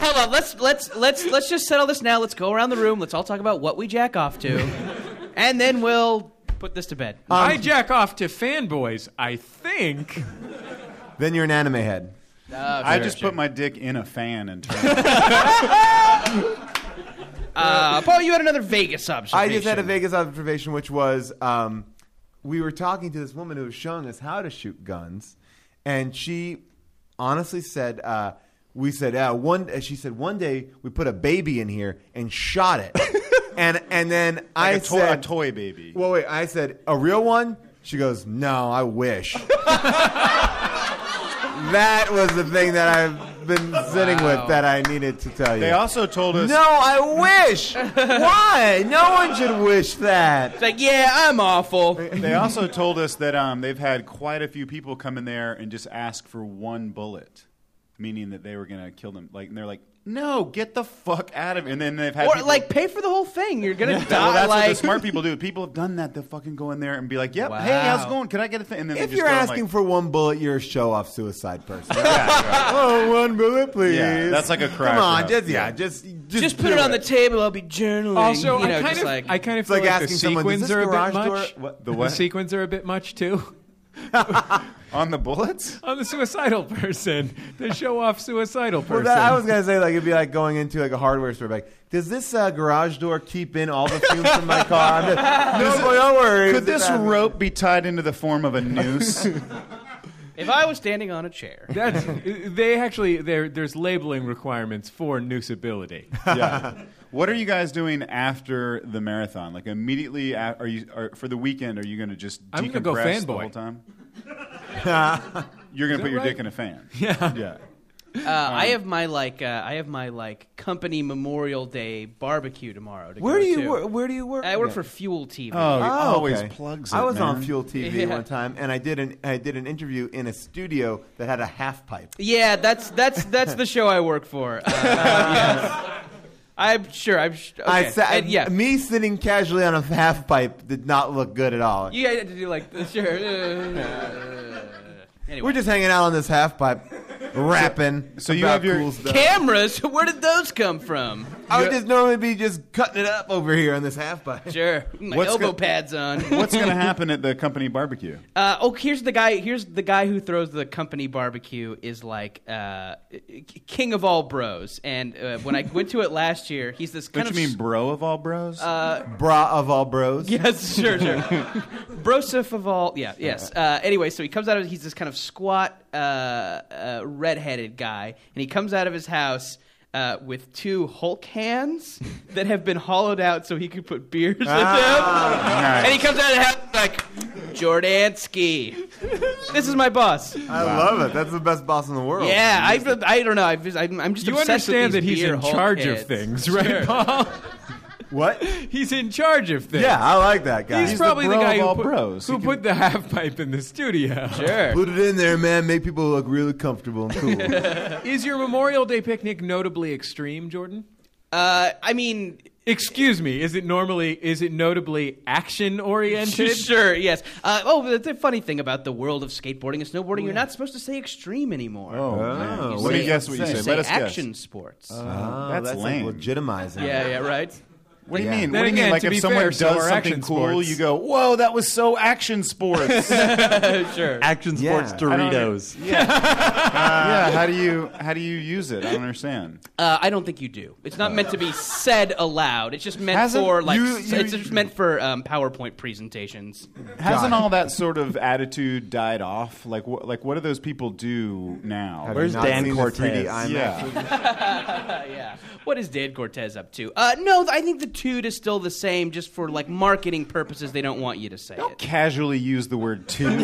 Speaker 4: hold on. Let's let's let's let's just settle this now. Let's go around the room. Let's all talk about what we jack off to, and then we'll put this to bed.
Speaker 3: I jack off to fanboys. I think.
Speaker 1: then you're an anime head.
Speaker 9: I just put my dick in a fan and turned
Speaker 4: Uh, Paul, you had another Vegas
Speaker 1: I
Speaker 4: observation.
Speaker 1: just had a Vegas observation, which was um, we were talking to this woman who was showing us how to shoot guns, and she honestly said, uh, "We said uh, one." uh, She said, "One day we put a baby in here and
Speaker 9: [LAUGHS]
Speaker 1: shot it," and and then I
Speaker 9: a, to- a
Speaker 1: said,
Speaker 9: toy baby.
Speaker 1: "Well, wait." I said, "A real one?" She
Speaker 9: [LAUGHS]
Speaker 1: goes, "No, I wish." that was the thing that I
Speaker 5: been sitting with that I needed to tell you.
Speaker 1: They also told us.
Speaker 5: no, I wish. Why? No one should wish that.
Speaker 4: It's like, yeah, I'm awful.
Speaker 1: They also told us that um, they've had quite a few people come in there and just ask for one bullet, meaning that they were gonna kill them. Like, and they're like, "No, get the fuck out of!" here." And then they've had
Speaker 4: Or
Speaker 1: people-
Speaker 4: like, pay for the whole thing. You're gonna
Speaker 1: [LAUGHS]
Speaker 4: die.
Speaker 1: well, [LAUGHS] that's what
Speaker 4: like,
Speaker 1: the smart people do. People have done that. They'll fucking go in there and be like, "Yep,
Speaker 4: Wow.
Speaker 1: hey, how's it going? Can I get a thing?" And then they
Speaker 5: If
Speaker 1: just
Speaker 5: you're
Speaker 1: go,
Speaker 5: asking
Speaker 1: like,
Speaker 5: for one bullet, you're a show-off suicide
Speaker 1: [LAUGHS]
Speaker 5: person. Oh, one bullet, please.
Speaker 1: Yeah, that's like a cry
Speaker 5: Come
Speaker 1: for
Speaker 5: on,
Speaker 1: help.
Speaker 5: just yeah, just just,
Speaker 4: just
Speaker 5: do
Speaker 4: put it on the table. I'll be journaling.
Speaker 3: Also,
Speaker 4: you know,
Speaker 3: I kind
Speaker 4: just
Speaker 3: of,
Speaker 4: like,
Speaker 3: I kind of
Speaker 5: It's
Speaker 3: feel
Speaker 5: like
Speaker 3: like, the
Speaker 5: asking someone, "Is
Speaker 3: sequins
Speaker 5: this
Speaker 3: are a bit
Speaker 5: garage door-
Speaker 3: much.
Speaker 1: What- the what?
Speaker 3: sequins are a bit much too. [LAUGHS]
Speaker 1: on the bullets.
Speaker 3: On the suicidal person, they show off suicidal
Speaker 5: Well,
Speaker 3: person.
Speaker 5: that, I was gonna say like it'd be like going into like a hardware store. Like, does this uh, garage door keep in all the fumes from my car? I'm just, no, don't worry.
Speaker 1: Could this rope be tied into the form of a noose? [LAUGHS]
Speaker 4: if I was standing on a chair,
Speaker 3: That's they actually there. There's labeling requirements for
Speaker 4: [LAUGHS]
Speaker 3: noosability.
Speaker 1: yeah. What are you guys doing after the marathon? Like immediately, a are you are, for the weekend? Are you going to just
Speaker 3: I'm
Speaker 1: decompress
Speaker 3: gonna go
Speaker 1: the
Speaker 3: fanboy.
Speaker 1: whole time? You're going to put your
Speaker 3: right?
Speaker 1: dick in a fan. Yeah. Yeah.
Speaker 4: uh, I have my like, uh, I have my like company Memorial Day barbecue tomorrow. To
Speaker 5: Where
Speaker 4: go
Speaker 5: do you
Speaker 4: to.
Speaker 5: work? Where do you work?
Speaker 4: I work for Fuel TV.
Speaker 1: Oh, he
Speaker 5: Oh,
Speaker 1: always
Speaker 5: okay.
Speaker 1: plugs. It,
Speaker 5: I was on
Speaker 1: man.
Speaker 5: Fuel TV
Speaker 4: [LAUGHS] Yeah.
Speaker 5: one time, and I did an I did an interview in a studio that had a half pipe.
Speaker 4: Yeah, that's that's that's the show I
Speaker 5: [LAUGHS]
Speaker 4: work for. Uh, yes. I'm sure. I'm sh- okay.
Speaker 5: I sat,
Speaker 4: And, yeah.
Speaker 5: me sitting casually on a half pipe did not look good at all.
Speaker 4: you had to do like the sure. uh, anyway.
Speaker 5: We're just hanging out on this half pipe, rapping.
Speaker 1: so you
Speaker 5: about
Speaker 1: have your-
Speaker 5: cool stuff.
Speaker 4: cameras. Where did those come from?
Speaker 5: I would just normally be just cutting it up over here on this half pipe.
Speaker 4: Sure. My
Speaker 1: What's
Speaker 4: elbow
Speaker 1: go-
Speaker 4: pads on.
Speaker 1: What's
Speaker 5: [LAUGHS]
Speaker 1: going to happen at the company barbecue?
Speaker 4: [LAUGHS] Uh, oh, here's the guy. Here's the guy who throws the company barbecue is like uh, k- king of all bros. And uh, when I went to it last year, he's this kind
Speaker 1: Don't you
Speaker 4: of
Speaker 1: mean bro of all bros?
Speaker 5: Bra of all bros.
Speaker 4: [LAUGHS] Yes, sure, sure. Brosif of all, yeah, yes. Uh, anyway, so he comes out of he's this kind of squat, uh, uh, redheaded guy, and he comes out of his house. Uh, with two Hulk hands [LAUGHS] that have been hollowed out so he could put beers in them.
Speaker 1: Nice.
Speaker 3: Ah,
Speaker 4: And he comes out of the house like, Jordansky. This is my boss.
Speaker 3: Oh,
Speaker 5: I love it. That's the best boss in the world.
Speaker 4: Yeah, I, I don't know. I've just, I'm, I'm just
Speaker 3: You
Speaker 4: obsessed with
Speaker 3: understand that
Speaker 4: these
Speaker 3: he's
Speaker 4: beer
Speaker 3: in
Speaker 4: Hulk
Speaker 3: charge
Speaker 4: heads.
Speaker 3: of things, right, Paul?
Speaker 5: [LAUGHS] What?
Speaker 3: He's in charge of things.
Speaker 5: Yeah, I like that guy.
Speaker 3: He's, probably
Speaker 1: the
Speaker 3: the,
Speaker 1: bro
Speaker 3: guy
Speaker 1: of all
Speaker 3: who, put,
Speaker 1: bros.
Speaker 3: who
Speaker 1: He
Speaker 3: put the half pipe in the studio.
Speaker 4: Sure.
Speaker 5: Put it in there, man. Make people look really comfortable and cool.
Speaker 3: Is your Memorial Day picnic notably extreme, Jordan?
Speaker 4: Uh, I mean,
Speaker 3: Excuse me. Is it normally? Is it notably action [LAUGHS]
Speaker 4: [LAUGHS]
Speaker 3: oriented?
Speaker 4: Sure, yes. Uh, oh, but the funny thing about the world of skateboarding and snowboarding, you're not supposed to say extreme anymore.
Speaker 1: Oh, man.
Speaker 5: Oh,
Speaker 1: Let me
Speaker 5: wait.
Speaker 1: guess what you
Speaker 5: Say-
Speaker 1: say.
Speaker 4: You
Speaker 1: Let
Speaker 4: say
Speaker 1: us
Speaker 4: action
Speaker 1: guess. Uh.
Speaker 4: sports.
Speaker 5: Oh,
Speaker 1: That's
Speaker 5: that's like
Speaker 1: lame.
Speaker 5: legitimizing.
Speaker 3: [LAUGHS]
Speaker 5: it.
Speaker 4: yeah, yeah, right.
Speaker 1: What do you
Speaker 5: Yeah.
Speaker 1: mean?
Speaker 3: Then
Speaker 1: what do you mean?
Speaker 3: again,
Speaker 1: Like
Speaker 3: to
Speaker 1: if
Speaker 3: be
Speaker 1: someone
Speaker 3: fair,
Speaker 1: does
Speaker 3: so are
Speaker 1: something
Speaker 3: action
Speaker 1: cool,
Speaker 3: sports.
Speaker 1: you go, "Whoa, that was so
Speaker 3: [LAUGHS]
Speaker 1: action sports." Uh,
Speaker 4: sure.
Speaker 10: Action
Speaker 5: Yeah.
Speaker 10: sports
Speaker 1: I don't
Speaker 10: Doritos.
Speaker 1: under- Yeah. yeah. How do you how do you use it? I don't understand.
Speaker 4: Uh, I don't think you do. It's not meant to be said aloud. It's just meant
Speaker 1: Hasn't-
Speaker 4: for like
Speaker 1: you-
Speaker 4: s-
Speaker 1: you-
Speaker 4: it's just meant for um, PowerPoint presentations.
Speaker 1: Hasn't all that sort of attitude died off? Like what like what do those people do now?
Speaker 5: Have you
Speaker 10: Where's
Speaker 5: not
Speaker 10: Dan
Speaker 5: seen the
Speaker 10: Cortez?
Speaker 5: 3D IMAX?
Speaker 1: yeah.
Speaker 4: yeah. What is Dan Cortez up to? Uh, no, I think the toot is still the same. Just for like marketing purposes, they don't want you to say
Speaker 1: Don't
Speaker 4: it.
Speaker 1: casually use the
Speaker 3: [LAUGHS]
Speaker 1: word toot.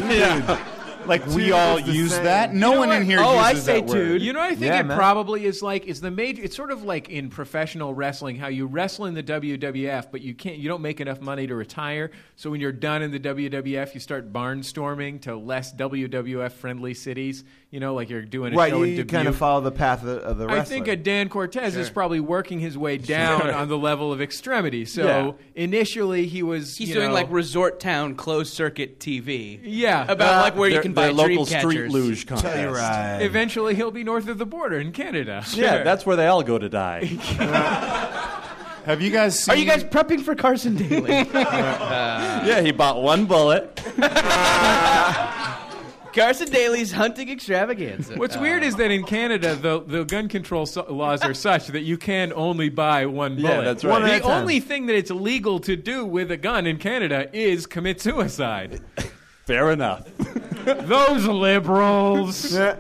Speaker 1: Like we all
Speaker 5: is the
Speaker 1: use
Speaker 5: same.
Speaker 1: that. No one in here
Speaker 4: Oh, I
Speaker 1: uses
Speaker 4: say
Speaker 1: that word.
Speaker 4: toot.
Speaker 3: You know, I think
Speaker 5: Yeah,
Speaker 3: it
Speaker 5: man.
Speaker 3: probably is like is the major. It's sort of like in professional wrestling, how you wrestle in the WWF, but you can't. You don't make enough money to retire. So when you're done in the WWF, you start barnstorming to less WWF friendly cities. You know, like you're doing a
Speaker 5: Right,
Speaker 3: show
Speaker 5: you,
Speaker 3: in Dubuque.
Speaker 5: kind of follow the path of, of the wrestler.
Speaker 3: I think a Dan Cortez is probably working his way down on the level of extremity. So initially he was
Speaker 4: He's
Speaker 3: you
Speaker 4: doing
Speaker 3: know-
Speaker 4: like resort town closed circuit TV.
Speaker 3: Yeah.
Speaker 4: about like where you
Speaker 10: Their-
Speaker 4: can
Speaker 10: their
Speaker 4: buy
Speaker 10: local
Speaker 4: dream
Speaker 10: street
Speaker 4: catchers.
Speaker 10: luge contest.
Speaker 5: Telluride.
Speaker 3: eventually he'll be north of the border in
Speaker 5: [LAUGHS]
Speaker 3: Canada.
Speaker 10: Yeah, that's where they all go to die.
Speaker 1: Have you guys seen
Speaker 4: Are you guys prepping for Carson Daly?
Speaker 10: yeah, he bought one bullet.
Speaker 4: Carson Daly's hunting extravaganza.
Speaker 3: What's weird is that in Canada, the, the gun control so- laws are such that you can only buy one bullet.
Speaker 10: Yeah, that's right. One
Speaker 3: the
Speaker 10: at a time.
Speaker 3: only thing that it's legal to do with a gun in Canada is commit suicide.
Speaker 10: Fair enough.
Speaker 3: Those liberals.
Speaker 5: Yeah.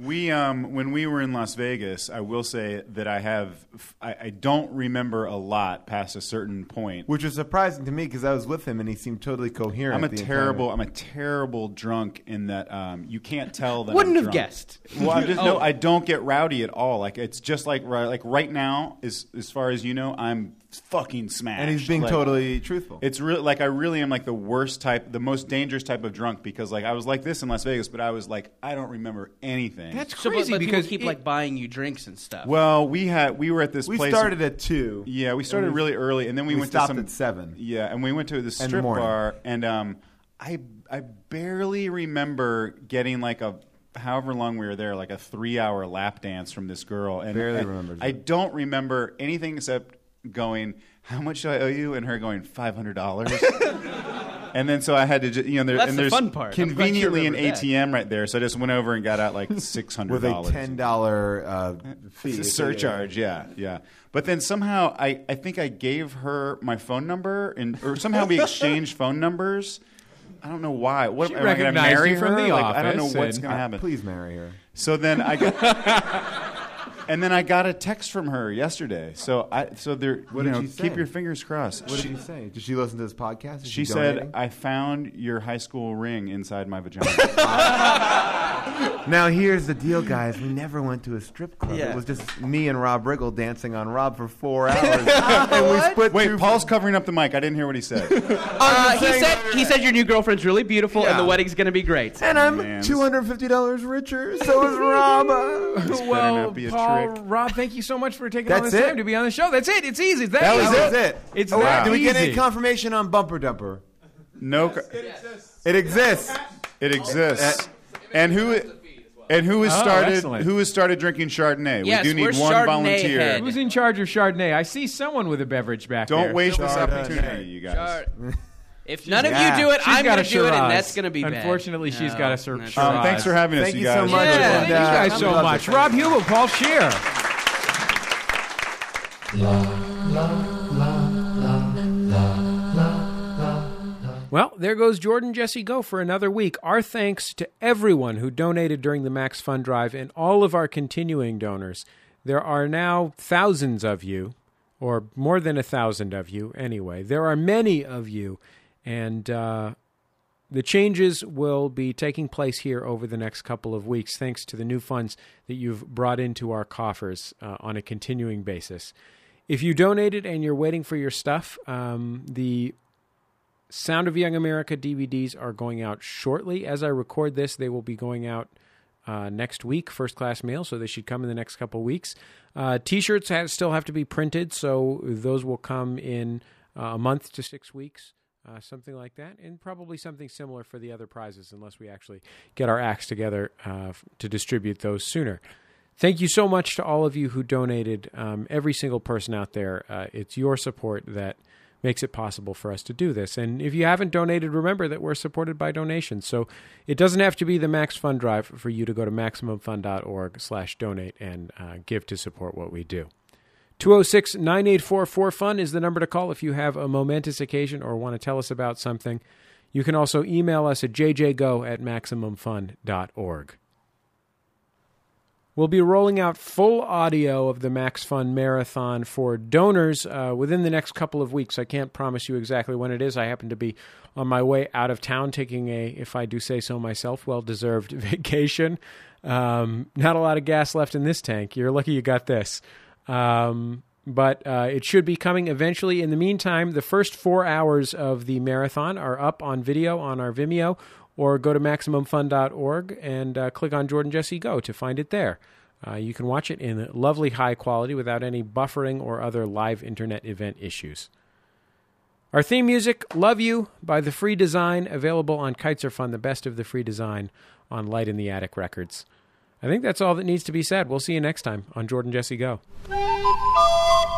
Speaker 1: We um, when we were in Las Vegas, I will say that I have I, I don't remember a lot past a certain point.
Speaker 5: which was surprising to me because I was with him and he seemed totally coherent.
Speaker 1: I'm a
Speaker 5: the entire-
Speaker 1: terrible I'm a terrible drunk in that um, you can't tell that
Speaker 4: Wouldn't
Speaker 1: I'm
Speaker 4: have
Speaker 1: drunk.
Speaker 4: guessed.
Speaker 1: [LAUGHS] Well, I'm just
Speaker 4: Oh.
Speaker 1: no, I don't get rowdy at all. Like it's just like right, like right now, as as far as you know, I'm fucking smashed.
Speaker 5: and he's being
Speaker 1: Like,
Speaker 5: totally truthful.
Speaker 1: It's really like I really am like the worst type, the most dangerous type of drunk because like I was like this in Las Vegas, but I was like I don't remember anything.
Speaker 11: That's
Speaker 4: So,
Speaker 11: crazy
Speaker 4: but, but
Speaker 11: because
Speaker 4: people keep
Speaker 11: it-
Speaker 4: like buying you drinks and stuff.
Speaker 1: well, we had we were at this.
Speaker 5: we
Speaker 1: place
Speaker 5: started at two.
Speaker 1: Yeah, we started
Speaker 5: And
Speaker 1: really early, and then we,
Speaker 5: we
Speaker 1: went
Speaker 5: stopped
Speaker 1: to some
Speaker 5: at seven.
Speaker 1: Yeah, and we went to this
Speaker 5: And
Speaker 1: strip
Speaker 5: morning.
Speaker 1: bar, and um, I I barely remember getting like a however long we were there, like a three hour lap dance from this girl, and
Speaker 5: Barely
Speaker 1: I,
Speaker 5: remembers
Speaker 1: I
Speaker 5: it.
Speaker 1: don't remember anything except going, "How much do I owe you?" and her going, 500 dollars. [LAUGHS] And then so I had to, ju- you know, there,
Speaker 4: That's
Speaker 1: and
Speaker 4: the
Speaker 1: there's
Speaker 4: fun part. I'm glad you
Speaker 1: conveniently an
Speaker 4: remembered that.
Speaker 1: ATM right there, so I just went over and got out
Speaker 5: [LAUGHS]
Speaker 1: like six hundred
Speaker 5: with a
Speaker 1: dollars
Speaker 5: ten dollar uh, fee
Speaker 1: it's a surcharge, yeah, yeah. But then somehow I, I think I gave her my phone number, and or somehow we exchanged phone numbers. I don't know why. What
Speaker 3: She
Speaker 1: am I going to
Speaker 3: recognized
Speaker 1: marry
Speaker 3: you from
Speaker 1: her?
Speaker 3: the
Speaker 1: Like, I don't know
Speaker 3: office
Speaker 1: what's
Speaker 3: and-
Speaker 1: going to happen.
Speaker 5: Please marry her.
Speaker 1: So then I got, and then I got a text from her yesterday. So I so there.
Speaker 5: What
Speaker 1: you
Speaker 5: did
Speaker 1: know,
Speaker 5: she
Speaker 1: keep
Speaker 5: say?
Speaker 1: your fingers crossed.
Speaker 5: What
Speaker 1: she
Speaker 5: did she say? Did she listen to this podcast? Is
Speaker 1: she
Speaker 5: donating?
Speaker 1: said, "I found your high school ring inside my vagina."
Speaker 5: Now here's the deal, guys. We never went to a strip club.
Speaker 4: Yeah.
Speaker 5: It was just me and Rob Riggle dancing on Rob for four hours, and we split.
Speaker 1: Wait,
Speaker 5: through-
Speaker 1: Paul's covering up the mic. I didn't hear what he said.
Speaker 4: Uh, he said he said your new girlfriend's really beautiful and
Speaker 5: Yeah.
Speaker 4: the wedding's gonna be great.
Speaker 5: and I'm
Speaker 1: Man,
Speaker 5: two hundred fifty dollars richer. So is Rob.
Speaker 1: This
Speaker 3: well,
Speaker 1: better not be a
Speaker 3: Paul,
Speaker 1: trick.
Speaker 3: Rob, thank you so much for taking all
Speaker 5: That's
Speaker 3: this
Speaker 5: it?
Speaker 3: time to be on the show. That's it. It's easy. It's that,
Speaker 5: That
Speaker 3: easy.
Speaker 5: was it. That's it.
Speaker 3: It's
Speaker 5: Oh, wait,
Speaker 3: that
Speaker 5: Did we get any
Speaker 3: easy.
Speaker 5: confirmation on Bumper Dumper?
Speaker 1: No. co-
Speaker 5: It exists.
Speaker 1: It exists. And who and who has
Speaker 3: Oh,
Speaker 1: started
Speaker 3: excellent.
Speaker 1: who has started drinking Chardonnay?
Speaker 4: Yes,
Speaker 1: we do
Speaker 4: we're
Speaker 1: need one
Speaker 4: Chardonnay
Speaker 1: volunteer.
Speaker 4: head.
Speaker 3: Who's in charge of Chardonnay? I see someone with a beverage back
Speaker 1: Don't
Speaker 3: there.
Speaker 1: waste this
Speaker 5: Chardonnay.
Speaker 1: opportunity, you guys.
Speaker 4: If none of
Speaker 5: Yeah.
Speaker 4: you do it,
Speaker 3: She's
Speaker 4: I'm
Speaker 3: got
Speaker 4: gonna
Speaker 3: a
Speaker 4: do it,
Speaker 3: Shiraz.
Speaker 4: and that's gonna be bad.
Speaker 3: Unfortunately, she's
Speaker 4: No,
Speaker 3: got a Sir
Speaker 4: that's
Speaker 1: Um,
Speaker 3: Shiraz.
Speaker 1: thanks for having us,
Speaker 5: Thank
Speaker 1: you
Speaker 5: you
Speaker 1: guys.
Speaker 5: so much.
Speaker 4: Yeah,
Speaker 5: And,
Speaker 4: thank you
Speaker 5: uh,
Speaker 3: Thank you guys
Speaker 5: I'm
Speaker 3: so
Speaker 5: glad
Speaker 3: much.
Speaker 5: that-
Speaker 3: Rob Hubel, Paul Shear. Well, there goes Jordan Jesse Go for another week. Our thanks to everyone who donated during the Max Fund Drive and all of our continuing donors. There are now thousands of you, or more than a thousand of you anyway. There are many of you, and uh, the changes will be taking place here over the next couple of weeks, thanks to the new funds that you've brought into our coffers uh, on a continuing basis. If you donated and you're waiting for your stuff, um, the Sound of Young America DVDs are going out shortly. As I record this, they will be going out uh, next week, first class mail, so they should come in the next couple weeks. Uh, T shirts ha still have to be printed, so those will come in uh, a month to six weeks, uh, something like that, and probably something similar for the other prizes, unless we actually get our acts together uh, f- to distribute those sooner. Thank you so much to all of you who donated. Um, every single person out there, uh, it's your support that makes it possible for us to do this. And if you haven't donated, remember that we're supported by donations. So it doesn't have to be the Max Fund Drive for you to go to maximumfund.org/donate and uh, give to support what we do. 206 9844 FUN is the number to call if you have a momentous occasion or want to tell us about something. You can also email us at jjgo at maximumfund.org. We'll be rolling out full audio of the Max Fund Marathon for donors uh, within the next couple of weeks. I can't promise you exactly when it is. I happen to be on my way out of town taking a, if I do say so myself, well deserved [LAUGHS] vacation. Um, not a lot of gas left in this tank. You're lucky you got this. Um, but uh, it should be coming eventually. In the meantime, the first four hours of the marathon are up on video on our Vimeo, or go to MaximumFun.org and uh, click on Jordan Jesse Go to find it there. Uh, you can watch it in lovely high quality without any buffering or other live internet event issues. Our theme music, Love You, by The Free Design, available on Kitesurf Fund, the best of The Free Design on Light in the Attic Records. I think that's all that needs to be said. We'll see you next time on Jordan Jesse Go.
Speaker 12: Thank you.